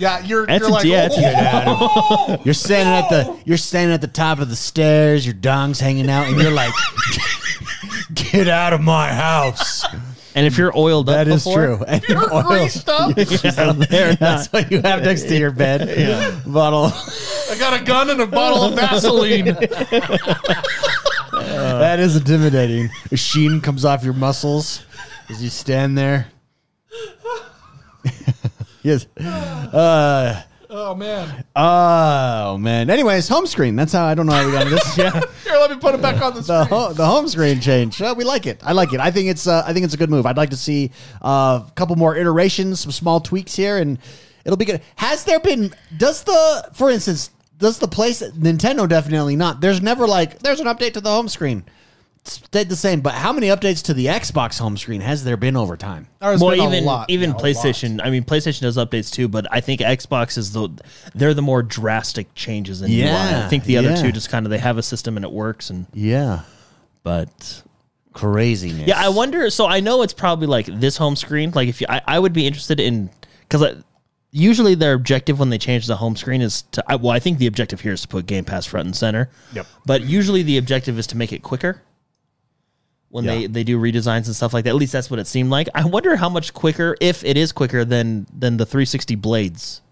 Speaker 3: yeah, you're
Speaker 2: That's
Speaker 3: you're
Speaker 2: a-
Speaker 3: like,
Speaker 2: yeah, that's a-
Speaker 3: "Oh."
Speaker 1: You're standing at the you're standing at the top of the stairs, your dong's hanging out, and you're like Get out of my house.
Speaker 2: And if you're oiled up,
Speaker 1: That is
Speaker 2: before,
Speaker 1: true. And
Speaker 3: you're
Speaker 1: oil-
Speaker 3: greased up.
Speaker 2: Yeah, they're
Speaker 1: That's
Speaker 2: not-
Speaker 1: what you have next to your bed. Bottle.
Speaker 3: I got a gun and a bottle of Vaseline.
Speaker 1: that is intimidating. A sheen comes off your muscles as you stand there. yes. Uh,
Speaker 3: oh man,
Speaker 1: oh man. Anyways, home screen. That's how I don't know how we got into this. yeah.
Speaker 3: here, let me put it back on the
Speaker 1: the,
Speaker 3: screen.
Speaker 1: ho- the home screen change. Uh, we like it. I like it. I think it's uh, I think it's a good move. I'd like to see uh, a couple more iterations, some small tweaks here, and it'll be good. Has there been? Does the for instance? Does the place Nintendo definitely not? There's never like there's an update to the home screen. It's stayed the same, but how many updates to the Xbox home screen has there been over time?
Speaker 3: There's
Speaker 2: Well,
Speaker 3: been a
Speaker 2: even
Speaker 3: lot.
Speaker 2: even
Speaker 3: Yeah, a
Speaker 2: PlayStation. I mean, PlayStation does updates too, but I think Xbox is the they're the more drastic changes in UI.
Speaker 1: Yeah,
Speaker 2: I think the other
Speaker 1: yeah.
Speaker 2: two just kind of they have a system and it works. And
Speaker 1: Yeah,
Speaker 2: but
Speaker 1: craziness.
Speaker 2: Yeah, I wonder. So I know it's probably like this home screen. Like if you, I, I would be interested in because usually their objective when they change the home screen is to. I, well, I think the objective here is to put Game Pass front and center.
Speaker 1: Yep.
Speaker 2: But usually the objective is to make it quicker. When they,
Speaker 1: Yeah.
Speaker 2: they do redesigns and stuff like that, at least that's what it seemed like. I wonder how much quicker, if it is quicker than than the 360 blades.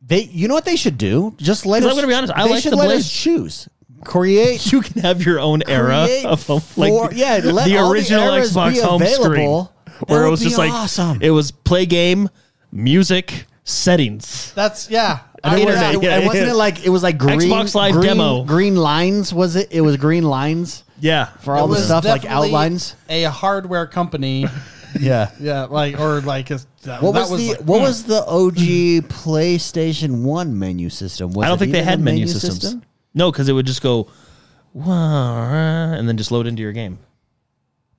Speaker 1: They, you know what they should do? Just let
Speaker 2: 'Cause
Speaker 1: us.
Speaker 2: I'm gonna be honest, I
Speaker 1: they
Speaker 2: like
Speaker 1: should
Speaker 2: the
Speaker 1: let
Speaker 2: Blade.
Speaker 1: us choose. Create
Speaker 2: You can have your own era
Speaker 1: create
Speaker 2: of home, like
Speaker 1: four- yeah, let
Speaker 2: the
Speaker 1: all the
Speaker 2: original
Speaker 1: eras
Speaker 2: Xbox
Speaker 1: be
Speaker 2: home screen,
Speaker 1: available. That
Speaker 2: where it
Speaker 1: would
Speaker 2: was
Speaker 1: be
Speaker 2: just like
Speaker 1: awesome.
Speaker 2: it was play game, music, settings.
Speaker 3: That's yeah.
Speaker 2: I mean,
Speaker 3: would-
Speaker 2: internet,
Speaker 1: It,
Speaker 2: yeah,
Speaker 1: it wasn't
Speaker 2: yeah.
Speaker 1: it like it was like green,
Speaker 2: Xbox Live
Speaker 1: green,
Speaker 2: demo.
Speaker 1: green lines. Was it? It was green lines
Speaker 2: Yeah,
Speaker 1: for all
Speaker 3: It
Speaker 1: the
Speaker 3: was
Speaker 1: stuff like
Speaker 3: definitely
Speaker 1: outlines.
Speaker 3: A hardware company.
Speaker 1: Yeah.
Speaker 3: yeah, like or like a, that,
Speaker 1: What was,
Speaker 3: that was
Speaker 1: the Hmm.
Speaker 3: like-
Speaker 1: What was the OG PlayStation One menu system? Was
Speaker 2: I don't
Speaker 1: it
Speaker 2: think they
Speaker 1: even
Speaker 2: had
Speaker 1: a
Speaker 2: menu, systems.
Speaker 1: system?
Speaker 2: No, because it would just go, "Wah," and then just load into your game.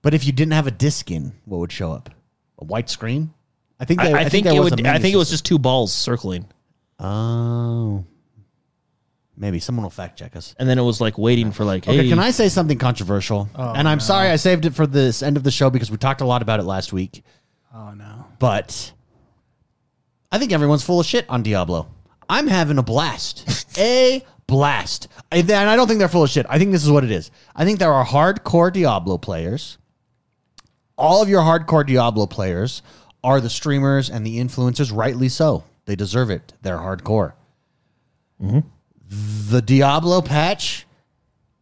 Speaker 1: But if you didn't have a disc in, what would show up? A white screen? I think.
Speaker 2: I,
Speaker 1: They,
Speaker 2: I think,
Speaker 1: there
Speaker 2: it
Speaker 1: was a
Speaker 2: would. I
Speaker 1: menu
Speaker 2: think it was
Speaker 1: system.
Speaker 2: just two balls circling,
Speaker 1: Oh, maybe someone will fact check us.
Speaker 2: and then it was like waiting for like,
Speaker 1: Okay,
Speaker 2: hey,
Speaker 1: can I say something controversial? and I'm sorry I saved it for this end of the show because we talked a lot about it last week.
Speaker 3: Oh no.
Speaker 1: But I think everyone's full of shit on Diablo. I'm having a blast. a blast. And I don't think they're full of shit. I think this is what it is. I think there are hardcore Diablo players. All of your hardcore Diablo players are the streamers and the influencers, rightly so. They deserve it. They're hardcore. The Diablo patch,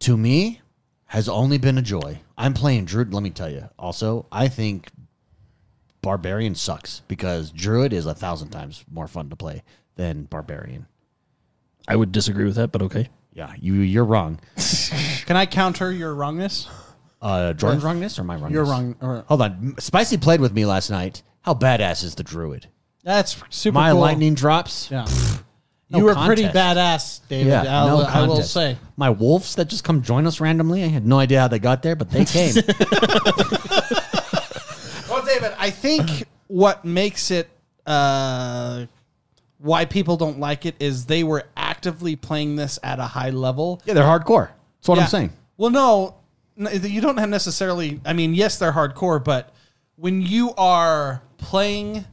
Speaker 1: to me, has only been a joy. I'm playing Druid, let me tell you. Also, I think Barbarian sucks because Druid is a thousand times more fun to play than Barbarian.
Speaker 2: I would disagree with that, but okay.
Speaker 1: Yeah, you you're wrong.
Speaker 3: Can I counter your wrongness?
Speaker 1: Uh, Jordan's wrongness or my wrongness?
Speaker 3: You're wrong. Or,
Speaker 1: Hold on. Spicy played with me last night. How badass is the Druid?
Speaker 3: that's super.
Speaker 1: My
Speaker 3: cool.
Speaker 1: lightning drops.
Speaker 3: Yeah.
Speaker 1: No
Speaker 3: you were pretty
Speaker 1: contest.
Speaker 3: badass, David.
Speaker 1: Yeah,
Speaker 3: I,
Speaker 1: no
Speaker 3: will, I will
Speaker 1: contest.
Speaker 3: say.
Speaker 1: My wolves that just come join us randomly. I had no idea how they got there, but they came.
Speaker 3: Well, David, I think what makes it uh, why people don't like it is they were actively playing this at a high level.
Speaker 1: yeah, they're hardcore. That's what
Speaker 3: Yeah.
Speaker 1: I'm saying.
Speaker 3: Well, no, no, you don't have necessarily. I mean, yes, they're hardcore, but when you are playing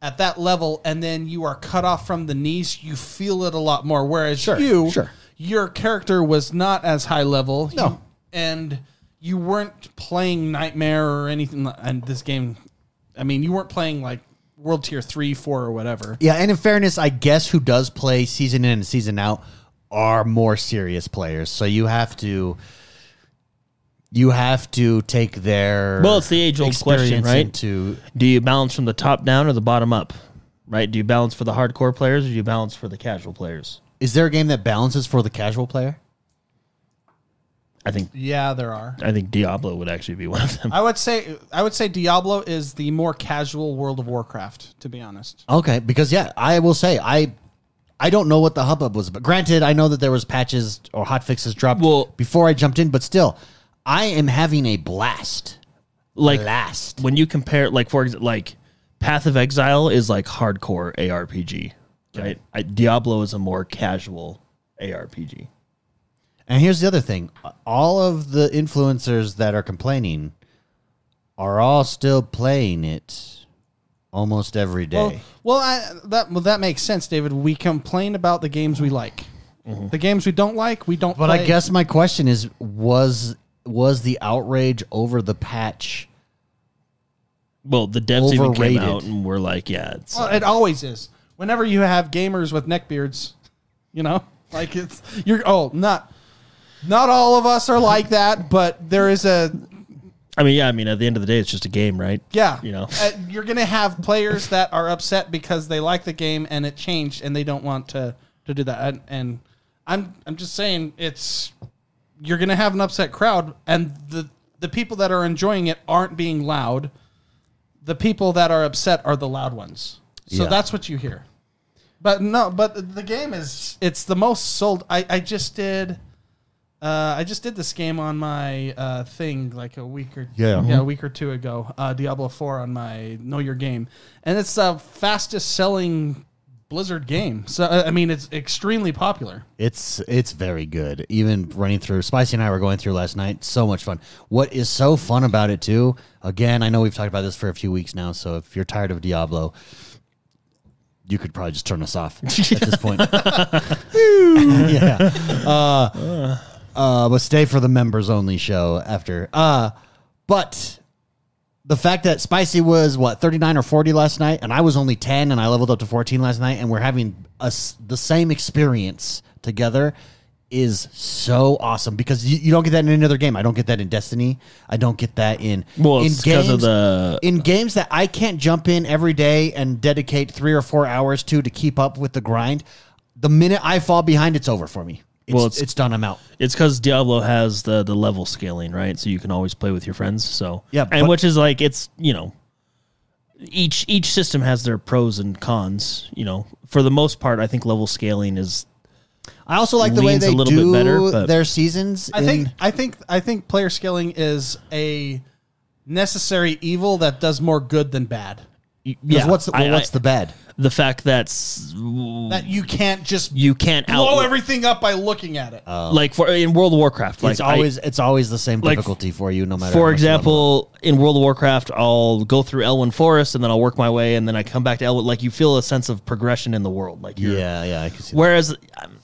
Speaker 3: at that level and then you are cut off from the niche, you feel it a lot more. Whereas
Speaker 1: Sure,
Speaker 3: you,
Speaker 1: sure.
Speaker 3: your character was not as high level.
Speaker 1: No.
Speaker 3: You- and you weren't playing Nightmare or anything. li- And this game, I mean, you weren't playing like World Tier 3, 4, or whatever.
Speaker 1: Yeah, and in fairness, I guess who does play season in and season out are more serious players. So you have to you have to take their
Speaker 2: Well, it's the age-old question,
Speaker 1: experience
Speaker 2: right?
Speaker 1: Into
Speaker 2: Do you balance from the top down or the bottom up? Right? Do you balance for the hardcore players or do you balance for the casual players?
Speaker 1: is there a game that balances for the casual player?
Speaker 2: I think
Speaker 3: Yeah, there are.
Speaker 2: I think Diablo would actually be one of them.
Speaker 3: I would say I would say Diablo is the more casual World of Warcraft, to be honest.
Speaker 1: Okay, because yeah, I will say I I don't know what the hubbub was, but granted, I know that there was patches or hotfixes dropped
Speaker 2: Well-
Speaker 1: before I jumped in, but still, I am having a blast.
Speaker 2: Like
Speaker 1: Blast.
Speaker 2: when you compare like for example like Path of Exile is like hardcore ARPG, right? I, Diablo is a more casual ARPG.
Speaker 1: And here's the other thing: all of the influencers that are complaining are all still playing it almost every day.
Speaker 3: Well, well, I, that well, that makes sense, David. We complain about the games we like. The games we don't like, we don't.
Speaker 1: Mm-hmm. but I
Speaker 3: play.
Speaker 1: guess my question is: was was the outrage over the patch?
Speaker 2: Well, the devs even came
Speaker 1: Overrated.
Speaker 2: out and were like, yeah, it's
Speaker 3: Well, it always is. Whenever you have gamers with neckbeards, you know, like it's you're oh not not all of us are like that, but there is a
Speaker 2: I mean, yeah, I mean at the end of the day it's just a game, right?
Speaker 3: yeah.
Speaker 2: You know.
Speaker 3: uh, you're gonna have players that are upset because they like the game and it changed and they don't want to to do that. And, and I'm I'm just saying it's you're gonna have an upset crowd, and the the people that are enjoying it aren't being loud. The people that are upset are the loud ones. So
Speaker 1: Yeah.
Speaker 3: that's what you hear. But no, but the game is it's the most sold. I I just did. Uh, I just did this game on my uh, thing like a week or
Speaker 1: Yeah.
Speaker 3: a week or two ago. Uh, Diablo Four on my Know Your Game, and it's the fastest selling Blizzard game. So uh, I mean, it's extremely popular.
Speaker 1: It's it's very good. Even running through, Spicy and I were going through last night. So much fun. What is so fun about it too? Again, I know we've talked about this for a few weeks now. So if you're tired of Diablo, you could probably just turn us off at this point. yeah. Uh, uh, but stay for the members only show after. Uh, but the fact that Spicy was what 39 or 40 last night, and I was only 10, and I leveled up to 14 last night, and we're having us the same experience together is so awesome because you, you don't get that in another game. I don't get that in Destiny. I don't get that in
Speaker 2: Well,
Speaker 1: in
Speaker 2: it's 'cause of the-
Speaker 1: in games that I can't jump in every day and dedicate three or four hours to to keep up with the grind. The minute I fall behind, it's over for me. It's,
Speaker 2: Well,
Speaker 1: it's,
Speaker 2: it's-
Speaker 1: done. I'm out.
Speaker 2: It's because Diablo has the the level scaling, right? So you can always play with your friends. So
Speaker 1: Yeah,
Speaker 2: and
Speaker 1: but-
Speaker 2: which is like it's you know, each each system has their pros and cons. You know, for the most part, I think level scaling is
Speaker 1: I also like the way
Speaker 2: Leans a
Speaker 1: they
Speaker 2: little bit
Speaker 1: do
Speaker 2: better, but-
Speaker 1: their seasons.
Speaker 3: I think
Speaker 1: in-
Speaker 3: I think I think player scaling is a necessary evil that does more good than bad.
Speaker 1: 'cause
Speaker 2: yeah.
Speaker 1: What's the,
Speaker 2: I-
Speaker 1: well, what's
Speaker 2: I-
Speaker 1: the bad?
Speaker 2: the fact that's
Speaker 3: That you can't just
Speaker 2: you can't
Speaker 3: blow
Speaker 2: out
Speaker 3: everything up by looking at it.
Speaker 2: like for in World of Warcraft. Like
Speaker 1: it's
Speaker 2: I-
Speaker 1: always it's always the same
Speaker 2: like,
Speaker 1: difficulty for you, no matter. how
Speaker 2: For
Speaker 1: much level.
Speaker 2: example, in World of Warcraft, I'll go through Elwyn Forest and then I'll work my way, and then I come back to Elwyn. Like you feel a sense of progression in the world. Like you're,
Speaker 1: yeah, yeah, I can see.
Speaker 2: Whereas,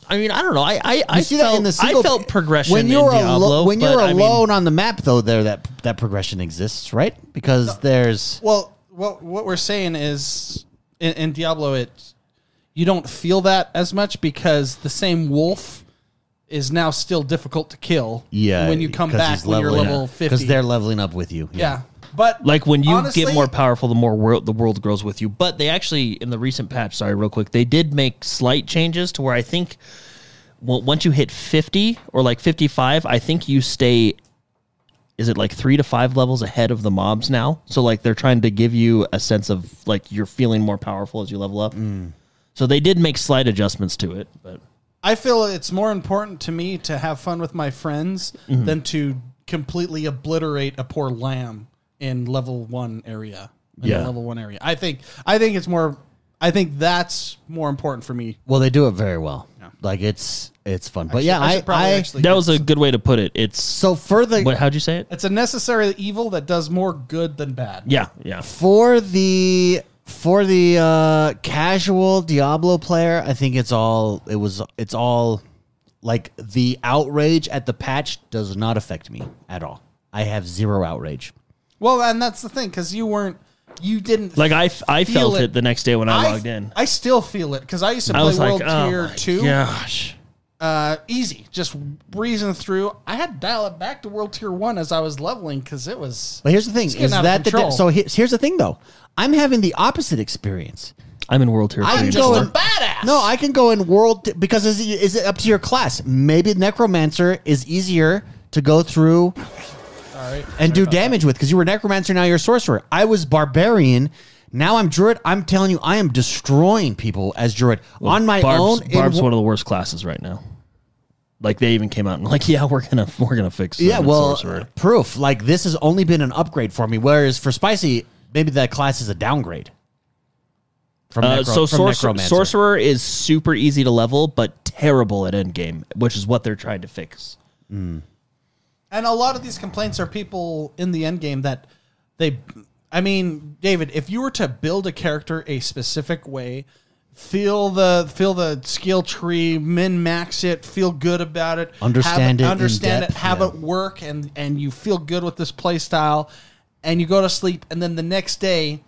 Speaker 2: I mean, I don't know. I I, I
Speaker 1: that. You see
Speaker 2: felt,
Speaker 1: that in the single,
Speaker 2: I felt progression
Speaker 1: when you're
Speaker 2: in
Speaker 1: alo-
Speaker 2: Diablo.
Speaker 1: when you're
Speaker 2: but, I mean,
Speaker 1: alone on the map, though. There that that progression exists, right? Because there's
Speaker 3: Well, what what we're saying is in, in Diablo, it you don't feel that as much because the same wolf is now still difficult to kill.
Speaker 1: yeah.
Speaker 3: when you come back when you're level fifty,
Speaker 1: because they're leveling up with you.
Speaker 3: yeah. But
Speaker 2: like when you
Speaker 3: honestly,
Speaker 2: get more powerful, the more world the world grows with you. But they actually in the recent patch, sorry, real quick, they did make slight changes to where I think well, once you hit fifty or like fifty five, I think you stay. Is it like three to five levels ahead of the mobs now? So like they're trying to give you a sense of like you're feeling more powerful as you level up.
Speaker 1: Mm.
Speaker 2: So they did make slight adjustments to it, but
Speaker 3: I feel it's more important to me to have fun with my friends
Speaker 2: Mm-hmm.
Speaker 3: than to completely obliterate a poor lamb in level one area. in the
Speaker 1: Yeah.
Speaker 3: level one area. I think I think it's more. I think that's more important for me.
Speaker 1: Well, they do it very well. Like it's it's fun, but yeah,
Speaker 3: I
Speaker 1: I,
Speaker 3: should probably
Speaker 1: I-
Speaker 3: actually-
Speaker 2: that was a good way to put it. It's
Speaker 1: so for the
Speaker 2: what? How'd you say it?
Speaker 3: It's a necessary evil that does more good than bad.
Speaker 2: Yeah, yeah.
Speaker 1: for the for the uh, casual Diablo player, I think it's all it was it's all like the outrage at the patch does not affect me at all. I have zero outrage.
Speaker 3: Well, and that's the thing because you weren't, you didn't
Speaker 2: Like I, I
Speaker 3: Feel
Speaker 2: felt
Speaker 3: it.
Speaker 2: it. the next day when I, logged in.
Speaker 3: I still feel it because I used to
Speaker 2: I
Speaker 3: play
Speaker 2: was
Speaker 3: World
Speaker 2: like, oh
Speaker 3: Tier
Speaker 2: my
Speaker 3: Two,
Speaker 2: gosh.
Speaker 3: uh, easy, just breezing through. I had to dial it back to World Tier One as I was leveling because it was.
Speaker 1: But here's the thing:
Speaker 3: getting
Speaker 1: is
Speaker 3: out of
Speaker 1: that the di-
Speaker 3: control.
Speaker 1: so? He- here's the thing, though. I'm having the opposite experience.
Speaker 2: I'm in world tier.
Speaker 1: I
Speaker 2: three.
Speaker 1: can
Speaker 3: just
Speaker 1: go
Speaker 3: a
Speaker 1: in
Speaker 3: badass.
Speaker 1: No, I can go in world because is is it up to your class? Maybe necromancer is easier to go through
Speaker 3: All right,
Speaker 1: and do damage with because you were necromancer now you're sorcerer i was barbarian now i'm druid i'm telling you i am destroying people as druid on my
Speaker 2: Barb's,
Speaker 1: own in
Speaker 2: Barb's
Speaker 1: wo-
Speaker 2: one of the worst classes right now. Like they even came out and like, yeah, we're gonna we're gonna fix.
Speaker 1: yeah
Speaker 2: Zenith
Speaker 1: well uh,
Speaker 2: sorcerer.
Speaker 1: proof like this has only been an upgrade for me whereas for spicy maybe that class is a downgrade from,
Speaker 2: Uh,
Speaker 1: necro-
Speaker 2: so
Speaker 1: from
Speaker 2: sorcerer,
Speaker 1: necromancer
Speaker 2: sorcerer is super easy to level, but terrible at endgame, which is what they're trying to fix.
Speaker 3: and a lot of these complaints are people in the end game that they. I mean, David, if you were to build a character a specific way, feel the feel the skill tree, min max it, feel good about it,
Speaker 1: Understand it
Speaker 3: have
Speaker 1: in
Speaker 3: understand
Speaker 1: depth,
Speaker 3: it, have
Speaker 1: yeah.
Speaker 3: it work, and and you feel good with this play style, and you go to sleep, and then the next day,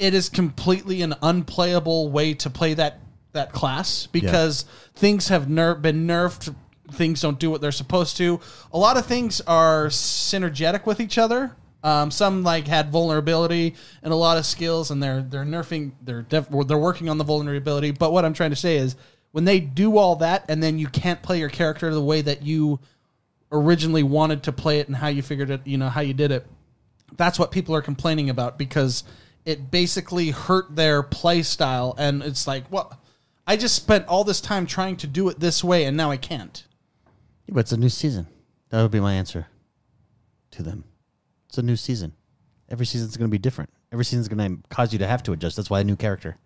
Speaker 3: it is completely an unplayable way to play that that class because things have ner- been nerfed things don't do what they're supposed to a lot of things are synergetic with each other um, some like had vulnerability and a lot of skills and they're they're nerfing they're def- or they're working on the vulnerability but what i'm trying to say is when they do all that and then you can't play your character the way that you originally wanted to play it and how you figured it you know how you did it that's what people are complaining about because it basically hurt their play style and it's like what i just spent all this time trying to do it this way and now i can't
Speaker 1: Yeah, but it's a new season that would be my answer to them it's a new season every season's going to be different every season's going to cause you to have to adjust that's why a new character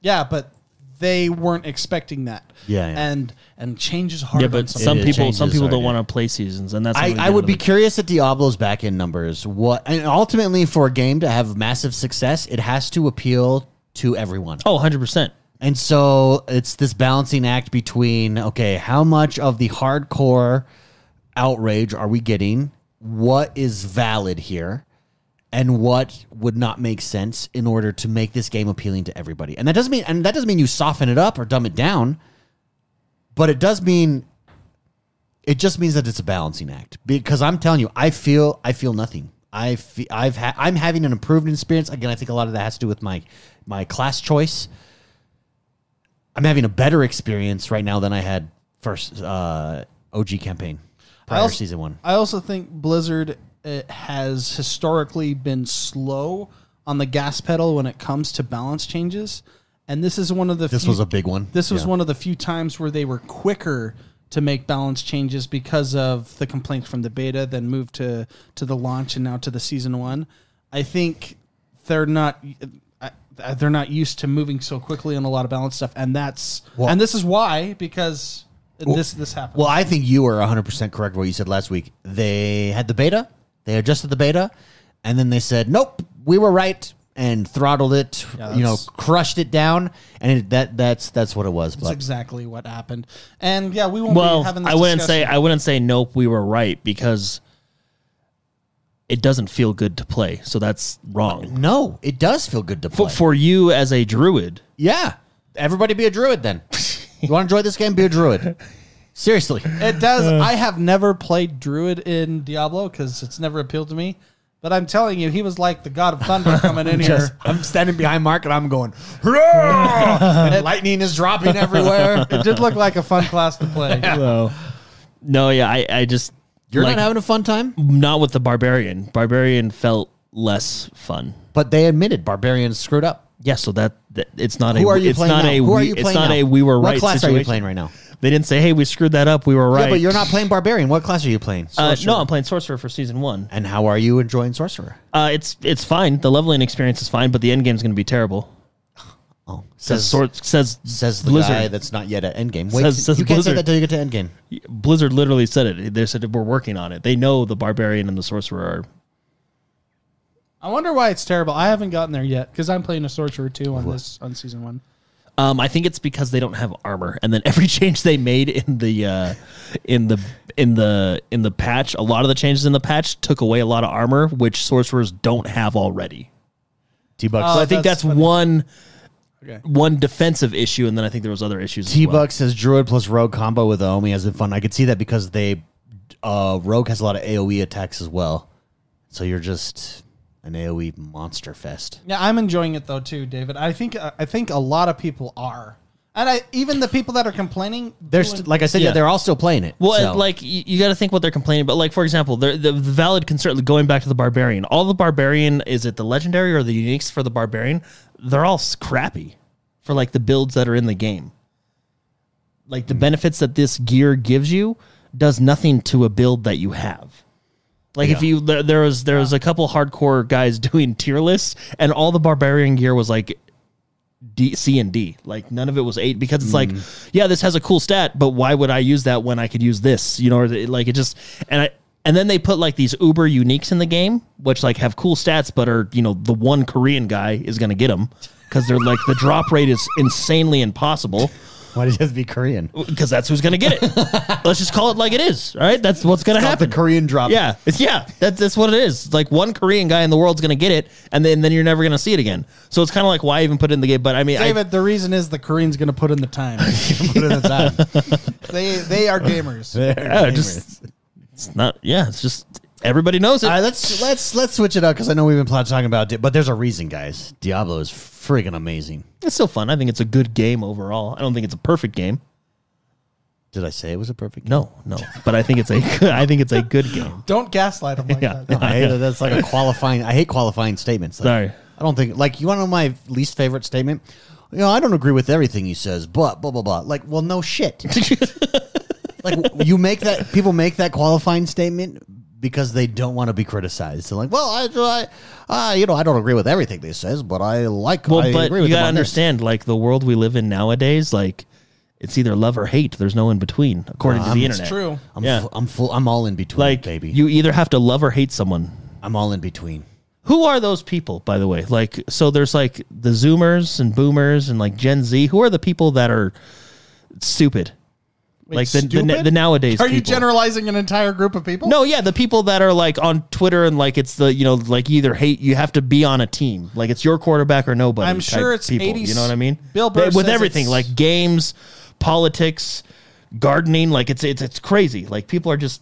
Speaker 3: yeah but they weren't expecting that
Speaker 1: Yeah, yeah.
Speaker 3: and and change is hard
Speaker 2: Yeah,
Speaker 3: on
Speaker 2: but
Speaker 3: some-
Speaker 1: some
Speaker 2: some
Speaker 1: it people- some
Speaker 2: people some
Speaker 1: changes people
Speaker 2: people
Speaker 1: are, don't
Speaker 2: don't
Speaker 1: yeah. wanna
Speaker 2: want to play seasons, and that's
Speaker 1: I, I would be curious at Diablo's back end numbers. What and ultimately for a game to have massive success, it has to appeal to everyone.
Speaker 2: oh 100 percent.
Speaker 1: And so it's this balancing act between okay, how much of the hardcore outrage are we getting? What is valid here? and what would not make sense in order to make this game appealing to everybody. And that doesn't mean and that doesn't mean you soften it up or dumb it down, but it does mean it just means that it's a balancing act because I'm telling you, I feel I feel nothing. I fe- I've ha- I'm having an improved experience. Again, I think a lot of that has to do with my my class choice. I'm having a better experience right now than I had first uh, OG campaign prior
Speaker 3: also-
Speaker 1: season one.
Speaker 3: I also think Blizzard uh has historically been slow on the gas pedal when it comes to balance changes, and this is one of the
Speaker 1: This
Speaker 3: few-
Speaker 1: was a big one.
Speaker 3: This was
Speaker 1: Yeah.
Speaker 3: one of the few times where they were quicker to make balance changes because of the complaints from the beta, then moved to to the launch and now to the season one. I think they're not. I- I- They're not used to moving so quickly on a lot of balance stuff, and that's
Speaker 1: Well-
Speaker 3: and this is why because this this happened.
Speaker 1: Well, I think you were 100% correct what you said last week. They had the beta, they adjusted the beta, and then they said, nope, we were right. And throttled it,
Speaker 3: Yeah,
Speaker 1: you know,
Speaker 3: that's-
Speaker 1: crushed it down, and it, that that's that's what it was.
Speaker 3: That's
Speaker 1: But
Speaker 3: exactly what happened. And yeah, we won't be
Speaker 2: Well,
Speaker 3: having this
Speaker 2: I wouldn't say
Speaker 3: discussion.
Speaker 2: I wouldn't say nope. We were right because it doesn't feel good to play. So that's wrong.
Speaker 1: no, it does feel good to play.
Speaker 2: For, for you as a druid,
Speaker 1: yeah, everybody be a druid then. you want to enjoy this game? Be a druid. Seriously,
Speaker 3: it does. I have never played Druid in Diablo because it's never appealed to me. But I'm telling you, he was like the god of thunder coming in
Speaker 1: Just-
Speaker 3: here.
Speaker 1: I'm standing behind Mark and I'm going, "Hurrah!" And lightning is dropping everywhere.
Speaker 3: It did look like a fun class to play.
Speaker 2: so no, yeah, I, I just
Speaker 1: You're
Speaker 2: like,
Speaker 1: not having a fun time.
Speaker 2: not with the barbarian. Barbarian felt less fun.
Speaker 1: But they admitted barbarians screwed up.
Speaker 2: Yeah, so that, that it's not a
Speaker 1: Who are you
Speaker 2: it's
Speaker 1: playing
Speaker 2: not
Speaker 1: now?
Speaker 2: a
Speaker 1: Who are
Speaker 2: we,
Speaker 1: you
Speaker 2: it's
Speaker 1: playing
Speaker 2: not
Speaker 1: now?
Speaker 2: a we were
Speaker 1: what
Speaker 2: right
Speaker 1: class are you
Speaker 2: situation.
Speaker 1: playing right now?
Speaker 2: They didn't say hey we screwed that up we were right.
Speaker 1: Yeah, but you're not playing barbarian. What class are you playing?
Speaker 2: Uh,
Speaker 1: Sorcerer.
Speaker 2: no, I'm playing sorcerer for season one.
Speaker 1: And how are you enjoying sorcerer?
Speaker 2: Uh, it's it's fine. The leveling experience is fine, but the end game's going to be terrible.
Speaker 1: Oh,
Speaker 2: Says sort says
Speaker 1: says the
Speaker 2: Blizzard.
Speaker 1: guy that's not yet at endgame. Wait,
Speaker 2: Says-
Speaker 1: t-
Speaker 2: says
Speaker 1: you can't say
Speaker 2: Blizzard.
Speaker 1: that till you get to endgame.
Speaker 2: Blizzard literally said it. They said we're working on it. They know the barbarian and the sorcerer are.
Speaker 3: I wonder why it's terrible. I haven't gotten there yet because I'm playing a sorcerer too on this on season one.
Speaker 2: Um, I think it's because they don't have armor, and then every change they made in the uh, in the in the in the patch, a lot of the changes in the patch took away a lot of armor, which sorcerers don't have already.
Speaker 1: T Bucks.
Speaker 2: So
Speaker 3: Oh,
Speaker 2: I think that's,
Speaker 3: that's funny.
Speaker 2: one
Speaker 3: Okay.
Speaker 2: one defensive issue, and then I think there was other issues. as
Speaker 1: T
Speaker 2: well.
Speaker 1: Buck says Druid plus Rogue combo with Omi has been fun. I could see that because they uh, Rogue has a lot of AOE attacks as well. So you're just an AOE monster fest.
Speaker 3: Yeah, I'm enjoying it though too, David. I think uh, I think a lot of people are, and I even the people that are complaining.
Speaker 1: They're st- like I said, yeah.
Speaker 2: Yeah.
Speaker 1: they're all still playing it.
Speaker 2: Well,
Speaker 1: so.
Speaker 2: like you, you got to think what they're complaining about. Like for example, the, the the valid concern going back to the barbarian. All the barbarian is it the legendary or the uniques for the barbarian? They're all s- crappy for like the builds that are in the game. Like
Speaker 1: Hmm.
Speaker 2: the benefits that this gear gives you does nothing to a build that you have. Like if
Speaker 1: Yeah.
Speaker 2: you there, there was there was a couple hardcore guys doing tier lists and all the barbarian gear was like D, C and D. Like none of it was eight because it's like, yeah, this has a cool stat, but why would I use that when I could use this? You know, or the, like it just and I and then they put like these uber uniques in the game, which like have cool stats, but are you know the one Korean guy is gonna get them because they're like the drop rate is insanely impossible
Speaker 1: why does it have to be Korean?
Speaker 2: because that's who's gonna get it. Let's just call it like it is. All right, that's what's gonna
Speaker 1: Not the
Speaker 2: happen.
Speaker 1: Korean drop.
Speaker 2: Yeah, it's yeah. That's that's what it is. Like one Korean guy in the world's gonna get it, and then then you're never gonna see it again. So it's kind of like why even put it in the game? But I mean, I,
Speaker 3: David, the reason is the Koreans going to put in the time.
Speaker 1: Put in the time.
Speaker 3: they they are gamers.
Speaker 2: Yeah, just it's not. Yeah, it's just everybody knows it.
Speaker 1: All right, let's let's let's switch it up because I know we've been pl- talking about, it, but there's a reason, guys. Diablo is friggin' amazing.
Speaker 2: it's still fun. I think it's a good game overall. I don't think it's a perfect game.
Speaker 1: Did I say it was a perfect? Game?
Speaker 2: No, no, but I think it's a. good- I think it's a good game.
Speaker 3: Don't gaslight them like
Speaker 2: Yeah.
Speaker 3: that.
Speaker 1: I hate that. That's like a qualifying. I hate qualifying statements. Like,
Speaker 2: Sorry.
Speaker 1: I don't think like you want to know my least favorite statement. You know, I don't agree with everything he says, but blah blah blah. Like, well, no shit. like w- you make that people make that qualifying statement because they don't want to be criticized. They're like, well, I, I, uh, you know, I don't agree with everything they says, but I like.
Speaker 2: Well,
Speaker 1: I
Speaker 2: but
Speaker 1: agree
Speaker 2: you
Speaker 1: with them
Speaker 2: gotta
Speaker 1: on this."
Speaker 2: understand, like the world we live in nowadays, like it's either love or hate. There's no in between, according to
Speaker 1: Um,
Speaker 2: the
Speaker 1: it's
Speaker 2: internet.
Speaker 3: True.
Speaker 1: I'm
Speaker 2: Yeah.
Speaker 1: full, I'm full. I'm all in between,
Speaker 2: Like
Speaker 1: baby.
Speaker 2: you either have to love or hate someone.
Speaker 1: I'm all in between.
Speaker 2: Who are those people, by the way? Like, so there's like the Zoomers and Boomers and like Gen Z. Who are the people that are stupid? like the, the, na-
Speaker 3: stupid?
Speaker 2: the nowadays.
Speaker 3: Are you
Speaker 2: people.
Speaker 3: generalizing an entire group of people?
Speaker 2: No, yeah, the people that are like on Twitter and like it's the you know like you either hate you have to be on a team like it's your quarterback or nobody.
Speaker 3: I'm
Speaker 2: type
Speaker 3: sure it's
Speaker 2: people.
Speaker 3: 80s
Speaker 2: You know what I mean?
Speaker 3: Bill Burr
Speaker 2: They- with
Speaker 3: says
Speaker 2: everything
Speaker 3: it's-
Speaker 2: like games, politics, gardening, like it's it's it's crazy. Like people are just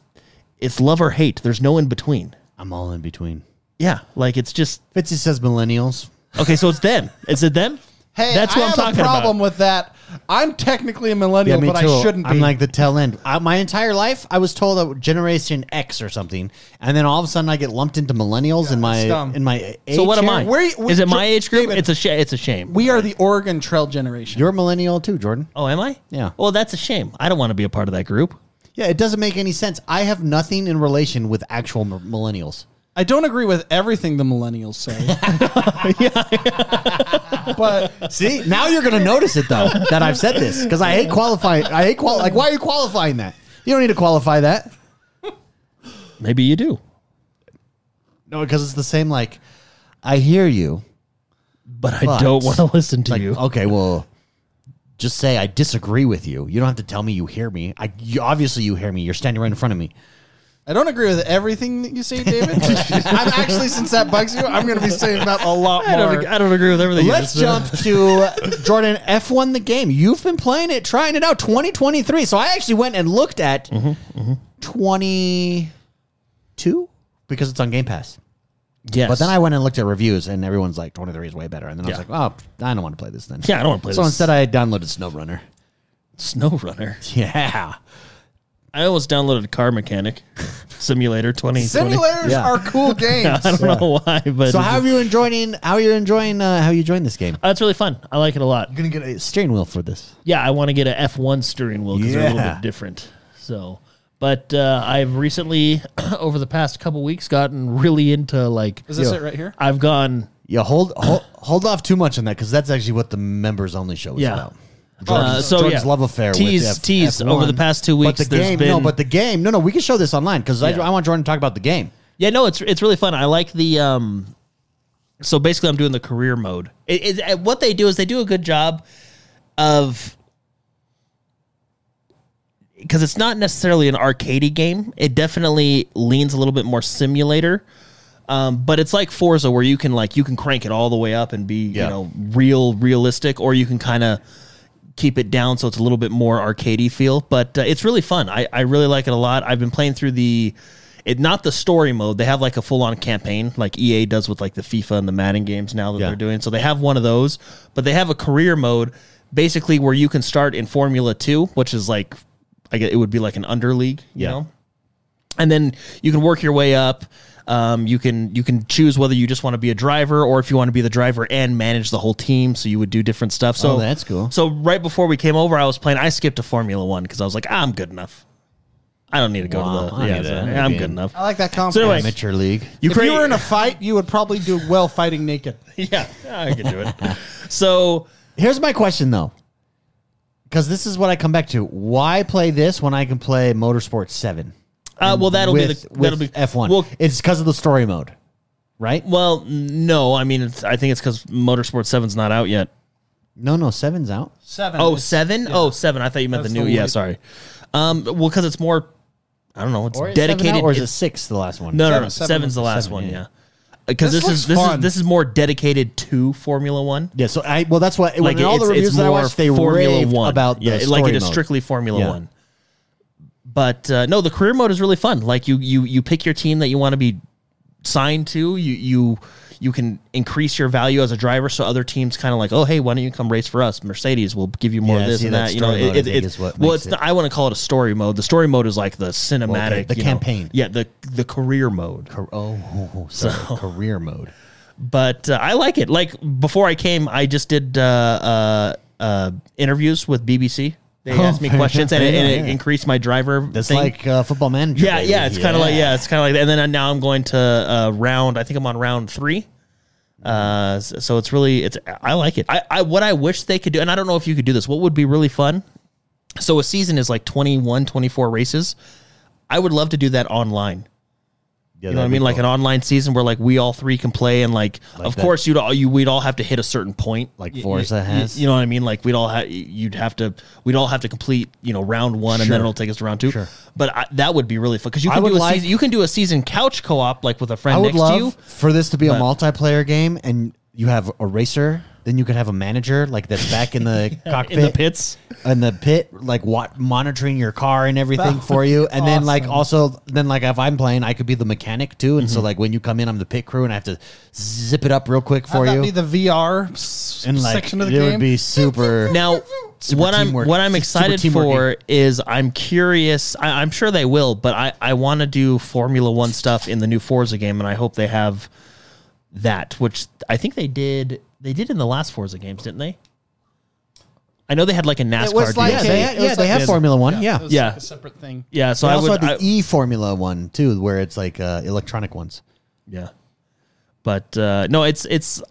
Speaker 2: it's love or hate. There's no in between.
Speaker 1: I'm all in between.
Speaker 2: Yeah, like it's just
Speaker 1: Fitzy says millennials.
Speaker 2: okay. So it's them. Is it them?
Speaker 3: Hey,
Speaker 2: that's what
Speaker 3: I
Speaker 2: am
Speaker 3: have
Speaker 2: talking
Speaker 3: a problem
Speaker 2: about.
Speaker 3: with that. I'm technically a millennial, but I shouldn't be.
Speaker 1: I'm like the tail end. I, my entire life, I was told that Generation X or something, and then all of a sudden, I get lumped into millennials in my
Speaker 3: it's dumb.
Speaker 1: in my. Age
Speaker 2: So what am
Speaker 1: here.
Speaker 2: I?
Speaker 3: where you-
Speaker 2: Is it my
Speaker 3: Dr-
Speaker 2: age group?
Speaker 3: David-
Speaker 2: it's a sh- it's a shame.
Speaker 3: we are the Oregon Trail generation.
Speaker 1: You're a millennial too, Jordan.
Speaker 2: oh, am I?
Speaker 1: Yeah.
Speaker 2: Well, that's a shame. I don't want to be a part of that group.
Speaker 1: Yeah, it doesn't make any sense. I have nothing in relation with actual m- millennials.
Speaker 3: I don't agree with everything the millennials say, but
Speaker 1: See, now you're gonna notice it though that I've said this because I hate qualifying. I hate qual. Like, why are you qualifying that? You don't need to qualify that.
Speaker 2: Maybe you do.
Speaker 1: No, because it's the same. Like, I hear you.
Speaker 2: but I
Speaker 1: But-
Speaker 2: don't want to listen to
Speaker 1: Like,
Speaker 2: you.
Speaker 1: okay, well, just say I disagree with you. You don't have to tell me you hear me. I you, obviously you hear me. You're standing right in front of me.
Speaker 3: I don't agree with everything that you say, David. I'm actually, since that bugs you, I'm going to be saying that a lot
Speaker 2: I
Speaker 3: more.
Speaker 2: don't, I don't agree with everything. you
Speaker 1: Let's
Speaker 2: just said.
Speaker 1: jump to Jordan F1 the game. You've been playing it, trying it out 2023. So I actually went and looked at
Speaker 3: Mm-hmm,
Speaker 1: 22 because it's on Game Pass.
Speaker 2: Yes.
Speaker 1: But then I went and looked at reviews, and everyone's like, 23 is way better. And then I
Speaker 2: Yeah.
Speaker 1: was like, oh, I don't want to play this then.
Speaker 2: Yeah, I don't wanna play
Speaker 1: so
Speaker 2: this.
Speaker 1: instead, I downloaded SnowRunner.
Speaker 2: SnowRunner.
Speaker 1: Yeah.
Speaker 2: I almost downloaded Car Mechanic Simulator 2020.
Speaker 3: Simulators
Speaker 1: Yeah.
Speaker 3: are cool games.
Speaker 2: I don't know why, but
Speaker 1: So how are you enjoying? How are you enjoying? Uh, how you joined this game?
Speaker 2: that's really fun. I like it a lot.
Speaker 1: I'm gonna get a steering wheel for this.
Speaker 2: Yeah, I want to get a F1 steering wheel because they're a little
Speaker 1: Yeah.
Speaker 2: bit different. So, but uh, I've recently, over the past couple weeks, gotten really into like.
Speaker 3: Is this it right here?
Speaker 2: I've gone.
Speaker 1: Yeah, hold hold, hold off too much on that because that's actually what the members only show is
Speaker 2: Yeah.
Speaker 1: about.
Speaker 2: Uh, so
Speaker 1: Jordan's
Speaker 2: yeah.
Speaker 1: love affair
Speaker 2: Tease,
Speaker 1: with F-
Speaker 2: tease.
Speaker 1: F1.
Speaker 2: Over the past two weeks,
Speaker 1: but the
Speaker 2: there's
Speaker 1: game.
Speaker 2: been
Speaker 1: No, but the game. No, no, we can show this online because
Speaker 2: Yeah.
Speaker 1: I, I want Jordan to talk about the game.
Speaker 2: Yeah, no, it's it's really fun. I like the um. So basically, I'm doing the career mode. It, it, what they do is they do a good job of because it's not necessarily an arcadey game. It definitely leans a little bit more simulator. Um, but it's like Forza where you can like you can crank it all the way up and be
Speaker 1: Yeah.
Speaker 2: you know real realistic, or you can kind of keep it down so it's a little bit more arcadey feel. But uh, it's really fun. I, I really like it a lot. I've been playing through the it not the story mode. They have like a full on campaign like EA does with like the FIFA and the Madden games now that
Speaker 1: Yeah.
Speaker 2: they're doing. So they have one of those, but they have a career mode basically where you can start in Formula Two, which is like I guess it would be like an under league, you
Speaker 1: Yeah.
Speaker 2: know and then you can work your way up. Um, you can you can choose whether you just want to be a driver or if you want to be the driver and manage the whole team. So you would do different stuff. So
Speaker 1: Oh, that's cool.
Speaker 2: So right before we came over, I was playing. I skipped to Formula One because I was like, I'm good enough. I don't need to go
Speaker 1: Wow,
Speaker 2: to the.
Speaker 1: I
Speaker 2: Yeah,
Speaker 1: need
Speaker 2: so-
Speaker 1: to
Speaker 2: yeah, I'm
Speaker 1: be
Speaker 2: good
Speaker 1: in.
Speaker 2: enough.
Speaker 3: I like that confidence.
Speaker 2: So anyway,
Speaker 1: Amateur league.
Speaker 2: you
Speaker 3: if you were in a fight, you would probably do well fighting naked.
Speaker 2: yeah, I can do it. so
Speaker 1: Here's my question though, because this is what I come back to: Why play this when I can play Motorsport Seven?
Speaker 2: uh, well, that'll
Speaker 1: with,
Speaker 2: be the that'll be
Speaker 1: F one.
Speaker 2: Well,
Speaker 1: it's because of the story mode, right?
Speaker 2: well, no, I mean, it's, I think it's because Motorsport Seven's not out yet.
Speaker 1: No, no, Seven's out.
Speaker 3: Seven.
Speaker 2: Oh,
Speaker 3: is-
Speaker 2: seven? Oh, seven. I thought you meant
Speaker 3: That's
Speaker 2: the new.
Speaker 3: the
Speaker 2: yeah,
Speaker 3: light.
Speaker 2: sorry. Um, well, because it's more. I don't know. It's
Speaker 1: Or is seven
Speaker 2: dedicated.
Speaker 1: out, or is it
Speaker 2: it's-
Speaker 1: six? The last one.
Speaker 2: no, no,
Speaker 3: Seven-
Speaker 2: no.
Speaker 3: seven
Speaker 2: seven's
Speaker 3: is
Speaker 2: the last
Speaker 1: seven,
Speaker 2: one.
Speaker 1: yeah.
Speaker 2: Yeah. Because
Speaker 3: This
Speaker 2: this, is
Speaker 3: looks
Speaker 2: this
Speaker 3: fun.
Speaker 2: is this is more dedicated to Formula One.
Speaker 1: Yeah, so I well, that's what like
Speaker 2: Like
Speaker 1: in all
Speaker 2: it's,
Speaker 1: the reviews
Speaker 2: it's
Speaker 1: that I
Speaker 2: more
Speaker 1: watched, they
Speaker 2: Formula
Speaker 1: raved
Speaker 2: One
Speaker 1: about the
Speaker 2: yeah,
Speaker 1: story
Speaker 2: like it is
Speaker 1: mode.
Speaker 2: strictly Formula
Speaker 1: Yeah.
Speaker 2: One. But uh, no, the career mode is really fun. Like you you you pick your team that you want to be signed to. You you you can increase your value as a driver, so other teams kind of like, oh hey, why don't you come race for us? Mercedes will give you more
Speaker 1: Yeah,
Speaker 2: of this
Speaker 1: see,
Speaker 2: and
Speaker 1: that
Speaker 2: that. You know,
Speaker 1: story mode,
Speaker 2: it,
Speaker 1: I
Speaker 2: it,
Speaker 1: think,
Speaker 2: it-
Speaker 1: is what
Speaker 2: well,
Speaker 1: makes
Speaker 2: it's
Speaker 1: it-
Speaker 2: not- I want to call it a story mode. The story mode is like the cinematic,
Speaker 1: the
Speaker 2: you know.
Speaker 1: campaign.
Speaker 2: yeah, the the career mode.
Speaker 1: Car- oh, oh, oh, sorry, career mode.
Speaker 2: But uh, I like it. Like before I came, I just did uh, uh, uh, interviews with BBC. They
Speaker 1: Oh,
Speaker 2: asked me
Speaker 1: very
Speaker 2: questions,
Speaker 1: good.
Speaker 2: and, it, and
Speaker 1: Yeah,
Speaker 2: it
Speaker 1: yeah.
Speaker 2: increased my driver.
Speaker 1: That's
Speaker 2: thing.
Speaker 1: like uh, football manager.
Speaker 2: yeah,
Speaker 1: baby.
Speaker 2: yeah. It's kind of like yeah, it's kind of like that. And then uh, now I'm going to uh, round. I think I'm on round three. Uh, s- so it's really it's I like it. I, I what I wish they could do, and I don't know if you could do this. What would be really fun? So a season is like 21, 24 races. I would love to do that online.
Speaker 1: Yeah,
Speaker 2: you know what I
Speaker 1: that'd
Speaker 2: mean?
Speaker 1: be
Speaker 2: Like
Speaker 1: cool.
Speaker 2: an online season where like we all three can play, and like, of
Speaker 1: that.
Speaker 2: course you'd all you we'd all have to hit a certain point,
Speaker 1: Like
Speaker 2: Y- y-
Speaker 1: Forza
Speaker 2: y-
Speaker 1: has.
Speaker 2: You know what I mean? Like we'd all have you'd have to we'd all have to complete you know round one, and
Speaker 1: Sure.
Speaker 2: then it'll take us to round two.
Speaker 1: Sure.
Speaker 2: But I, that would be really fun because you
Speaker 1: I
Speaker 2: can
Speaker 1: would
Speaker 2: do a
Speaker 1: like-
Speaker 2: season, you can do a season couch co op like with a friend
Speaker 1: I would
Speaker 2: next to you.
Speaker 1: love for this to be a
Speaker 2: but-
Speaker 1: multiplayer game, and you have a racer. Then you could have a manager like that's back in the cockpit,
Speaker 2: In the pits,
Speaker 1: in the pit, like what monitoring your car and everything for you. And then like also then like if I'm playing, I could be the mechanic too. And so like when you come in, I'm the pit crew, and I have to zip it up real quick for
Speaker 3: Have
Speaker 1: you.
Speaker 3: That be the VR s-
Speaker 1: and like
Speaker 3: section of the
Speaker 1: it
Speaker 3: game.
Speaker 1: would be super.
Speaker 2: Now,
Speaker 1: Super
Speaker 2: what I'm
Speaker 1: teamwork.
Speaker 2: what I'm
Speaker 1: Super
Speaker 2: excited
Speaker 1: teamwork
Speaker 2: for is I'm curious. I, I'm sure they will, but I I want to do Formula One stuff in the new Forza game, and I hope they have that, which I think they did. They did in the last Forza games, didn't they? I know they had like a NASCAR deal.
Speaker 1: like- Yeah, they-
Speaker 3: it
Speaker 1: yeah,
Speaker 3: was
Speaker 1: they have Formula One, yeah.
Speaker 3: it was
Speaker 2: Yeah.
Speaker 3: like a separate thing.
Speaker 2: yeah, so
Speaker 1: I
Speaker 2: I
Speaker 1: also
Speaker 2: would.
Speaker 1: had
Speaker 2: I,
Speaker 1: the e Formula one too, where it's like uh, electronic ones.
Speaker 2: yeah, but uh, no, it's it's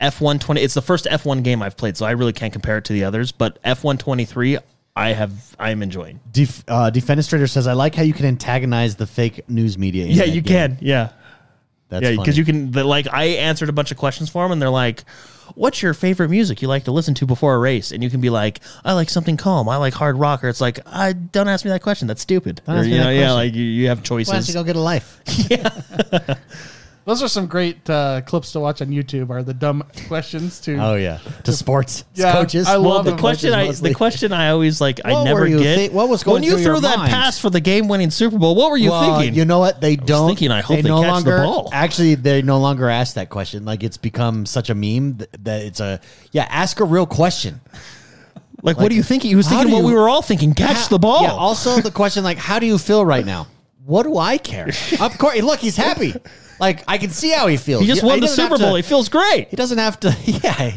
Speaker 2: F one twenty. It's the first F one game I've played, so I really can't compare it to the others. But F one twenty three, I have I am enjoying.
Speaker 1: Def- uh, Defenestrator says, "I like how you can antagonize the fake news media." in
Speaker 2: Yeah,
Speaker 1: that
Speaker 2: you
Speaker 1: game."
Speaker 2: can. Yeah.
Speaker 1: That's
Speaker 2: Yeah,
Speaker 1: funny.
Speaker 2: because you can the, like I answered a bunch of questions for them, and they're like, "What's your favorite music you like to listen to before a race?" And you can be like, "I like something calm. I like hard rock." Or it's like, "I don't ask me that question. That's stupid."
Speaker 1: Don't
Speaker 2: Or,
Speaker 1: ask me
Speaker 2: you
Speaker 1: that
Speaker 2: know, yeah,
Speaker 1: question.
Speaker 2: like you, you have
Speaker 1: Why don't you
Speaker 2: choices.
Speaker 1: go get a life?
Speaker 3: Those are some great uh, clips to watch on YouTube. Are the dumb questions to?
Speaker 1: oh yeah, to sports
Speaker 3: Yeah,
Speaker 1: coaches.
Speaker 3: I
Speaker 2: Well,
Speaker 3: love
Speaker 2: the
Speaker 3: them,
Speaker 2: question I
Speaker 1: mostly.
Speaker 2: the question I always like I
Speaker 1: What
Speaker 2: never
Speaker 1: were you
Speaker 2: get
Speaker 1: thi- what was
Speaker 2: when
Speaker 1: going
Speaker 2: you
Speaker 1: through
Speaker 2: threw
Speaker 1: your
Speaker 2: that
Speaker 1: mind?
Speaker 2: pass for the game winning Super Bowl. What were you
Speaker 1: Well,
Speaker 2: thinking?
Speaker 1: You know what? They don't.
Speaker 2: thinking, I hope they
Speaker 1: no
Speaker 2: catch the
Speaker 1: longer,
Speaker 2: ball.
Speaker 1: Actually, they no longer ask that question. Like it's become such a meme th- that it's a yeah. Ask a real question.
Speaker 2: like, what
Speaker 1: like,
Speaker 2: do you think? He was
Speaker 1: how
Speaker 2: thinking
Speaker 1: do
Speaker 2: what
Speaker 1: you-
Speaker 2: we were all thinking. Catch
Speaker 1: Ha-
Speaker 2: the ball.
Speaker 1: Yeah. Also, the question like, how do you feel right now? What do I care? of course. Look, he's happy. Like I can see how he feels.
Speaker 2: he just
Speaker 1: Yeah,
Speaker 2: won the
Speaker 1: doesn't have
Speaker 2: Super Bowl.
Speaker 1: to-
Speaker 2: It feels great.
Speaker 1: He doesn't have to. Yeah.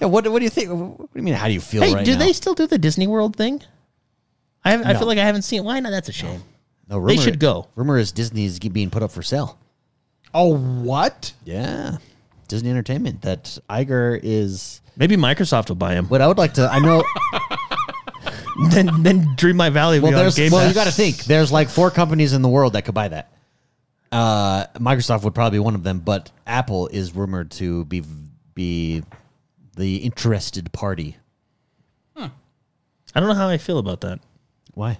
Speaker 1: yeah what, what do you think? What do you mean? How do you feel
Speaker 2: Hey,
Speaker 1: right
Speaker 2: do
Speaker 1: now?
Speaker 2: they still do the Disney World thing? I haven't, I
Speaker 1: No.
Speaker 2: feel like I haven't seen. Why not? That's a shame.
Speaker 1: No, rumor,
Speaker 2: They should go.
Speaker 1: Rumor is Disney is being put up for sale.
Speaker 3: Oh, what?
Speaker 1: Yeah. Disney Entertainment. That Iger is.
Speaker 2: Maybe Microsoft will buy him.
Speaker 1: What I would like to. I know.
Speaker 2: then then Dream My Valley will
Speaker 1: Well,
Speaker 2: be on
Speaker 1: there's,
Speaker 2: Game
Speaker 1: well you
Speaker 2: Pass.
Speaker 1: got to think. There's like four companies in the world that could buy that. Uh, Microsoft would probably be one of them, but Apple is rumored to be be the interested party.
Speaker 2: I don't know how I feel about that.
Speaker 1: Why?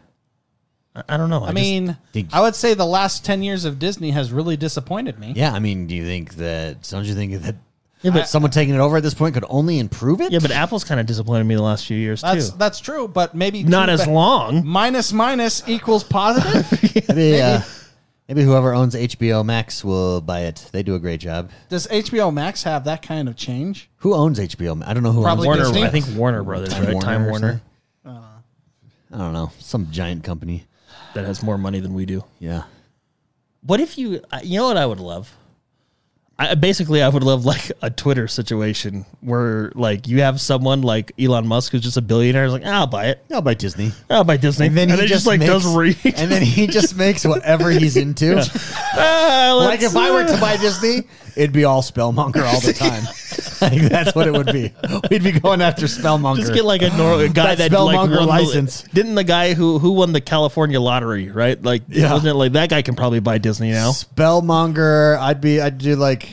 Speaker 2: I, I don't know.
Speaker 3: I, mean,
Speaker 1: Did-
Speaker 3: I would say the last ten years of Disney has really disappointed me.
Speaker 1: Yeah, I mean, do you think that? Don't you think that?
Speaker 2: Yeah, but-
Speaker 1: someone taking it over at this point could only improve it.
Speaker 2: yeah, but Apple's kind of disappointed me the last few years
Speaker 3: That's
Speaker 2: too.
Speaker 3: that's true, but maybe
Speaker 2: Not
Speaker 3: two
Speaker 2: as
Speaker 3: ba-
Speaker 2: long.
Speaker 3: Minus minus equals positive.
Speaker 1: maybe, uh, maybe whoever owns HBO Max will buy it. They do a great job.
Speaker 3: Does HBO Max have that kind of change?
Speaker 1: Who owns HBO? Ma- I don't know who
Speaker 3: Probably
Speaker 1: owns
Speaker 2: Warner,
Speaker 3: Disney?
Speaker 2: I think Warner Brothers, right? Time
Speaker 1: or
Speaker 2: Warner
Speaker 1: something? I don't know. Some giant company.
Speaker 2: that has more money than we do.
Speaker 1: Yeah.
Speaker 2: What if you? I- You know what I would love. I, basically, I would love like a Twitter situation where like you have someone like Elon Musk who's just a billionaire. Is like, "Ah, I'll buy it.
Speaker 1: No, by Disney.
Speaker 2: I'll buy Disney. And then he just, like does read.
Speaker 1: and then he just makes whatever he's into.
Speaker 2: Ah,
Speaker 1: Like
Speaker 2: let's-
Speaker 1: if I were to buy Disney, it'd be all Spellmonger all the time. like that's what it would be. We'd be going after Spellmonger.
Speaker 2: Just get like a normal guy
Speaker 1: That
Speaker 2: that, like won
Speaker 1: spellmonger
Speaker 2: the-
Speaker 1: license.
Speaker 2: didn't the guy who who won the California lottery, right? Like,
Speaker 1: Yeah.
Speaker 2: wasn't it like that guy can probably buy Disney now?
Speaker 1: Spellmonger. I'd be. I'd do like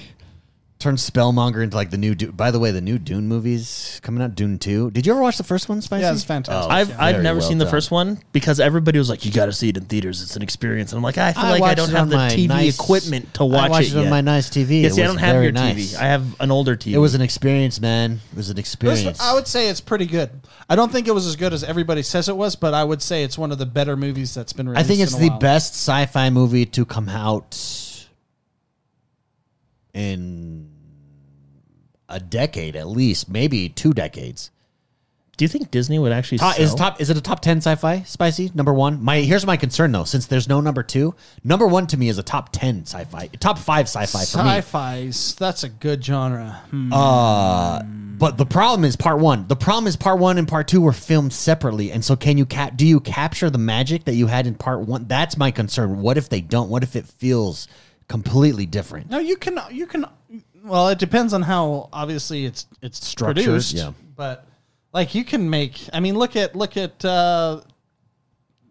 Speaker 1: turn Spellmonger into like the new. Dune. By the way, the new Dune movies coming out. Dune two. Did you ever watch the first one, Spicy?
Speaker 3: Yeah, it's fantastic.
Speaker 2: I've I've
Speaker 1: Very
Speaker 2: never
Speaker 1: well
Speaker 2: seen the
Speaker 1: done.
Speaker 2: first one because everybody was like, "You got to see it in theaters; it's an experience." And I'm like, I feel like I
Speaker 1: watched
Speaker 2: don't
Speaker 1: it
Speaker 2: have
Speaker 1: on
Speaker 2: the
Speaker 1: my
Speaker 2: TV
Speaker 1: nice-
Speaker 2: equipment to watch
Speaker 1: I watched it, on
Speaker 2: yet.
Speaker 1: my nice TV.
Speaker 2: Yeah,
Speaker 1: It
Speaker 2: see, I
Speaker 1: was
Speaker 2: don't have
Speaker 1: very
Speaker 2: your
Speaker 1: nice.
Speaker 2: TV. I have an older TV.
Speaker 1: It was an experience, man. It was an
Speaker 3: This-
Speaker 1: experience.
Speaker 3: I would say it's pretty good. I don't think it was as good as everybody says it was, but I would say it's one of the better movies that's been
Speaker 1: I
Speaker 3: released.
Speaker 1: think it's
Speaker 3: in a
Speaker 1: the
Speaker 3: while.
Speaker 1: best sci-fi movie to come out in a decade, at least, maybe two decades.
Speaker 2: Do you think Disney would actually?
Speaker 1: Top, is
Speaker 2: sell?
Speaker 1: top is it a top ten sci-fi spicy number one? My here's my concern though, since there's no number two. Number one to me is a top ten sci-fi, top five sci-fi for me.
Speaker 3: Sci-fi's that's a good genre. Hmm.
Speaker 1: But the problem is part one. The problem is part one and part two were filmed separately, and so can you cap? Do you capture the magic that you had in part one? That's my concern. What if they don't? What if it feels completely different?
Speaker 3: No, you can you can. Well, it depends on how obviously it's it's
Speaker 1: Structured,
Speaker 3: produced.
Speaker 1: yeah.
Speaker 3: But like you can make. I mean, look at look at. uh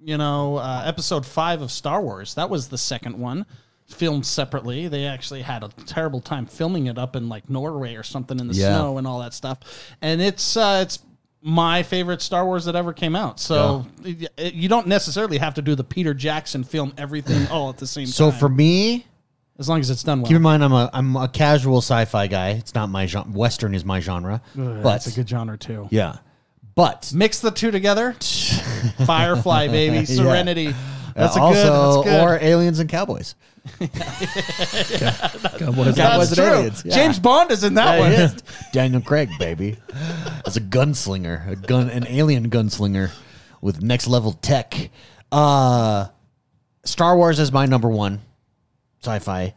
Speaker 3: you know, uh, episode five of Star Wars. That was the second one. filmed separately. They actually had a terrible time filming it up in like Norway or something in the
Speaker 1: Yeah.
Speaker 3: snow and all that stuff. And it's uh, it's my favorite Star Wars that ever came out. So it- it- you don't necessarily have to do the Peter Jackson film everything all at the same
Speaker 1: So
Speaker 3: time.
Speaker 1: for me,
Speaker 3: as long as it's done well.
Speaker 1: keep in mind I'm a I'm a casual sci-fi guy. It's not my genre. Western is my genre,
Speaker 3: Uh,
Speaker 1: but
Speaker 3: that's a good genre too.
Speaker 1: yeah, but
Speaker 3: Mix the two together. Firefly, baby. Serenity. That's a
Speaker 1: Uh, also
Speaker 3: good. That's good.
Speaker 1: or aliens and cowboys. That
Speaker 2: Cowboys.
Speaker 3: that's
Speaker 1: was an
Speaker 3: true.
Speaker 1: aliens, yeah.
Speaker 3: James Bond is in that
Speaker 1: That
Speaker 3: one.
Speaker 1: is Oh, Daniel Craig, baby, as a gunslinger, a gun, an alien gunslinger with next level tech. Uh, Star Wars is my number one sci-fi,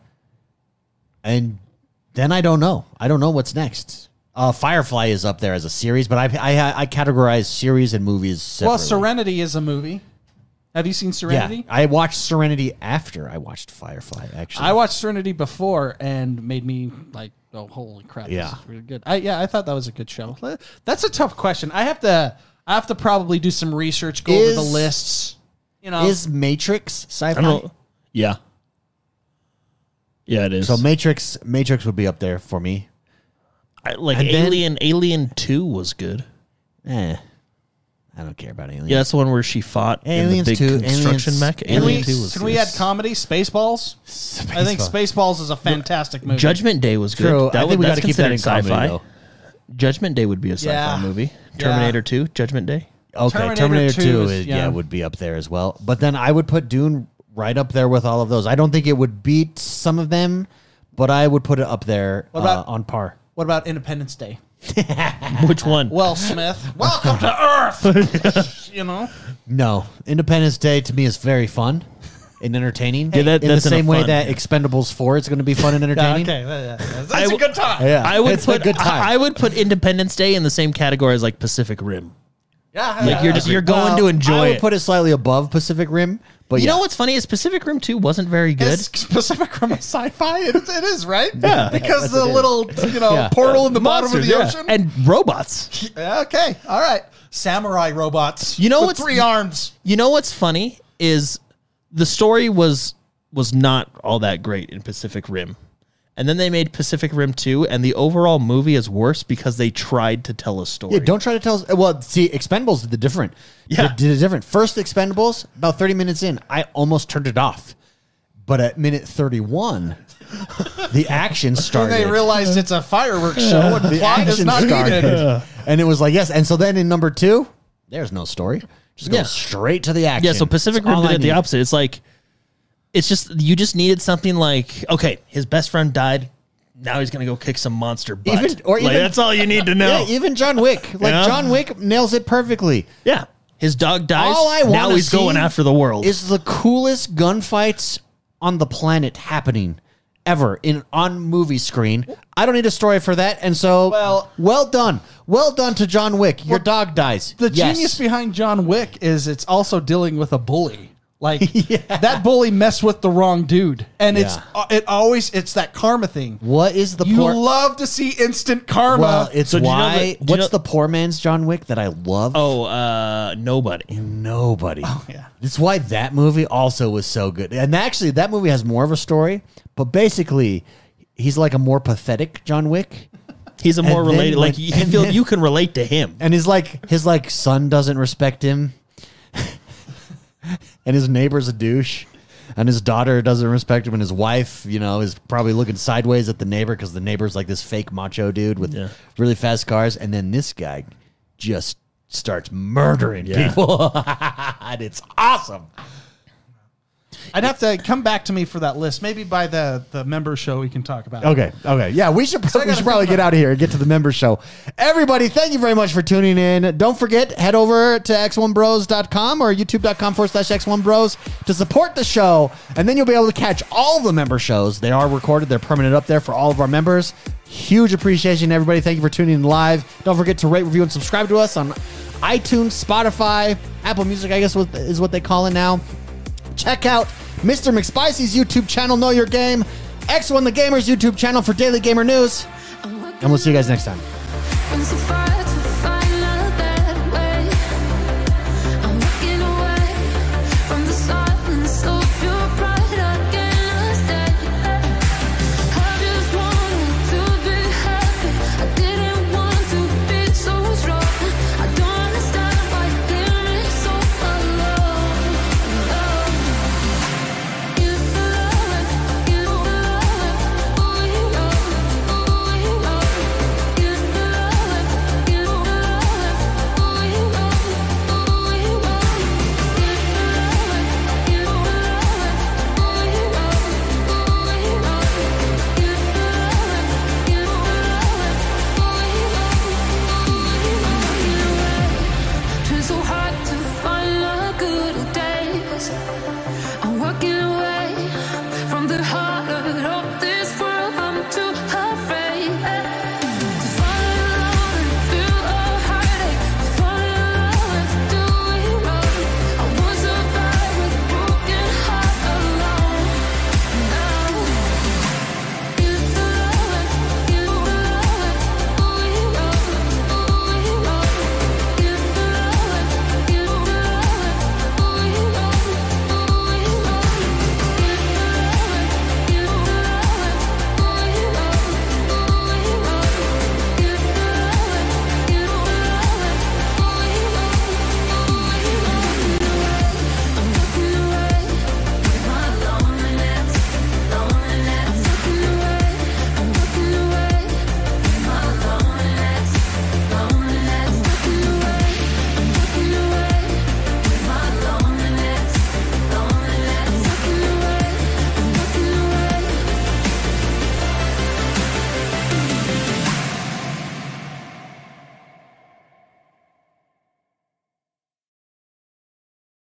Speaker 1: and then I don't know. I don't know what's next. Uh, Firefly is up there as a series, but I I, I categorize series and movies. Separately.
Speaker 3: Well, Serenity is a movie. Have you seen Serenity?
Speaker 1: Yeah, I watched Serenity after I watched Firefly. Actually,
Speaker 3: I watched Serenity before and made me like, oh, holy crap!
Speaker 1: Yeah.
Speaker 3: this is really good. I, yeah, I thought that was a good show. Le- That's a tough question. I have to, I have to probably do some research, go
Speaker 1: Is-
Speaker 3: over the lists. You know,
Speaker 1: is Matrix
Speaker 2: I
Speaker 1: sci-fi?
Speaker 2: don't. Yeah. Yeah, it is.
Speaker 1: So Matrix, Matrix would be up there for me.
Speaker 2: I- like
Speaker 1: and then-
Speaker 2: Alien, Alien Two was good.
Speaker 1: Eh, I don't care about aliens.
Speaker 2: Yeah, that's the one where she fought
Speaker 1: Aliens
Speaker 2: in the big
Speaker 1: 2,
Speaker 2: construction
Speaker 1: Aliens-
Speaker 2: mech.
Speaker 1: Can
Speaker 3: can
Speaker 2: Alien
Speaker 3: we,
Speaker 2: Two was.
Speaker 3: can we
Speaker 2: good.
Speaker 3: add comedy? Spaceballs. I think Spaceballs is a fantastic movie.
Speaker 2: Judgment Day was good.
Speaker 1: True. I think
Speaker 2: would-
Speaker 1: we
Speaker 2: that's
Speaker 1: gotta keep that in
Speaker 2: considered
Speaker 1: comedy,
Speaker 2: sci-fi.
Speaker 1: though.
Speaker 2: Judgment Day would be a sci-fi
Speaker 3: Yeah.
Speaker 2: movie.
Speaker 3: Yeah.
Speaker 2: Terminator Two, Judgment Day.
Speaker 1: Okay, Terminator,
Speaker 3: Terminator
Speaker 1: 2,
Speaker 3: 2
Speaker 1: is,
Speaker 3: is-
Speaker 1: yeah.
Speaker 3: yeah.
Speaker 1: would be up there as well. But then I would put Dune right up there with all of those. I don't think it would beat some of them, but I would put it up there
Speaker 3: What about-
Speaker 1: uh, on par.
Speaker 3: What about Independence Day?
Speaker 2: Which one?
Speaker 3: Will Smith, welcome to Earth. you know,
Speaker 1: No, Independence Day to me is very fun and entertaining.
Speaker 2: Yeah, that-
Speaker 1: in
Speaker 2: that's
Speaker 1: the
Speaker 2: in a
Speaker 1: same way
Speaker 2: fun.
Speaker 1: that Expendables 4 is going to be fun and
Speaker 2: Ah,
Speaker 3: yeah,
Speaker 1: entertaining.
Speaker 3: okay, yeah, yeah. that's
Speaker 2: I
Speaker 3: a
Speaker 2: w-
Speaker 3: good time.
Speaker 1: Yeah,
Speaker 2: I would
Speaker 1: it's
Speaker 2: put
Speaker 1: a good time.
Speaker 2: I, I would put Independence Day in the same category as like Pacific Rim.
Speaker 3: Yeah,
Speaker 2: Like
Speaker 3: yeah. Uh,
Speaker 2: you're just you're going
Speaker 1: Well,
Speaker 2: to enjoy
Speaker 1: I would
Speaker 2: it.
Speaker 1: put it slightly above Pacific Rim, but
Speaker 2: you
Speaker 1: yeah.
Speaker 2: know what's funny is Pacific Rim Two wasn't very good.
Speaker 3: Is Pacific Rim a sci-fi? It, it is, right?
Speaker 2: Yeah.
Speaker 3: Because the little, you know,
Speaker 1: Yeah.
Speaker 3: portal in the bottom of the
Speaker 2: Monsters, yeah.
Speaker 3: ocean.
Speaker 2: and robots.
Speaker 3: Yeah, okay, all right. Samurai robots.
Speaker 2: You know
Speaker 3: with
Speaker 2: what's-
Speaker 3: three arms.
Speaker 2: You know what's funny is the story was was not all that great in Pacific Rim. And then they made Pacific Rim 2 and the overall movie is worse because they tried to tell a story.
Speaker 1: Yeah, don't try to tell us. Well, see, Expendables did the different.
Speaker 2: Yeah.
Speaker 1: did, did it different. First Expendables, about thirty minutes in, I almost turned it off, but at minute thirty-one, the action
Speaker 3: And
Speaker 1: started.
Speaker 3: they realized it's a fireworks show and
Speaker 1: the
Speaker 3: plot is
Speaker 1: action
Speaker 3: not needed.
Speaker 1: started, and it was like yes. And so then in number two, there's no story. Just go
Speaker 2: Yeah.
Speaker 1: straight to the action.
Speaker 2: Yeah, so Pacific
Speaker 1: That's
Speaker 2: Rim
Speaker 1: all
Speaker 2: did
Speaker 1: I
Speaker 2: it the
Speaker 1: need.
Speaker 2: opposite. It's like it's just you just needed something like okay, his best friend died. Now he's gonna go kick some monster butt.
Speaker 1: Even- or
Speaker 2: Like,
Speaker 1: even-
Speaker 2: that's all you need to know.
Speaker 1: Yeah, even John Wick, like
Speaker 2: Yeah.
Speaker 1: John Wick, nails it perfectly.
Speaker 2: Yeah. His dog dies.
Speaker 1: All I want
Speaker 2: now he's going after the world.
Speaker 1: Is the coolest gunfights on the planet happening ever in on movie screen? I don't need a story for that, and so
Speaker 3: Well-
Speaker 1: well done, well done to John Wick. Your dog dies.
Speaker 3: The
Speaker 1: Yes.
Speaker 3: genius behind John Wick is it's also dealing with a bully. Like that bully messed with the wrong dude, and it's
Speaker 1: Yeah.
Speaker 3: uh, it always it's that karma thing.
Speaker 1: What is the
Speaker 3: you
Speaker 1: poor?
Speaker 3: love to see instant karma.
Speaker 1: well, it's
Speaker 2: So do you know
Speaker 1: why.
Speaker 2: that- do you
Speaker 1: what's
Speaker 2: know-
Speaker 1: the poor man's John Wick that I love?
Speaker 2: oh, uh nobody.
Speaker 1: nobody.
Speaker 3: yeah.
Speaker 1: That's why that movie also was so good. And actually, that movie has more of a story, but basically, he's like a more pathetic John Wick.
Speaker 2: He's a more
Speaker 1: And then
Speaker 2: related. like
Speaker 1: when-
Speaker 2: you
Speaker 1: and
Speaker 2: feel
Speaker 1: then-
Speaker 2: you can relate to him.
Speaker 1: and his like his like son doesn't respect him and his neighbor's a douche and his daughter doesn't respect him and his wife you know is probably looking sideways at the neighbor because the neighbor's like this fake macho dude with
Speaker 2: Yeah.
Speaker 1: really fast cars and then this guy just starts murdering
Speaker 2: Yeah.
Speaker 1: people and it's awesome
Speaker 3: I'd have to come back to me for that list. Maybe by the the member show we can talk about. it.
Speaker 1: Okay. Okay. Yeah, we should,
Speaker 3: I
Speaker 1: we
Speaker 3: gotta
Speaker 1: should probably
Speaker 3: think
Speaker 1: get out of here and get to the member show. Everybody, thank you very much for tuning in. Don't forget, head over to x1bros.com or youtube.com forward slash x1bros to support the show. And then you'll be able to catch all the member shows. They are recorded, they're permanent up there for all of our members. Huge appreciation, everybody. Thank you for tuning in live. Don't forget to rate, review, and subscribe to us on iTunes, Spotify, Apple Music, I guess what- is what they call it now check out Mr. McSpicy's YouTube channel, Know Your Game, X1 The Gamer's YouTube channel for daily gamer news, and we'll see you guys next time.